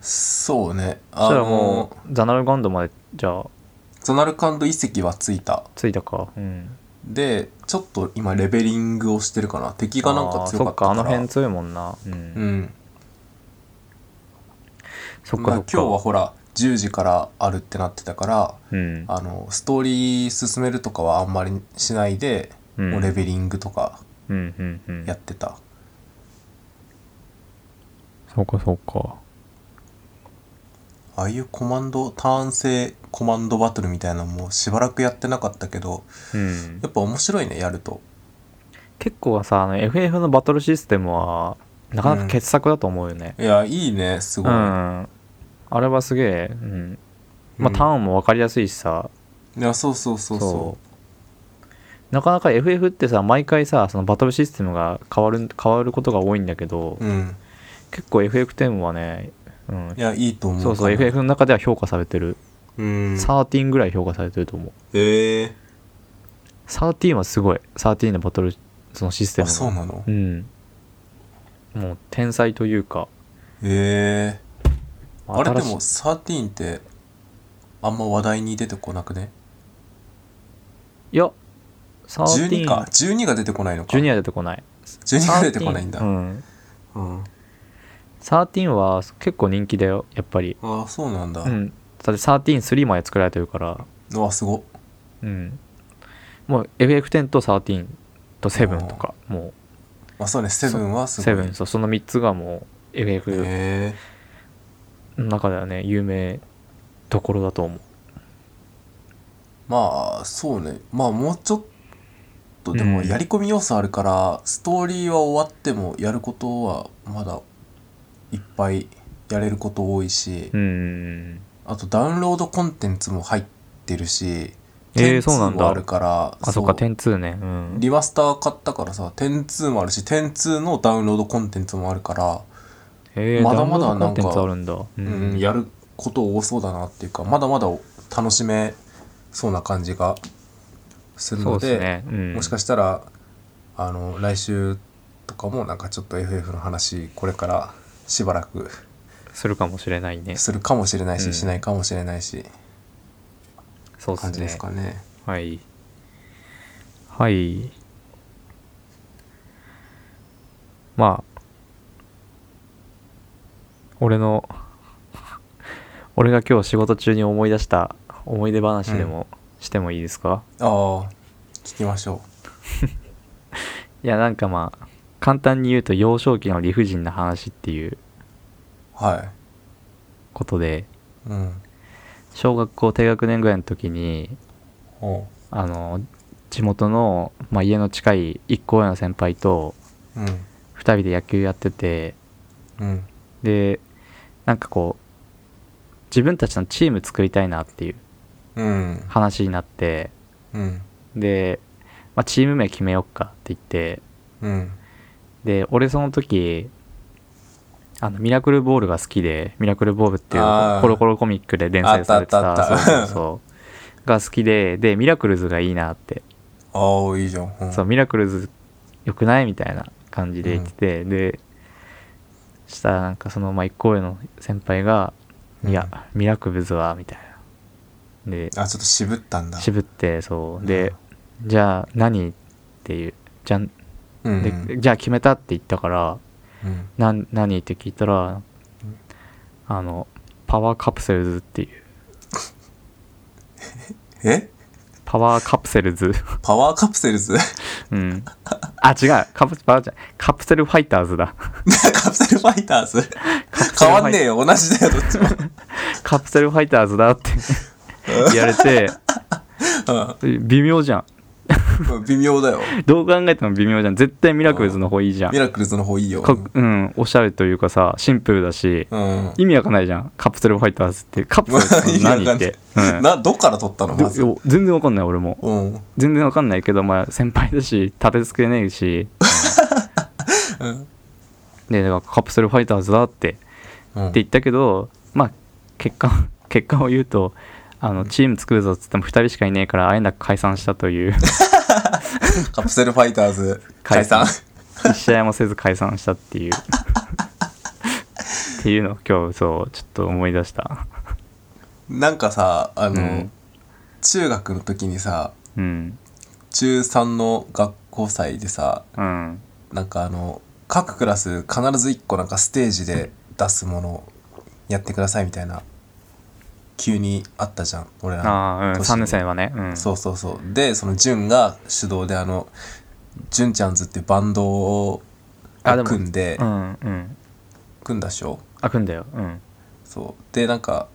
[SPEAKER 2] そうね。
[SPEAKER 1] そし
[SPEAKER 2] あ
[SPEAKER 1] た
[SPEAKER 2] の
[SPEAKER 1] らもうザナルガンドまでじゃあ
[SPEAKER 2] ゾナルカンド遺跡はついた。
[SPEAKER 1] 着いたかうん
[SPEAKER 2] で、ちょっと今レベリングをしてるかな。敵がなんか強かっ
[SPEAKER 1] あ
[SPEAKER 2] たから。
[SPEAKER 1] ーそっかあの辺強いもんなうん、
[SPEAKER 2] うん。
[SPEAKER 1] そっ
[SPEAKER 2] ま
[SPEAKER 1] か
[SPEAKER 2] あ
[SPEAKER 1] そっ
[SPEAKER 2] 今
[SPEAKER 1] か
[SPEAKER 2] 日はほら、10時からあるってなってたから、
[SPEAKER 1] うん
[SPEAKER 2] あの、ストーリー進めるとかはあんまりしないで、
[SPEAKER 1] うん
[SPEAKER 2] もうレベリングとか
[SPEAKER 1] うんうんうん
[SPEAKER 2] やってた。
[SPEAKER 1] そうかそうか
[SPEAKER 2] ああいうコマンド、ターン制コマンドバトルみたいなのもしばらくやってなかったけど、
[SPEAKER 1] うん
[SPEAKER 2] やっぱ面白いね、やると。
[SPEAKER 1] 結構はさあの FF のバトルシステムはなかなか傑作だと思うよね
[SPEAKER 2] いや、いいね、す
[SPEAKER 1] う
[SPEAKER 2] ごい。
[SPEAKER 1] ん、あれはすげえうんまあ、
[SPEAKER 2] うん
[SPEAKER 1] ターンも分かりやすいしさ
[SPEAKER 2] いや、そうそうそうそう
[SPEAKER 1] なかなか FF ってさ毎回さそのバトルシステムが変わる変わることが多いんだけど、
[SPEAKER 2] う。うん。
[SPEAKER 1] 結構 FF10 はね、うん
[SPEAKER 2] い、や、いいと思う。
[SPEAKER 1] そうそう。FF の中では評価されてる、
[SPEAKER 2] うん。
[SPEAKER 1] 13ぐらい評価されてると思う
[SPEAKER 2] ええ
[SPEAKER 1] 13はすごい13のバトルそのシステ
[SPEAKER 2] あ、
[SPEAKER 1] ムが
[SPEAKER 2] そうなの
[SPEAKER 1] うんもう天才というか
[SPEAKER 2] ええあれで
[SPEAKER 1] 新しい
[SPEAKER 2] も13ってあんま話題に出てこなくね
[SPEAKER 1] いや
[SPEAKER 2] 12
[SPEAKER 1] 13
[SPEAKER 2] か12が出てこないのか
[SPEAKER 1] ジュニ
[SPEAKER 2] 12
[SPEAKER 1] ア出てこない
[SPEAKER 2] が出てこないんだ、
[SPEAKER 1] 13うん
[SPEAKER 2] うんあ
[SPEAKER 1] 13は結構人気だよやっぱり
[SPEAKER 2] あそうなんだ、
[SPEAKER 1] うんだって133まで作られてるから
[SPEAKER 2] うわすごっ
[SPEAKER 1] うんもう FF10 と13と7とかも
[SPEAKER 2] あそうね7は
[SPEAKER 1] う
[SPEAKER 2] すごい
[SPEAKER 1] 7そうその3つがもう FF
[SPEAKER 2] え
[SPEAKER 1] の中ではね有名どころだと思う
[SPEAKER 2] まあそうねまあもうちょっとでも
[SPEAKER 1] うん
[SPEAKER 2] やり込み要素あるから、ストーリーは終わってもやることはまだいっぱいやれること多いし、
[SPEAKER 1] うん
[SPEAKER 2] あとダウンロードコンテンツも入ってるし、
[SPEAKER 1] えーそうなんだ
[SPEAKER 2] 10もあるから、
[SPEAKER 1] あそっか
[SPEAKER 2] そう
[SPEAKER 1] 102ねうん
[SPEAKER 2] リマスター買ったからさ、102もあるし、102のダウンロードコンテンツもあるから、
[SPEAKER 1] へえ
[SPEAKER 2] まだまだ
[SPEAKER 1] ダウンロードコ
[SPEAKER 2] な
[SPEAKER 1] ン
[SPEAKER 2] ん
[SPEAKER 1] テ
[SPEAKER 2] か
[SPEAKER 1] ンツあるんだう
[SPEAKER 2] うん、
[SPEAKER 1] ん
[SPEAKER 2] やること多そうだなっていうか、まだまだ楽しめそうな感じがする
[SPEAKER 1] そ
[SPEAKER 2] の
[SPEAKER 1] うです
[SPEAKER 2] で、
[SPEAKER 1] ねうん
[SPEAKER 2] もしかしたら、あの、来週とかもなんかちょっと FF の話、これからしばらく
[SPEAKER 1] するかもしれないね
[SPEAKER 2] するかもしれないし、
[SPEAKER 1] うん
[SPEAKER 2] しないかもしれないし、
[SPEAKER 1] そう
[SPEAKER 2] 感じ
[SPEAKER 1] で
[SPEAKER 2] ですす
[SPEAKER 1] ね
[SPEAKER 2] かね。
[SPEAKER 1] はいはいまあ俺の俺が今日仕事中に思い出した思い出話でもしてもいいですか、
[SPEAKER 2] ああ、聞きましょ
[SPEAKER 1] いやなんかまあ簡単に言うと幼少期の理不尽な話っていう
[SPEAKER 2] う。はい。
[SPEAKER 1] ことで
[SPEAKER 2] うん。
[SPEAKER 1] 小学校低学年ぐらいの時に
[SPEAKER 2] おう
[SPEAKER 1] あの地元の、まあ、家の近い一校上の先輩と
[SPEAKER 2] うん
[SPEAKER 1] 2人で野球やってて
[SPEAKER 2] うん
[SPEAKER 1] でなんかこう自分たちのチーム作りたいなっていう
[SPEAKER 2] うん
[SPEAKER 1] 話になって
[SPEAKER 2] うん
[SPEAKER 1] で、まあ、チーム名決めよっかって言って
[SPEAKER 2] うん
[SPEAKER 1] で俺その時あのミラクルボールが好きでミラクルボールってい
[SPEAKER 2] あ
[SPEAKER 1] う
[SPEAKER 2] ー
[SPEAKER 1] コロコロコミックで連載されて
[SPEAKER 2] あ
[SPEAKER 1] た
[SPEAKER 2] ったあったあった
[SPEAKER 1] そうそうそうが好きででミラクルズがいいなって
[SPEAKER 2] ああいいじゃん、うん、
[SPEAKER 1] そうミラクルズ良くないみたいな感じで言ってて、でしたらなんかそのまあ一行上の先輩が「
[SPEAKER 2] うん
[SPEAKER 1] いやミラクルズは」みたいなで
[SPEAKER 2] あちょっと渋ったんだ
[SPEAKER 1] 渋ってそうで「じゃあ何?」っていうじゃん
[SPEAKER 2] うん
[SPEAKER 1] でじゃあ決めたって言ったから
[SPEAKER 2] うん
[SPEAKER 1] 「なん何?」って聞いたらあのパワーカプセルズっていう
[SPEAKER 2] え
[SPEAKER 1] パワーカプセルズ
[SPEAKER 2] パワーカプセルズ
[SPEAKER 1] うんあ違うカプパワーじゃないカプセルファイターズだ
[SPEAKER 2] カプセルファイターズ変わんねえよ同じだよどっちも
[SPEAKER 1] カプセルファイターズだって言われて微妙じゃん
[SPEAKER 2] うん微妙だよ
[SPEAKER 1] どう考えても微妙じゃん絶対ミラクルズの方いいじゃん
[SPEAKER 2] ミラクルズの方いいよ
[SPEAKER 1] かうんおしゃれというかさシンプルだし
[SPEAKER 2] うん
[SPEAKER 1] 意味わかんないじゃんカプセルファイターズってカプセル って何って、うん
[SPEAKER 2] などっから取ったのまず
[SPEAKER 1] ど全然わかんない俺も
[SPEAKER 2] うんうん
[SPEAKER 1] 全然わかんないけどまあ先輩だし立て付けねえ し、でだからカプセルファイターズだってって言ったけどまあ結果結果を 言うとあのチーム作るぞっつっても2人しかいねえからあえなく解散したという
[SPEAKER 2] カプセルファイターズ解散
[SPEAKER 1] 解一試合もせず解散したって いうっていうのを今日そうちょっと思い出した
[SPEAKER 2] なんかさあの、
[SPEAKER 1] うん
[SPEAKER 2] 中学の時にさ
[SPEAKER 1] うん
[SPEAKER 2] 中3の学校祭でさ
[SPEAKER 1] うん
[SPEAKER 2] なんかあの各クラス必ず1個なんかステージで出すものをやってくださいみたいな急にあったじゃん俺らの
[SPEAKER 1] ああ、うん、
[SPEAKER 2] 年
[SPEAKER 1] 3年生はねうん
[SPEAKER 2] そうそうそうでその潤が主導であの潤ちゃんズってバンドを
[SPEAKER 1] あでも
[SPEAKER 2] 組んで
[SPEAKER 1] うんうん
[SPEAKER 2] 組んだっしょ
[SPEAKER 1] あくんだようん
[SPEAKER 2] そうでなんか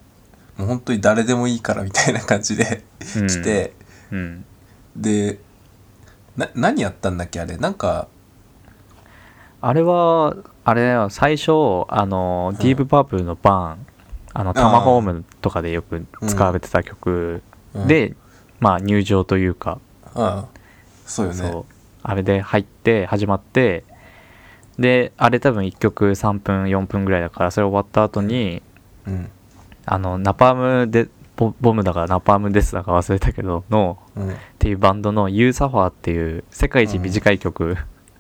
[SPEAKER 2] もう本当に誰でもいいからみたいな感じで
[SPEAKER 1] うん
[SPEAKER 2] 来て、
[SPEAKER 1] うん
[SPEAKER 2] でな何やったんだっけあれなんか
[SPEAKER 1] あれはあれだよ最初あの、ディープパープルのバーンあのタマホームとかでよく使われてた曲
[SPEAKER 2] うん
[SPEAKER 1] で、まあ入場というか、
[SPEAKER 2] うんそうよね
[SPEAKER 1] そうあれで入って始まってであれ多分1曲3分4分ぐらいだからそれ終わった後に
[SPEAKER 2] うん
[SPEAKER 1] あのナパームでボボムだからナパームですだか忘れたけどの
[SPEAKER 2] うん
[SPEAKER 1] っていうバンドの「ユーサファー」っていう世界一短い曲、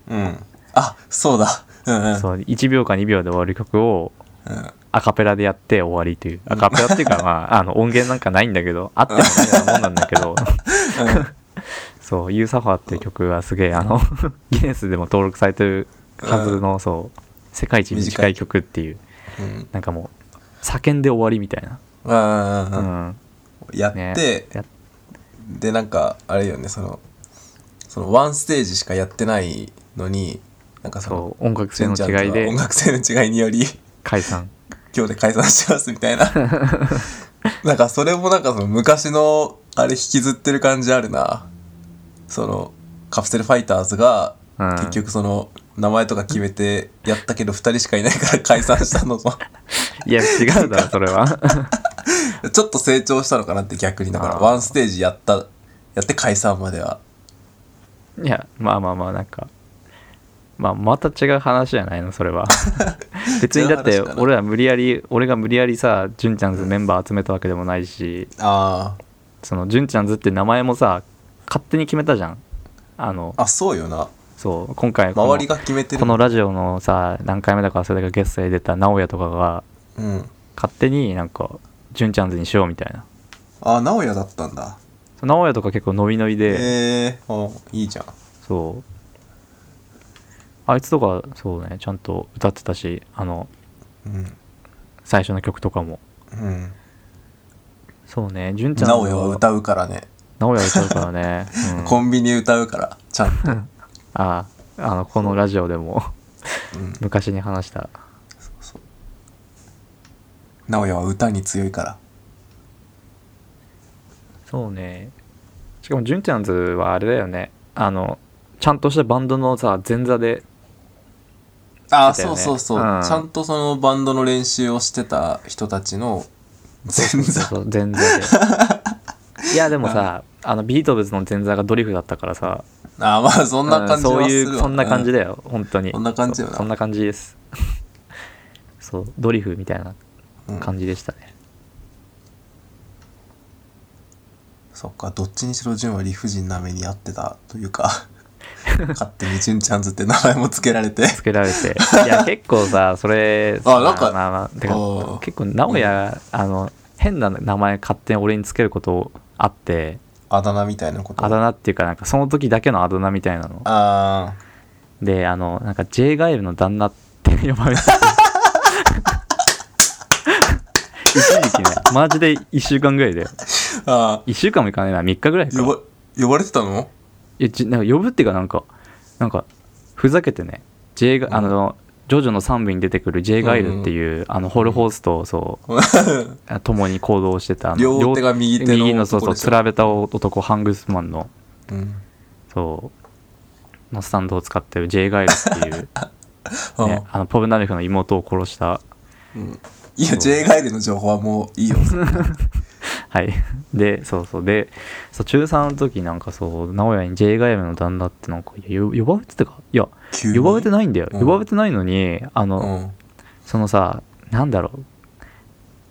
[SPEAKER 2] うんあそうだうんうん
[SPEAKER 1] そう1秒か2秒で終わる曲を
[SPEAKER 2] うん
[SPEAKER 1] アカペラでやって終わりというアカペラっていうかまああの音源なんかないんだけどあってもないようなもんなんだけどそう「ユーサファー」っていう曲はすげえあのギネスでも登録されてるはずのそう世界一短い曲っていう
[SPEAKER 2] うん
[SPEAKER 1] なんかもう叫んで終わりみたいな、
[SPEAKER 2] うんうん
[SPEAKER 1] う
[SPEAKER 2] うんうん
[SPEAKER 1] ん、
[SPEAKER 2] やって、
[SPEAKER 1] ねや
[SPEAKER 2] でなんかあれよねそのそのワンステージしかやってないのになんかその
[SPEAKER 1] そう音楽性
[SPEAKER 2] 純
[SPEAKER 1] の
[SPEAKER 2] ちゃんとは
[SPEAKER 1] 違いで
[SPEAKER 2] 音楽性の違いにより
[SPEAKER 1] 解散
[SPEAKER 2] 今日で解散しますみたいな なんかそれもなんかその昔のあれ引きずってる感じあるなそのカプセルファイターズが
[SPEAKER 1] うん
[SPEAKER 2] 結局その名前とか決めてやったけど2人しかいないから 解散したのと
[SPEAKER 1] いや違うだろそれは
[SPEAKER 2] ちょっと成長したのかなって逆にだから
[SPEAKER 1] あー
[SPEAKER 2] ワンステージやったやって解散まではい
[SPEAKER 1] やまあまあまあなんかまあまた違う話じゃないのそれ は別にだって
[SPEAKER 2] 違う話かな
[SPEAKER 1] 俺ら無理やり俺が無理やりさ純ちゃんズメンバー集めたわけでもないし
[SPEAKER 2] あー
[SPEAKER 1] その純ちゃんズって名前もさ勝手に決めたじゃんあの
[SPEAKER 2] あそうよな
[SPEAKER 1] そう今回この
[SPEAKER 2] 周りが決めてる
[SPEAKER 1] このラジオのさ何回目だかそれがゲストで出た直哉とかが
[SPEAKER 2] うん
[SPEAKER 1] 勝手になんか純ちゃんズにしようみたいな
[SPEAKER 2] あ直哉だったんだ
[SPEAKER 1] そう直哉とか結構ノリノリで、
[SPEAKER 2] ええー、あいいじゃん
[SPEAKER 1] そうあいつとかそうねちゃんと歌ってたしあの
[SPEAKER 2] うん
[SPEAKER 1] 最初の曲とかも
[SPEAKER 2] うん
[SPEAKER 1] そうね純ちゃん
[SPEAKER 2] 直哉は歌うからね、
[SPEAKER 1] 直哉歌うから ね、うん
[SPEAKER 2] コンビニ歌うからちゃんと、
[SPEAKER 1] ああのこのラジオでも
[SPEAKER 2] うん、
[SPEAKER 1] 昔に話した
[SPEAKER 2] 直哉は歌に強いから
[SPEAKER 1] そうねかも純ちゃんズはあれだよねあのちゃんとしたバンドのさ前座で
[SPEAKER 2] ああ、
[SPEAKER 1] してたよ
[SPEAKER 2] そう
[SPEAKER 1] ね
[SPEAKER 2] そうそう、
[SPEAKER 1] うん
[SPEAKER 2] ちゃんとそのバンドの練習をしてた人たちの前座
[SPEAKER 1] そう前座 でいやでもさあのビートルズの前座がドリフだったからさ
[SPEAKER 2] ああまあそんな感じはする
[SPEAKER 1] うん
[SPEAKER 2] わ
[SPEAKER 1] そういうそんな感じ
[SPEAKER 2] で、
[SPEAKER 1] だよ、本当に
[SPEAKER 2] そんな感じよな
[SPEAKER 1] そうそんな感じですそうドリフみたいな
[SPEAKER 2] うん
[SPEAKER 1] 感じでしたね、
[SPEAKER 2] そっかどっちにしろ純は理不尽な目に遭ってたとい うか勝手に純ちゃんズって名前も付けられて
[SPEAKER 1] つけられ ていや結構さそれ
[SPEAKER 2] あなんか
[SPEAKER 1] まあまあて
[SPEAKER 2] あ
[SPEAKER 1] か
[SPEAKER 2] ー
[SPEAKER 1] 結構直哉、あの変な名前勝手に俺につけることあって
[SPEAKER 2] あだ名みたいなこと
[SPEAKER 1] あだ名っていうかなんかその時だけのあだ名みたいなの
[SPEAKER 2] あ
[SPEAKER 1] であのなんか J ガエルの旦那って呼ばれ てて一時期ねマジで1週間ぐらいで
[SPEAKER 2] ーあ
[SPEAKER 1] 1週間もいかないな3日ぐらい
[SPEAKER 2] ー
[SPEAKER 1] か
[SPEAKER 2] 呼ば呼ばれてたの
[SPEAKER 1] いやじなんか呼ぶっていうかなんかなんかふざけてね J が、
[SPEAKER 2] うん
[SPEAKER 1] あのジョジョの3部に出てくる J ガイルっていう、あのホルホースとそうあ共に行動してたあの
[SPEAKER 2] 両手が右手の
[SPEAKER 1] 右のそうそう
[SPEAKER 2] 男でしょ
[SPEAKER 1] つらべた男ハングスマンの
[SPEAKER 2] うん
[SPEAKER 1] そうのスタンドを使ってる J ガイルってい う、
[SPEAKER 2] あ
[SPEAKER 1] ね、あのポブナレフの妹を殺した
[SPEAKER 2] うん、いや J ガイルの情報はもう いいよ
[SPEAKER 1] はい。 で、そうそう。で、そう中3の時なんかそう、名古屋に J ガイムの旦那ってなんか、いや、よ呼ばれてたかいや、
[SPEAKER 2] 急に
[SPEAKER 1] 呼ばれてないんだよ。
[SPEAKER 2] うん
[SPEAKER 1] 呼ばれてないのに、あの、
[SPEAKER 2] うん
[SPEAKER 1] そのさ、なんだろう。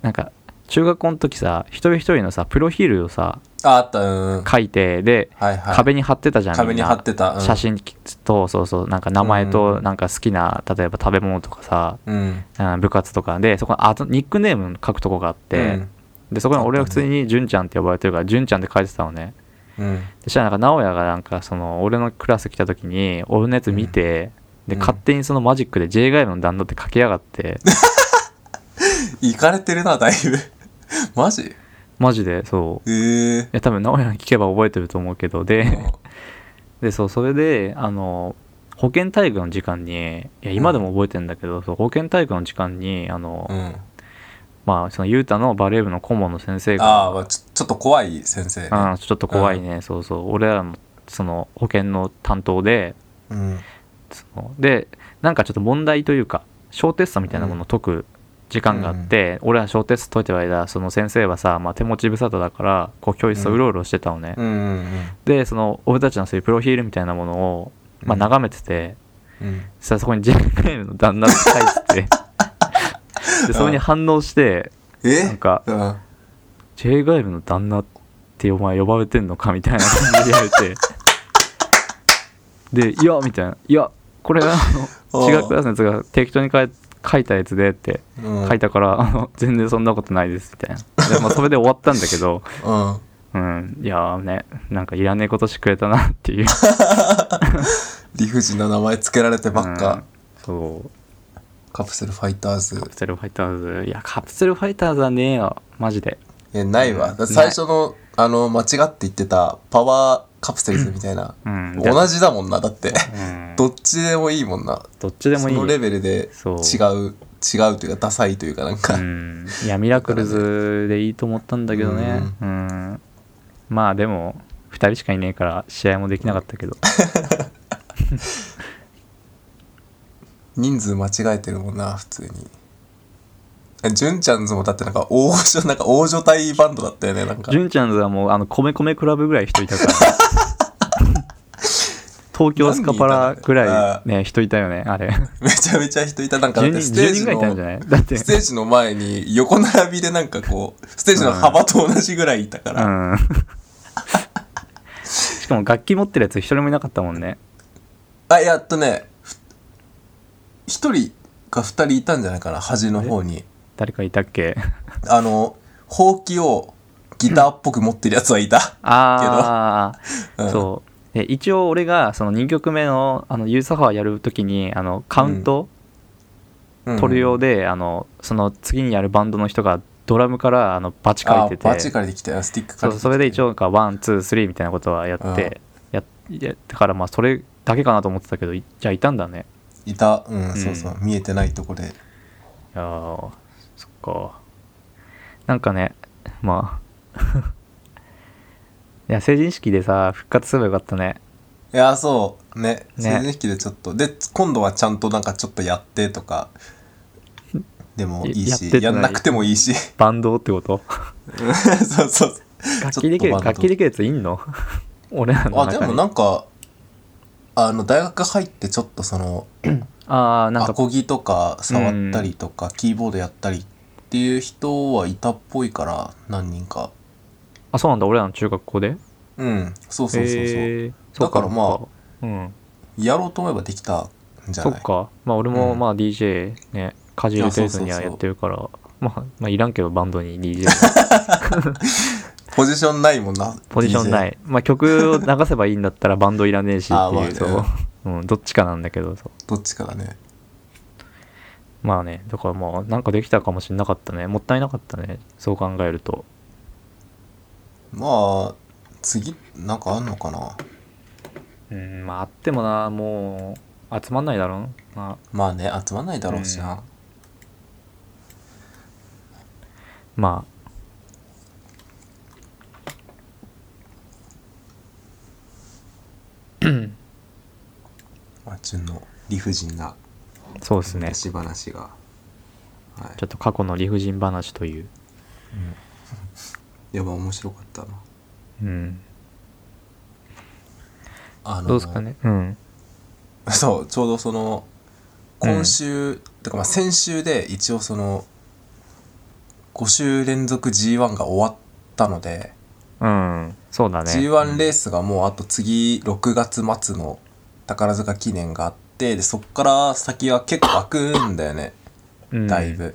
[SPEAKER 1] なんか、中学校の時さ、一人一人のさ、プロフィールをさ、
[SPEAKER 2] ああったうん
[SPEAKER 1] 書いて、で、
[SPEAKER 2] はいはい
[SPEAKER 1] 壁に貼ってたじゃん、
[SPEAKER 2] 壁
[SPEAKER 1] みん
[SPEAKER 2] に
[SPEAKER 1] な
[SPEAKER 2] 貼ってた、うん、
[SPEAKER 1] 写真と、そうそう、なんか名前
[SPEAKER 2] う
[SPEAKER 1] と、
[SPEAKER 2] ん
[SPEAKER 1] なんか好きな、例えば食べ物とかさ、
[SPEAKER 2] うん
[SPEAKER 1] うん部活とかで、そこにあとニックネーム書くとこがあって、でそこに俺は普通に「純ちゃん」って呼ばれてるから「純ちゃん」って書いてたのね
[SPEAKER 2] うんうん
[SPEAKER 1] そしたらなんか直哉がなんかその俺のクラス来た時に俺のやつ見て、
[SPEAKER 2] うん
[SPEAKER 1] で勝手にそのマジックで J ガイルの旦那って書きやがって、
[SPEAKER 2] 行かれてるなだいぶ マジ
[SPEAKER 1] マジでそう
[SPEAKER 2] ええ
[SPEAKER 1] いや多分直哉に聞けば覚えてると思うけどで でそうそれであの保健体育の時間にいや今でも覚えてるんだけど、そう保健体育の時間にあの、
[SPEAKER 2] うん
[SPEAKER 1] まあその雄太のバレー部の顧問の先生が
[SPEAKER 2] ああまあちょちょっと怖い先生
[SPEAKER 1] う
[SPEAKER 2] ね
[SPEAKER 1] ん、ちょっと怖いね、そうそう俺らのその保健の担当で
[SPEAKER 2] うん
[SPEAKER 1] そのでなんかちょっと問題というか小テストみたいなものを解く時間があって、俺ら小テスト解いてる間その先生はさ、まあ、手持ち無沙汰だからこう教室をうろうろしてたのね、
[SPEAKER 2] うんうん
[SPEAKER 1] でその俺たちのそういうプロフィールみたいなものを、まあ、
[SPEAKER 2] うん
[SPEAKER 1] 眺めてて、
[SPEAKER 2] うん
[SPEAKER 1] そしたらそこに JKL の旦那って書 いててでそれに反応して
[SPEAKER 2] え
[SPEAKER 1] なんか
[SPEAKER 2] うん、
[SPEAKER 1] 「J ガイルの旦那ってお前呼ばれてんのか?」みたいな感じで言われてで「いや」みたいな「いやこれあの
[SPEAKER 2] あー
[SPEAKER 1] 違うクラスのやつが適当に書い書いたやつで」って
[SPEAKER 2] うん、
[SPEAKER 1] 書いたから、あの全然そんなことないです」みたいなで、まあ、それで終わったんだけど
[SPEAKER 2] うん
[SPEAKER 1] うんいやーねなんかいらねえことしてくれたなって いう
[SPEAKER 2] 理不尽な名前つけられてばっか、
[SPEAKER 1] うんそう
[SPEAKER 2] カプセルファイターズ
[SPEAKER 1] カプセルファイターズいやカプセルファイターズはねえよマジで
[SPEAKER 2] えないわ、
[SPEAKER 1] うん
[SPEAKER 2] だって最初のあの間違って言ってたパワーカプセルズみたいな、
[SPEAKER 1] うん
[SPEAKER 2] 同じだもんなだって
[SPEAKER 1] うん
[SPEAKER 2] どっちでもいいもんな
[SPEAKER 1] どっちでもいい
[SPEAKER 2] そのレベルで
[SPEAKER 1] そう
[SPEAKER 2] 違う違うというかダサいというかなんか、
[SPEAKER 1] うん、いやミラクルズでいいと思ったんだけどね、うんまあでも2人しかいねえから試合もできなかったけど
[SPEAKER 2] 人数間違えてるもんな普通にえ純ちゃんズもだってなんか大所なんか大所帯バンドだったよねなんか
[SPEAKER 1] 純ちゃんズはもうあの米米クラブぐらい人いた から東京スカパラぐらいね人いたよねあれ
[SPEAKER 2] めちゃめちゃ人いたなんかだっ
[SPEAKER 1] 10人
[SPEAKER 2] てステー
[SPEAKER 1] 10人
[SPEAKER 2] ジ
[SPEAKER 1] ぐらいいたん
[SPEAKER 2] の
[SPEAKER 1] じゃないだって
[SPEAKER 2] ステージの前に横並びでなんかこうステージの幅と同じぐらいいたから、
[SPEAKER 1] うん しかも楽器持ってるやつ一人もいなかったもんね
[SPEAKER 2] あやっとねふ一人か二人いたんじゃないかな端の方に
[SPEAKER 1] 誰かいたっけ
[SPEAKER 2] あのほうきをギターっぽく持ってるやつはいた、
[SPEAKER 1] ああ
[SPEAKER 2] うん
[SPEAKER 1] そうで一応俺がその2曲目のあのユーサファーやるときにあのカウント
[SPEAKER 2] うん
[SPEAKER 1] 取るようで、あのその次にやるバンドの人がドラムからあのバチ書いてて
[SPEAKER 2] あバチ借りてきたよスティック
[SPEAKER 1] そ
[SPEAKER 2] 借り
[SPEAKER 1] う
[SPEAKER 2] てきた
[SPEAKER 1] それで一応なんかワンツースリーみたいなことはやって、ややだからまあそれだけかなと思ってたけどいじゃあいたんだね
[SPEAKER 2] いたうん、
[SPEAKER 1] ん
[SPEAKER 2] そうそう見えてないとこで
[SPEAKER 1] いやーそっかなんかねまあ いや成人式でさ復活すればよかったね
[SPEAKER 2] いやそうね
[SPEAKER 1] ね
[SPEAKER 2] 成人式でちょっとで今度はちゃんとなんかちょっとやってとかでもいい
[SPEAKER 1] や
[SPEAKER 2] し
[SPEAKER 1] やっ
[SPEAKER 2] や
[SPEAKER 1] てない
[SPEAKER 2] んなくてもいい し
[SPEAKER 1] バンドってこと
[SPEAKER 2] そうそう
[SPEAKER 1] 楽器できる
[SPEAKER 2] ちょっとバンド
[SPEAKER 1] 楽器できるやついんの 俺らの
[SPEAKER 2] あ
[SPEAKER 1] 中に
[SPEAKER 2] でもなんかあの大学入ってちょっとその
[SPEAKER 1] あーなん
[SPEAKER 2] ア
[SPEAKER 1] か
[SPEAKER 2] コギとか触ったりとか、キーボードやったりっていう人はいたっぽいから何人か
[SPEAKER 1] あそうなんだ俺らの中学校で
[SPEAKER 2] うんそうそうそうそう、
[SPEAKER 1] へー
[SPEAKER 2] だからまあ
[SPEAKER 1] そうかうん
[SPEAKER 2] やろうと思えばできたんじゃ
[SPEAKER 1] そ
[SPEAKER 2] な
[SPEAKER 1] っ
[SPEAKER 2] い
[SPEAKER 1] かまあ俺も
[SPEAKER 2] うん
[SPEAKER 1] まあ DJ ねカジュアル程度にはやってるからまあまあいらんけどバンドに DJ は
[SPEAKER 2] ポジションないもんな
[SPEAKER 1] ポジションないいまあ曲を流せばいいんだったらバンドいらねえしって
[SPEAKER 2] あーまあ
[SPEAKER 1] いう
[SPEAKER 2] ね
[SPEAKER 1] そううんどっちかなんだけどそう
[SPEAKER 2] どっちかだね
[SPEAKER 1] まあねだからまあなんかできたかもしれなかったねもったいなかったねそう考えると
[SPEAKER 2] まあ次なんかあんのかな
[SPEAKER 1] うんまああってもなもう集まんないだろうな
[SPEAKER 2] まあね集まんないだろうしな、
[SPEAKER 1] まあ
[SPEAKER 2] まあ純の理不尽な
[SPEAKER 1] そうですね
[SPEAKER 2] 昔話が、はい
[SPEAKER 1] ちょっと過去の理不尽話という
[SPEAKER 2] いやば面白かったな
[SPEAKER 1] うん
[SPEAKER 2] あの
[SPEAKER 1] どうですかねうん
[SPEAKER 2] そうちょうどその
[SPEAKER 1] うん
[SPEAKER 2] 今週、とかまあ先週で一応その5週連続 G1 が終わったので、
[SPEAKER 1] うんそうだね
[SPEAKER 2] G1 レースがもうあと次6月末の宝塚記念があってでそっから先は結構開くんだよね
[SPEAKER 1] うん
[SPEAKER 2] だいぶ、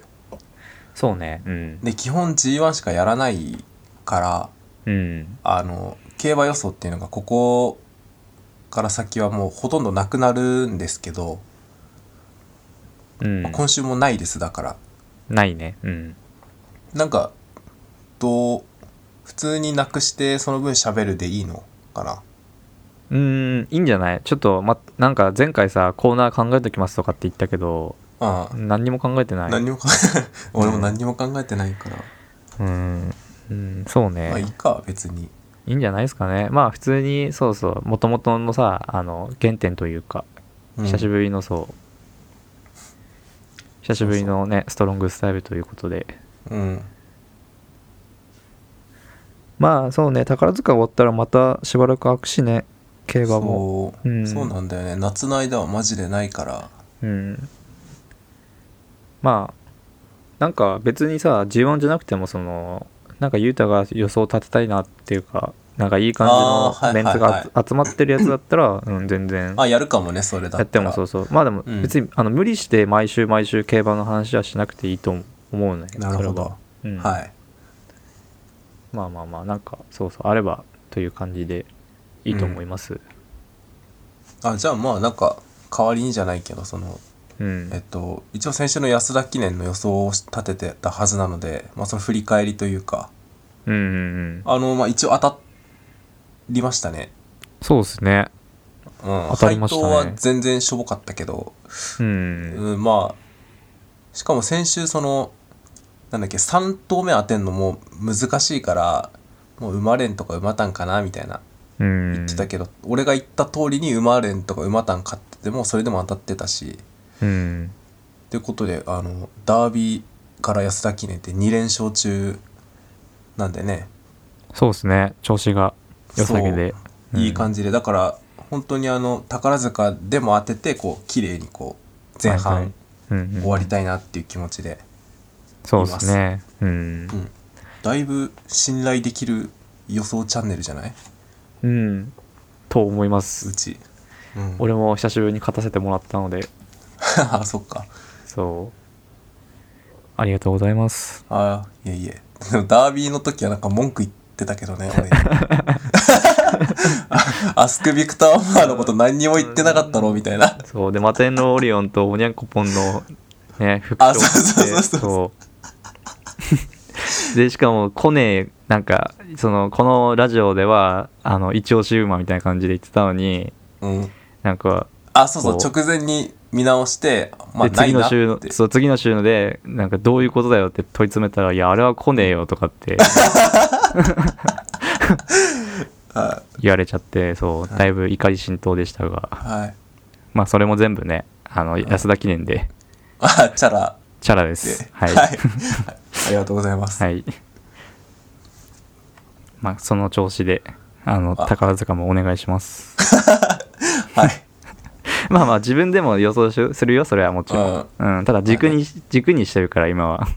[SPEAKER 1] そうねうん
[SPEAKER 2] で基本 G1 しかやらないから
[SPEAKER 1] うん
[SPEAKER 2] あの競馬予想っていうのがここから先はもうほとんどなくなるんですけど、
[SPEAKER 1] うん
[SPEAKER 2] 今週もないですだから
[SPEAKER 1] ないねうん
[SPEAKER 2] なんかどう普通になくしてその分喋るでいいのかな
[SPEAKER 1] うんいいんじゃないちょっとまなんか前回さコーナー考えときますとかって言ったけど
[SPEAKER 2] ああ、
[SPEAKER 1] 何にも考えてない
[SPEAKER 2] 何にも考え 俺も何にも考えてないから、
[SPEAKER 1] うん、うん、そうね、
[SPEAKER 2] まあいいか別に
[SPEAKER 1] いいんじゃないですかね。まあ普通に、そうそう、もともとのさ、あの、原点というか、
[SPEAKER 2] うん
[SPEAKER 1] 久しぶりのそう、久しぶりのね、ストロングスタイルということで。
[SPEAKER 2] うん
[SPEAKER 1] まあそうね、宝塚終わったらまたしばらく開くしね、競馬も。
[SPEAKER 2] そう、
[SPEAKER 1] うん
[SPEAKER 2] そうなんだよね夏の間はマジでないから
[SPEAKER 1] うん。まあ、なんか別にさ、G1 じゃなくても、その、なんか雄太が予想立てたいなっていうか、なんかいい感
[SPEAKER 2] あ
[SPEAKER 1] じ
[SPEAKER 2] ーは
[SPEAKER 1] の
[SPEAKER 2] い
[SPEAKER 1] メンツ
[SPEAKER 2] はい
[SPEAKER 1] が
[SPEAKER 2] は
[SPEAKER 1] 集集まってるやつだった ら、うん、全然
[SPEAKER 2] あやるかもねそれだ
[SPEAKER 1] やって
[SPEAKER 2] たら
[SPEAKER 1] もそうそうまあでも
[SPEAKER 2] うん
[SPEAKER 1] 別に、あの無理して毎週毎週競馬の話はしなくていいと思うね
[SPEAKER 2] なる
[SPEAKER 1] そ
[SPEAKER 2] ほど
[SPEAKER 1] れは、うん
[SPEAKER 2] はい
[SPEAKER 1] まあまあまあなんかそうそうあればという感じでいいと思います
[SPEAKER 2] あじゃあまあなんか代わりにじゃないけどその
[SPEAKER 1] うん、
[SPEAKER 2] えっと一応先週の安田記念の予想を立ててたはずなのでまあその振り返りというか
[SPEAKER 1] うんうんうん
[SPEAKER 2] あのまあ一応当たりましたね
[SPEAKER 1] そうですね
[SPEAKER 2] うん
[SPEAKER 1] 当たりましたね
[SPEAKER 2] 配当は全然しょぼかったけど、
[SPEAKER 1] うん
[SPEAKER 2] うん、まあしかも先週そのなんだっけ3投目当てんのも難しいからもう馬連とか馬単かなみたいな
[SPEAKER 1] うん
[SPEAKER 2] 言ってたけど、俺が言った通りに馬連とか馬単買っててもそれでも当たってたし
[SPEAKER 1] うん
[SPEAKER 2] ということであのダービーから安田記念って2連勝中なんでね
[SPEAKER 1] そうですね調子が良さげでうん
[SPEAKER 2] いい感じで、だから本当にあの宝塚でも当ててこう綺麗にこう前
[SPEAKER 1] はいはい
[SPEAKER 2] 半
[SPEAKER 1] うんうん
[SPEAKER 2] 終わりたいなっていう気持ちで、
[SPEAKER 1] そうですねうん
[SPEAKER 2] うん、だいぶ信頼できる予想チャンネルじゃない
[SPEAKER 1] うんと思いうま
[SPEAKER 2] う
[SPEAKER 1] す
[SPEAKER 2] ち、うん、
[SPEAKER 1] 俺も久しぶりに勝たせてもらったので
[SPEAKER 2] あそっか
[SPEAKER 1] そうありがとうございます
[SPEAKER 2] あいえいえでもダービーの時はなんか文句言ってたけどね 俺あアスクビクター・オマーのこと何にも言ってなかったろみたいな
[SPEAKER 1] そうでマテンロオリオンとおにゃんこぽんのね復
[SPEAKER 2] あ
[SPEAKER 1] 調
[SPEAKER 2] そうそうそうそう
[SPEAKER 1] そうでしかもコネなんかそのこのラジオではあの一押し馬みたいな感じで言ってたのに
[SPEAKER 2] うん
[SPEAKER 1] なんか
[SPEAKER 2] あそうそう
[SPEAKER 1] そう
[SPEAKER 2] 直前に見直してまあ
[SPEAKER 1] で
[SPEAKER 2] な
[SPEAKER 1] 次
[SPEAKER 2] い
[SPEAKER 1] の
[SPEAKER 2] なって
[SPEAKER 1] 週のそう次の週のでなんかどういうことだよって 問い詰めたら「いやあれは来ねえよ」とかって
[SPEAKER 2] は
[SPEAKER 1] 言われちゃってそうだいぶ怒り心頭でしたが
[SPEAKER 2] い。はい。
[SPEAKER 1] まあそれも全部ねあの安田記念で
[SPEAKER 2] あ、チャラ
[SPEAKER 1] チャラで
[SPEAKER 2] で。
[SPEAKER 1] すはい
[SPEAKER 2] ありがとうございます。
[SPEAKER 1] はいまあその調子であの
[SPEAKER 2] あ
[SPEAKER 1] 宝塚もお願いします
[SPEAKER 2] はい。
[SPEAKER 1] まあまあ自分でも予想しするよそれはもちろん、うん、ただ軸に軸にしてるから今は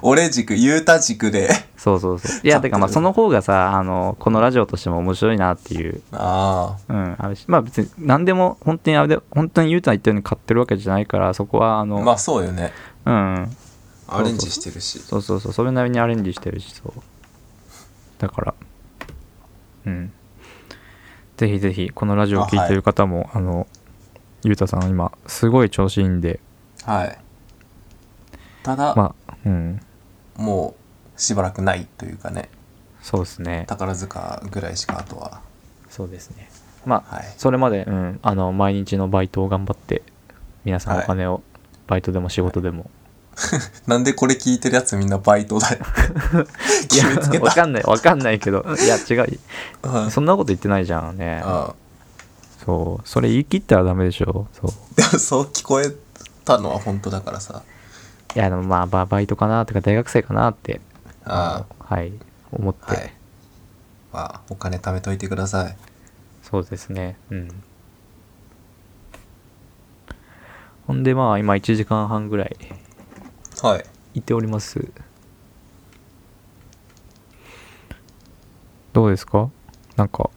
[SPEAKER 2] 俺軸、ゆうた軸で。
[SPEAKER 1] そうそうそういやてかまあその方がさあのこのラジオとしても面白いなっていう
[SPEAKER 2] あ
[SPEAKER 1] うん、あるしまあ別に何でも本当にあれで本当にユータ言ったように買ってるわけじゃないからそこはあ
[SPEAKER 2] あ。
[SPEAKER 1] の、
[SPEAKER 2] まあそうよね。
[SPEAKER 1] うん
[SPEAKER 2] アレンジしてるし。
[SPEAKER 1] そうそうそうそれなりにアレンジしてるしそうだからうんぜひぜひこのラジオを聴いてる方もあ,、のユータさん今すごい調子いいんで
[SPEAKER 2] はい。ただ、
[SPEAKER 1] まあうん
[SPEAKER 2] もうしばらくないというかね。
[SPEAKER 1] そうですね
[SPEAKER 2] 宝塚ぐらいしかあとは。
[SPEAKER 1] そうですねまあ、
[SPEAKER 2] はい
[SPEAKER 1] それまで、うん、あの毎日のバイトを頑張って皆さんお金を、バイトでも仕事でも、
[SPEAKER 2] なんでこれ聞いてるやつみんなバイトだよ。 決めつけ
[SPEAKER 1] わ
[SPEAKER 2] た。
[SPEAKER 1] かんないわかんないけ どいや違う
[SPEAKER 2] うん
[SPEAKER 1] そんなこと言ってないじゃんね。
[SPEAKER 2] うん
[SPEAKER 1] そう。それ言い切ったらダメでしょ。そう。
[SPEAKER 2] でもそう聞こえたのは本当だからさ。
[SPEAKER 1] いや、でもまあ、ババイトかなとか、大学生かなって、
[SPEAKER 2] あ
[SPEAKER 1] のはい、思って、
[SPEAKER 2] あ、はい。まあ、お金貯めといてください。
[SPEAKER 1] そうですね。うん。ほんで、まあ、今1時間半ぐらい
[SPEAKER 2] はい。
[SPEAKER 1] いております。どうですかなんか、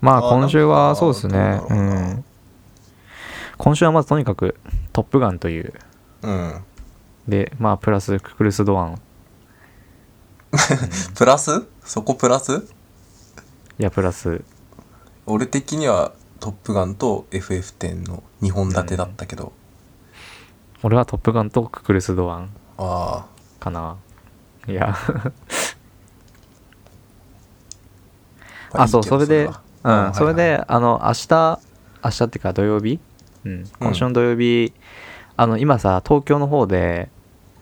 [SPEAKER 1] まあ、
[SPEAKER 2] あー
[SPEAKER 1] 今週
[SPEAKER 2] なん
[SPEAKER 1] は
[SPEAKER 2] か
[SPEAKER 1] そうですね。
[SPEAKER 2] どう
[SPEAKER 1] う。
[SPEAKER 2] だろうなん
[SPEAKER 1] 今週はまずとにかく、トップガンという、
[SPEAKER 2] うん。
[SPEAKER 1] で、まあ、プラスククルス・ドアン。
[SPEAKER 2] プラスそこプラス
[SPEAKER 1] いや、プラス、
[SPEAKER 2] 俺的には「トップガン」と FF10 の2本立てだったけど、
[SPEAKER 1] 俺はトップガンとククルス・ドアン
[SPEAKER 2] あ
[SPEAKER 1] かな。いや、
[SPEAKER 2] あま
[SPEAKER 1] あ、そう、それで、う
[SPEAKER 2] は
[SPEAKER 1] ん、それ
[SPEAKER 2] はいはい
[SPEAKER 1] で、あの、明日、明日っていうか土曜日うん、今週の土曜日、あの、今さ、東京の方で、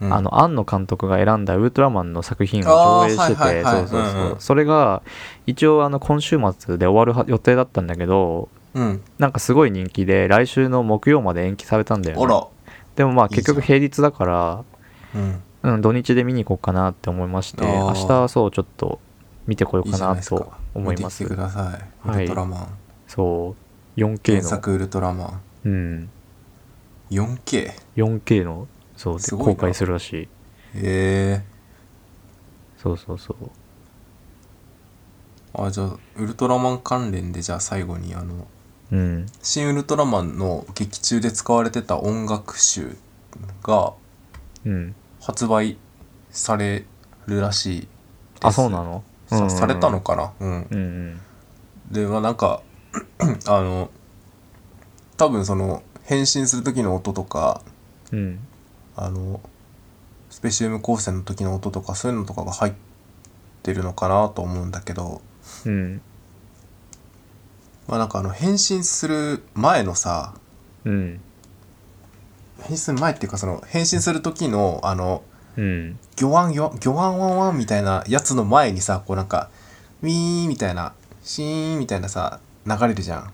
[SPEAKER 2] うん
[SPEAKER 1] あの、庵野監督が選んだウルトラマンの作品を上映して
[SPEAKER 2] あーはいはい
[SPEAKER 1] て、
[SPEAKER 2] はい
[SPEAKER 1] そうそうそう。
[SPEAKER 2] うんうん
[SPEAKER 1] それが、一応、あの、今週末で終わるは予定だったんだけど、
[SPEAKER 2] うん
[SPEAKER 1] なんかすごい人気で、来週の木曜まで延期されたんだよ、ね。
[SPEAKER 2] あら
[SPEAKER 1] でもまあ
[SPEAKER 2] いいじゃ
[SPEAKER 1] 結
[SPEAKER 2] ん
[SPEAKER 1] 局平日だから
[SPEAKER 2] うん
[SPEAKER 1] うん、土日で見に行こうかなって思いまして
[SPEAKER 2] あー
[SPEAKER 1] 明日そうちょっと見てこよ
[SPEAKER 2] いうい
[SPEAKER 1] か
[SPEAKER 2] じゃない
[SPEAKER 1] な
[SPEAKER 2] です
[SPEAKER 1] と
[SPEAKER 2] か
[SPEAKER 1] 思いま
[SPEAKER 2] 見
[SPEAKER 1] す
[SPEAKER 2] てきてください、
[SPEAKER 1] はい
[SPEAKER 2] ウルトラマン
[SPEAKER 1] そう 4K
[SPEAKER 2] 原
[SPEAKER 1] の、
[SPEAKER 2] 作ウルトラマン
[SPEAKER 1] うん、
[SPEAKER 2] 4K
[SPEAKER 1] 4K のそうです
[SPEAKER 2] ごいな
[SPEAKER 1] 公開するらしい
[SPEAKER 2] ええ
[SPEAKER 1] そうそうそう
[SPEAKER 2] あじゃあウルトラマン関連でじゃあ最後にあの
[SPEAKER 1] うん
[SPEAKER 2] 「新ウルトラマン」の劇中で使われてた音楽集が
[SPEAKER 1] うん
[SPEAKER 2] 発売されるらしいです
[SPEAKER 1] あそうなの
[SPEAKER 2] さ,、
[SPEAKER 1] うんうん
[SPEAKER 2] されたのかなうん
[SPEAKER 1] うんうん
[SPEAKER 2] でまあなんか あの多分その変身する時の音とか
[SPEAKER 1] うん
[SPEAKER 2] あのスペシウム光線の時の音とかそういうのとかが入ってるのかなと思うんだけど
[SPEAKER 1] うん
[SPEAKER 2] まあなんかあの変身する前のさ
[SPEAKER 1] うん
[SPEAKER 2] 変身する前っていうかその変身する時のあの
[SPEAKER 1] うん
[SPEAKER 2] ギョワンギョワンギョワンワンワンみたいなやつの前にさこうなんかウィーンみたいなシーンみたいなさ流れるじゃん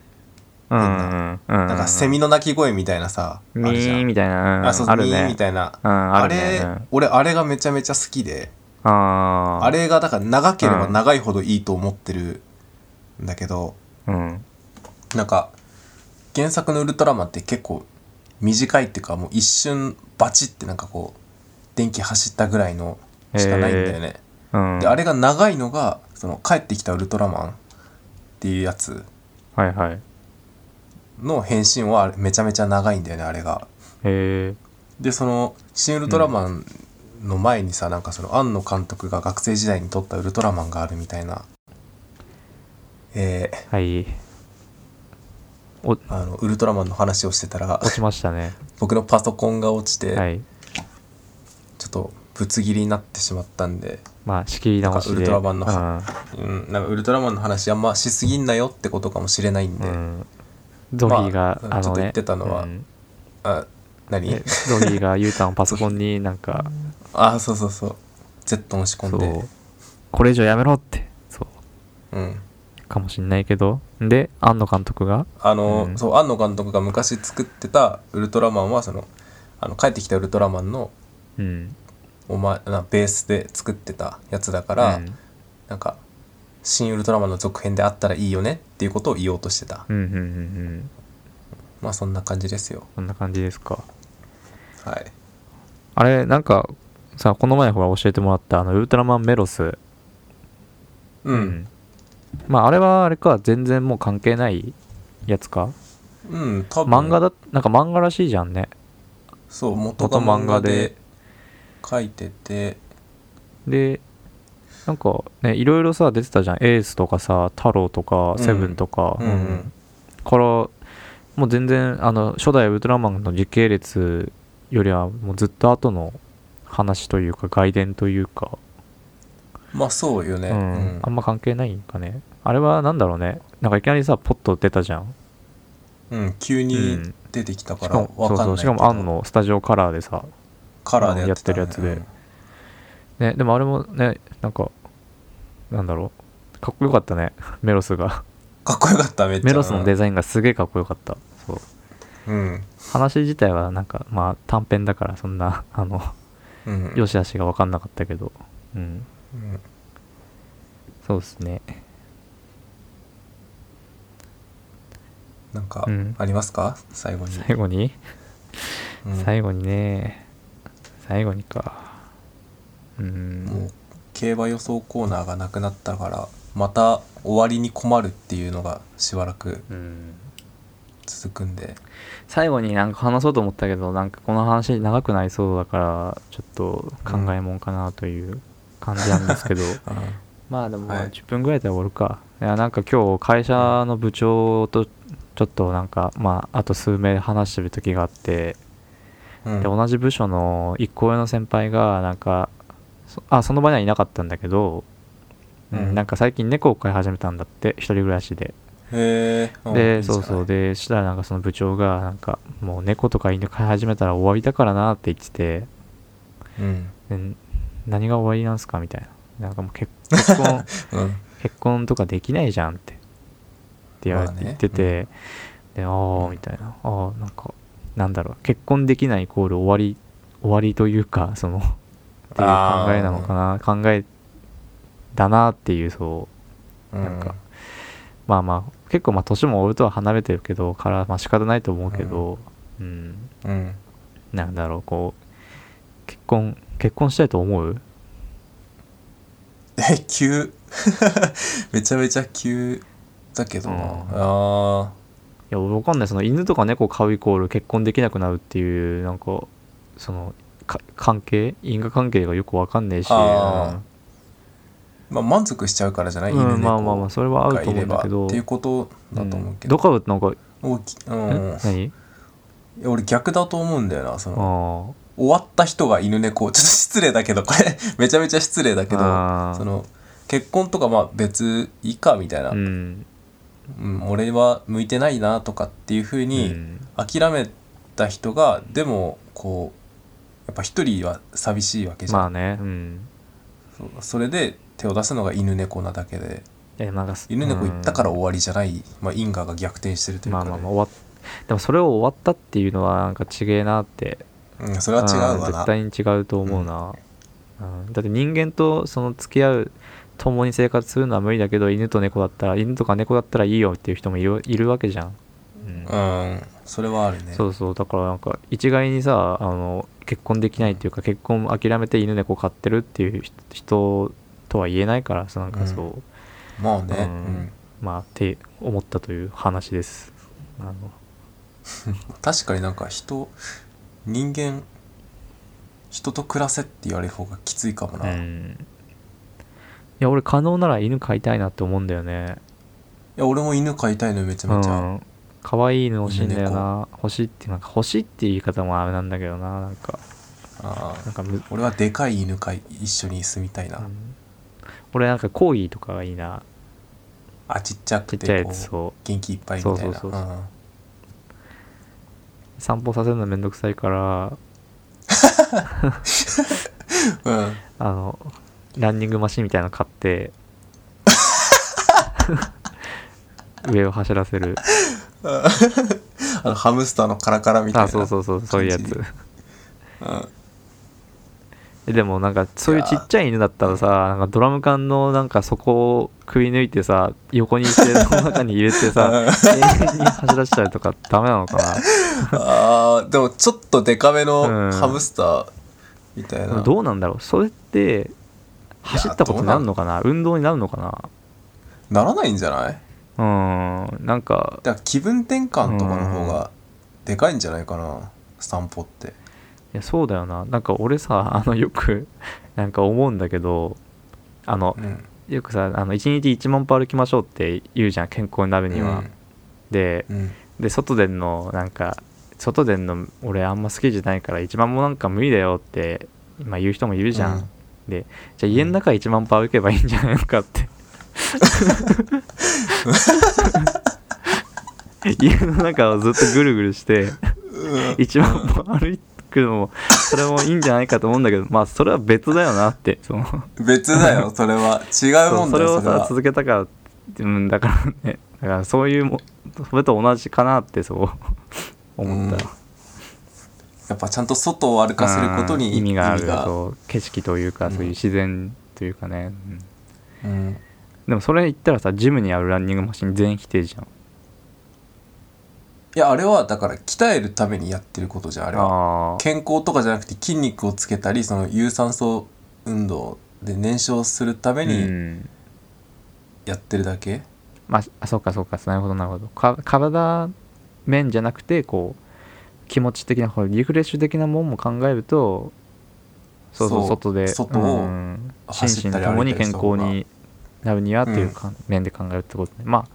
[SPEAKER 1] うんんな
[SPEAKER 2] なんかセミの鳴き声みたいなさあ
[SPEAKER 1] ミ
[SPEAKER 2] るじゃ
[SPEAKER 1] ー
[SPEAKER 2] ん
[SPEAKER 1] みたいな、うん
[SPEAKER 2] あそう
[SPEAKER 1] あ
[SPEAKER 2] そう
[SPEAKER 1] る
[SPEAKER 2] ミー
[SPEAKER 1] ね
[SPEAKER 2] みたいな
[SPEAKER 1] うんあ
[SPEAKER 2] あ
[SPEAKER 1] るね
[SPEAKER 2] れ、
[SPEAKER 1] うん
[SPEAKER 2] 俺あれがめちゃめちゃ好きで、
[SPEAKER 1] あー
[SPEAKER 2] あれがだから長ければ長いほどいいと思ってるんだけど、
[SPEAKER 1] うん
[SPEAKER 2] なんか原作のウルトラマンって結構短いっていうかもう一瞬バチってなんかこう電気走ったぐらいのしかないんだよね、
[SPEAKER 1] うん
[SPEAKER 2] であれが長いのがその帰ってきたウルトラマンっていうやつ
[SPEAKER 1] はいはいへ
[SPEAKER 2] の変身はめちゃめちゃ長いんだよねあれが
[SPEAKER 1] え
[SPEAKER 2] でその「新ウルトラマン」の前にさ、なんかその庵野監督が学生時代に撮ったウルトラマンがあるみたいなえ
[SPEAKER 1] はいお
[SPEAKER 2] ーあのウルトラマンの話をしてたら
[SPEAKER 1] 落ちましたね。
[SPEAKER 2] 僕のパソコンが落ちて、
[SPEAKER 1] はい。
[SPEAKER 2] ちょっとぶつ切りになってしまったんで、
[SPEAKER 1] まあ、仕切り直しで。
[SPEAKER 2] なんかウルトラマンの
[SPEAKER 1] うん
[SPEAKER 2] うん、なんかウルトラマンの話あんましすぎんなよってことかもしれないんで、
[SPEAKER 1] うん。ゾギーが、
[SPEAKER 2] まあ
[SPEAKER 1] あ、
[SPEAKER 2] ちょ
[SPEAKER 1] の
[SPEAKER 2] っと言
[SPEAKER 1] ね。
[SPEAKER 2] ってたのは
[SPEAKER 1] うん
[SPEAKER 2] あ何
[SPEAKER 1] えゾギーがユー タのパソコンになんか、
[SPEAKER 2] あそうそうそう Z 押し込
[SPEAKER 1] そ
[SPEAKER 2] んで
[SPEAKER 1] う、これ以上やめろって、そう、
[SPEAKER 2] ううん。
[SPEAKER 1] かもしんないけどで庵野監督が
[SPEAKER 2] あの、
[SPEAKER 1] うん
[SPEAKER 2] そう、庵野監督が昔作ってたウルトラマンは、その、あの帰ってきたウルトラマンの、
[SPEAKER 1] うん
[SPEAKER 2] お前なベースで作ってたやつだから、
[SPEAKER 1] うん
[SPEAKER 2] なんか「新ウルトラマン」の続編であったらいいよねっていうことを言おうとしてた、
[SPEAKER 1] うんうんうんうん
[SPEAKER 2] まあそんな感じですよ
[SPEAKER 1] こんな感じですか
[SPEAKER 2] はい
[SPEAKER 1] あれなんかさこの前ほら教えてもらったあのウルトラマンメロス、
[SPEAKER 2] うん、
[SPEAKER 1] まああれはあれか全然もう関係ないやつか
[SPEAKER 2] うん多分
[SPEAKER 1] 漫画だなんか漫画らしいじゃんね
[SPEAKER 2] そう元が
[SPEAKER 1] 元
[SPEAKER 2] 漫
[SPEAKER 1] 漫画
[SPEAKER 2] 画
[SPEAKER 1] で
[SPEAKER 2] で書いてて
[SPEAKER 1] でなんかねいろいろさ出てたじゃんエースとかさ太郎とか
[SPEAKER 2] うん
[SPEAKER 1] セブンとか、
[SPEAKER 2] うんうん
[SPEAKER 1] からもう全然あの初代ウルトラマンの時系列よりはもうずっと後の話というか外伝というか、
[SPEAKER 2] まあそうよね
[SPEAKER 1] う
[SPEAKER 2] うん
[SPEAKER 1] ん、あんま関係ないんかねあれはなんだろうねなんかいきなりさポッと出たじゃん
[SPEAKER 2] うん急
[SPEAKER 1] う
[SPEAKER 2] に
[SPEAKER 1] ん
[SPEAKER 2] 出てきた
[SPEAKER 1] し
[SPEAKER 2] から
[SPEAKER 1] かもそ
[SPEAKER 2] わ
[SPEAKER 1] う
[SPEAKER 2] かん
[SPEAKER 1] そ
[SPEAKER 2] ないうけ
[SPEAKER 1] し
[SPEAKER 2] ど
[SPEAKER 1] かもアンのスタジオカラーでさ、
[SPEAKER 2] カラーでやってた、ね、
[SPEAKER 1] やってるやつで
[SPEAKER 2] うん
[SPEAKER 1] ね、でもあれもねなんかなんだろうかっこよかったね メロスが
[SPEAKER 2] かっこよかっためっちゃ
[SPEAKER 1] メロスのデザインがすげえかっこよかったそう
[SPEAKER 2] うん
[SPEAKER 1] 話自体はなんかまあ短編だからそんな あの
[SPEAKER 2] うん
[SPEAKER 1] 良し悪しが分かんなかったけどうん
[SPEAKER 2] うん
[SPEAKER 1] そうですね
[SPEAKER 2] なんか
[SPEAKER 1] うん
[SPEAKER 2] ありますか最後に
[SPEAKER 1] 最後に、
[SPEAKER 2] うん
[SPEAKER 1] 最後にね最後にかうん
[SPEAKER 2] もう競馬予想コーナーがなくなったからまた終わりに困るっていうのがしばらく
[SPEAKER 3] うん
[SPEAKER 2] 続くんで
[SPEAKER 1] 最後になんか話そうと思ったけどなんかこの話長くなりそうだからちょっと考えもんかなという感じなんですけ ど、
[SPEAKER 2] うん
[SPEAKER 1] まあでも
[SPEAKER 2] はい
[SPEAKER 1] 10分ぐらいで終わるか、い、やなんか今日会社の部長とちょっとなんかまああと数名話してる時があって、
[SPEAKER 2] うん
[SPEAKER 1] で同じ部署の一個上の先輩がなんかそあその場にはいなかったんだけど、うん
[SPEAKER 2] うん
[SPEAKER 1] なんか最近猫を飼い始めたんだって一人暮らしで
[SPEAKER 2] へえ
[SPEAKER 1] でそうそうでしたらなんかその部長がなんかもう猫とか犬飼い始めたら終わりだからなって言ってて
[SPEAKER 2] うん
[SPEAKER 1] で何が終わりなんすかみたいななんかもう 結結婚
[SPEAKER 2] うん
[SPEAKER 1] 結婚とかできないじゃんってって言われ
[SPEAKER 2] まあね
[SPEAKER 1] 言ってて、でああみたいなああなんかなんだろう結婚できないイコール終わり終わりというかそのっていう考
[SPEAKER 2] あー
[SPEAKER 1] えなのかな考えだなっていうそう
[SPEAKER 2] うん
[SPEAKER 1] なんかまあまあ結構まあ年も俺とは離れてるけどからまあ仕方ないと思うけどうん、
[SPEAKER 2] うん
[SPEAKER 1] なんだろうこう結婚結婚したいと思う
[SPEAKER 2] え急 めちゃめちゃ急だけどな、
[SPEAKER 1] うん
[SPEAKER 2] あ
[SPEAKER 1] いや、わかんない。その犬とか猫飼うイコール結婚できなくなるっていう、なんか、その、か関係因果関係がよくわかんないし、
[SPEAKER 2] あーまあ満足しちゃうからじゃない、
[SPEAKER 1] うん
[SPEAKER 2] 犬
[SPEAKER 1] うんまあまあまあ、それは合
[SPEAKER 2] 猫
[SPEAKER 1] う
[SPEAKER 2] が
[SPEAKER 1] と思う
[SPEAKER 2] いれ
[SPEAKER 1] んだ
[SPEAKER 2] ば
[SPEAKER 1] けど、
[SPEAKER 2] っていうことだと思うけど、
[SPEAKER 1] んどっかなんか、、
[SPEAKER 2] 大きうんん、
[SPEAKER 1] 何
[SPEAKER 2] いや俺逆だと思うんだよなその
[SPEAKER 1] あ
[SPEAKER 2] 終わった人が犬猫ちょっと失礼だけどこれめちゃめちゃ失礼だけど
[SPEAKER 1] あー
[SPEAKER 2] その結婚とかまあ別いいかみたいな、
[SPEAKER 1] あ、うん。
[SPEAKER 2] うん俺は向いてないなとかっていうふう
[SPEAKER 1] う
[SPEAKER 2] に
[SPEAKER 1] ん
[SPEAKER 2] 諦めた人が、でもこうやっぱ一人は寂しいわけじゃん、
[SPEAKER 1] まあね、うん。
[SPEAKER 2] そうそれで手を出すのが犬猫なだけで
[SPEAKER 1] え、なんかす、
[SPEAKER 2] 犬猫行ったから
[SPEAKER 1] うん
[SPEAKER 2] 終わりじゃない、まあ、因果が逆転してるという
[SPEAKER 1] まあ
[SPEAKER 2] かね、
[SPEAKER 1] まあまあ、終わっでもそれを終わったっていうのはなんかちげえなって
[SPEAKER 2] うん、それは違うわ
[SPEAKER 1] ん
[SPEAKER 2] な
[SPEAKER 1] 絶対に違うと思うな、うんだって人間とその付き合う共に生活するのは無理だけど犬と猫だったら犬とか猫だったらいいよっていう人もいるいるわけじゃん、うん
[SPEAKER 2] うんそれはあるね
[SPEAKER 1] そうそうだからなんか一概にさあの結婚できないっていうか結婚諦めて犬猫飼ってるっていう人人とは言えないからそうなんかそう、
[SPEAKER 2] まあね、
[SPEAKER 1] うんまあって思ったという話ですあの
[SPEAKER 2] うん確かになんか人人間人と暮らせって言われる方がきついかもな、
[SPEAKER 1] う
[SPEAKER 2] い
[SPEAKER 1] んいや俺可能なら犬飼いたいなって思うんだよね
[SPEAKER 2] や俺も犬飼いたいのよめちゃめちゃ、
[SPEAKER 1] うん、可愛い犬欲しいんだよな欲しいってなんか欲しいっていう言い方もあれなんだけどななんか
[SPEAKER 2] あ
[SPEAKER 1] な
[SPEAKER 2] あ
[SPEAKER 1] んかむ、
[SPEAKER 2] 俺はでかい犬飼い一緒に住みたいな、
[SPEAKER 1] うん俺なんかコーギーとかがいいな
[SPEAKER 2] あちっちゃ
[SPEAKER 1] ち
[SPEAKER 2] く
[SPEAKER 1] っちゃい
[SPEAKER 2] て
[SPEAKER 1] や
[SPEAKER 2] こ
[SPEAKER 1] つ
[SPEAKER 2] う
[SPEAKER 1] そ
[SPEAKER 2] 元気いっぱいみたいな
[SPEAKER 1] そうそうそうそうんう散歩させるのめんどくさいから
[SPEAKER 2] うん
[SPEAKER 1] あのランニングマシンみたいなの買って上を走らせる
[SPEAKER 2] あのハムスターのカラカラみたいな
[SPEAKER 1] あそうそうそうそういうや
[SPEAKER 2] 感じ
[SPEAKER 1] つ
[SPEAKER 2] にうん
[SPEAKER 1] えでもなんかそういうちっちゃい犬だったらさなんかドラム缶のなんかそこをくり抜いてさ横にいてその中に入れて さ永遠に走らせちゃうとかダメなのかな
[SPEAKER 2] あーでもちょっとデカめ
[SPEAKER 1] うん
[SPEAKER 2] のハムスターみたい
[SPEAKER 1] で
[SPEAKER 2] な、
[SPEAKER 1] もどうなんだろうそれって走ったことになるのかな運動になるのか
[SPEAKER 2] ならないんじゃない
[SPEAKER 1] なうんなんか
[SPEAKER 2] だから気分転換とかの方がでかいんじゃないかな散歩って
[SPEAKER 1] いやそうだよななんか俺さ あのよくなんか思うんだけどあの
[SPEAKER 2] うん
[SPEAKER 1] よくさあの1日1万歩歩きましょうって言うじゃん健康になるには、で
[SPEAKER 2] うん
[SPEAKER 1] で外でのなんか外での俺あんま好きじゃないから1万もなんか無理だよって今言う人もいるじゃん、
[SPEAKER 2] うん
[SPEAKER 1] でじゃあ家の中1万歩歩けばいいんじゃないのかって家の中をずっとぐるぐるして
[SPEAKER 2] うん
[SPEAKER 1] 1万歩歩くのもそれもいいんじゃないかと思うんだけどまあそれは別だよなってその
[SPEAKER 2] 別だよそ れは違う
[SPEAKER 1] そ
[SPEAKER 2] もん
[SPEAKER 1] うそ
[SPEAKER 2] だ
[SPEAKER 1] れ
[SPEAKER 2] よ
[SPEAKER 1] を
[SPEAKER 2] それは
[SPEAKER 1] さ続けたからうんだからね だからそういうもそれと同じかなってそう思った、
[SPEAKER 2] うんやっぱちゃんと外を歩かせること
[SPEAKER 1] うん
[SPEAKER 2] に
[SPEAKER 1] 意味があ
[SPEAKER 2] 意
[SPEAKER 1] る
[SPEAKER 2] 味が
[SPEAKER 1] そう景色というかそういう自然というかね、うん
[SPEAKER 2] うん
[SPEAKER 1] でもそれ言ったらさジムにあるランニングマシン全否定じゃん
[SPEAKER 2] いやあれはだから鍛えるためにやってることじゃんあれは
[SPEAKER 1] あー
[SPEAKER 2] 健康とかじゃなくて筋肉をつけたりその有酸素運動で燃焼するため
[SPEAKER 1] う
[SPEAKER 2] に
[SPEAKER 1] ん
[SPEAKER 2] やってるだけ、
[SPEAKER 1] まああそうかそうかなるほどなるほどか体面じゃなくてこう気持ち的なこうリフレッシュ的なもんも考えるとそうそう
[SPEAKER 2] そう
[SPEAKER 1] 外で
[SPEAKER 2] 外を
[SPEAKER 1] うん
[SPEAKER 2] 走
[SPEAKER 1] 心身
[SPEAKER 2] ったり
[SPEAKER 1] とも
[SPEAKER 2] 歩い
[SPEAKER 1] に
[SPEAKER 2] たり
[SPEAKER 1] 健
[SPEAKER 2] した
[SPEAKER 1] 康
[SPEAKER 2] 方が
[SPEAKER 1] になるにはっていうか、面で考えるってことねま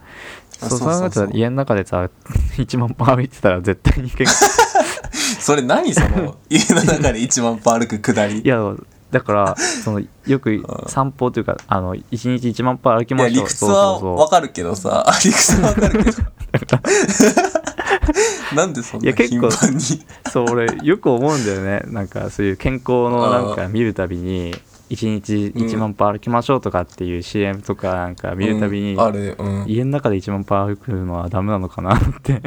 [SPEAKER 1] あそう考えたら家の中でさ 1万歩歩いてたら絶対に健 康
[SPEAKER 2] それ何そ の家の中で1万歩歩く下り
[SPEAKER 1] いやだからそのよく
[SPEAKER 2] ん
[SPEAKER 1] 散歩というかあの1日1万歩歩き
[SPEAKER 2] い
[SPEAKER 1] ま
[SPEAKER 2] や
[SPEAKER 1] しょ
[SPEAKER 2] 理
[SPEAKER 1] う
[SPEAKER 2] 屈はわかるけどさ理屈はわ かるけどなんでそん
[SPEAKER 1] い
[SPEAKER 2] な
[SPEAKER 1] や結
[SPEAKER 2] 頻
[SPEAKER 1] 構
[SPEAKER 2] 繁に
[SPEAKER 1] そう俺よく思うんだよね なんかそういう健康のなんか見るたびに1日1万歩歩きましょうとかっていう CM とかなんか見るたびに、
[SPEAKER 2] うんあるうん
[SPEAKER 1] 家の中で1万歩歩くのはダメなのかなって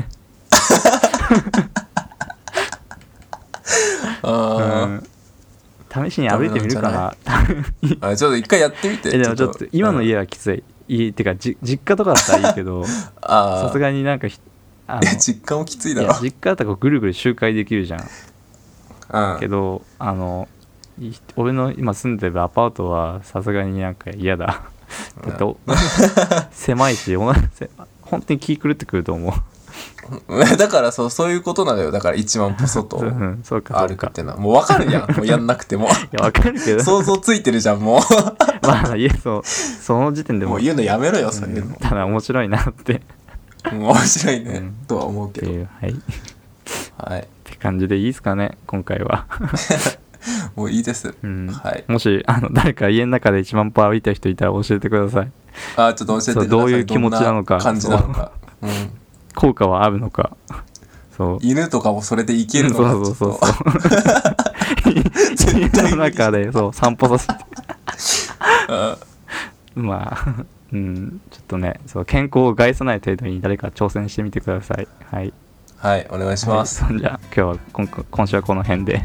[SPEAKER 2] あー
[SPEAKER 1] うん試しに歩いてみるかな
[SPEAKER 2] あれちょっと一回やってみて
[SPEAKER 1] えでもちょっと今の家はきつい家ってかじ実家とかだったらいいけど
[SPEAKER 2] あー
[SPEAKER 1] さすがになんかひあの
[SPEAKER 2] いや実家もきついだ
[SPEAKER 1] い
[SPEAKER 2] ろ
[SPEAKER 1] や実家だったらこうぐるぐる周回できるじゃん
[SPEAKER 2] うん
[SPEAKER 1] けどあのい俺の今住んでるアパートはさすがになんか嫌だだってお 狭いしお腹せ本当に気狂ってくると思う
[SPEAKER 2] だからそうそういうことなのよだから1万歩外
[SPEAKER 1] うんそうかそ
[SPEAKER 2] 歩
[SPEAKER 1] う
[SPEAKER 2] く
[SPEAKER 1] か
[SPEAKER 2] ってのはもう分かるやん もうやんなくても
[SPEAKER 1] いやわかるけど
[SPEAKER 2] 想像ついてるじゃんも
[SPEAKER 1] まあいやそうその時点で
[SPEAKER 2] う
[SPEAKER 1] も
[SPEAKER 2] もう言うのやめろよそういう
[SPEAKER 1] うん
[SPEAKER 2] の、
[SPEAKER 1] ただ面白いなってっ
[SPEAKER 2] もう面白いね、
[SPEAKER 1] うん
[SPEAKER 2] とは思うけ
[SPEAKER 1] て
[SPEAKER 2] ど
[SPEAKER 1] いうはいっ
[SPEAKER 2] はい
[SPEAKER 1] て感じでいいですかね今回は
[SPEAKER 2] もういいです、
[SPEAKER 1] うん
[SPEAKER 2] はい
[SPEAKER 1] もしあの誰か家の中で1万歩歩いた人いたら教えてください
[SPEAKER 2] あちょっと教えてくださ
[SPEAKER 1] そ
[SPEAKER 2] いう
[SPEAKER 1] どういう気持ちなのか
[SPEAKER 2] どん感じなのか、うん、
[SPEAKER 1] 効果はあるのかそう
[SPEAKER 2] 犬とかもそれでいけるのか
[SPEAKER 1] そうそうそう
[SPEAKER 2] ちょっ
[SPEAKER 1] そう
[SPEAKER 2] 絶対無理
[SPEAKER 1] 家の中でそう散歩させて
[SPEAKER 2] とあ
[SPEAKER 1] まあうんちょっとねそう健康を害さない程度に誰か挑戦してみてくださいはい
[SPEAKER 2] はいお願いします、
[SPEAKER 1] はいそんじゃ今日は今今週はこの辺で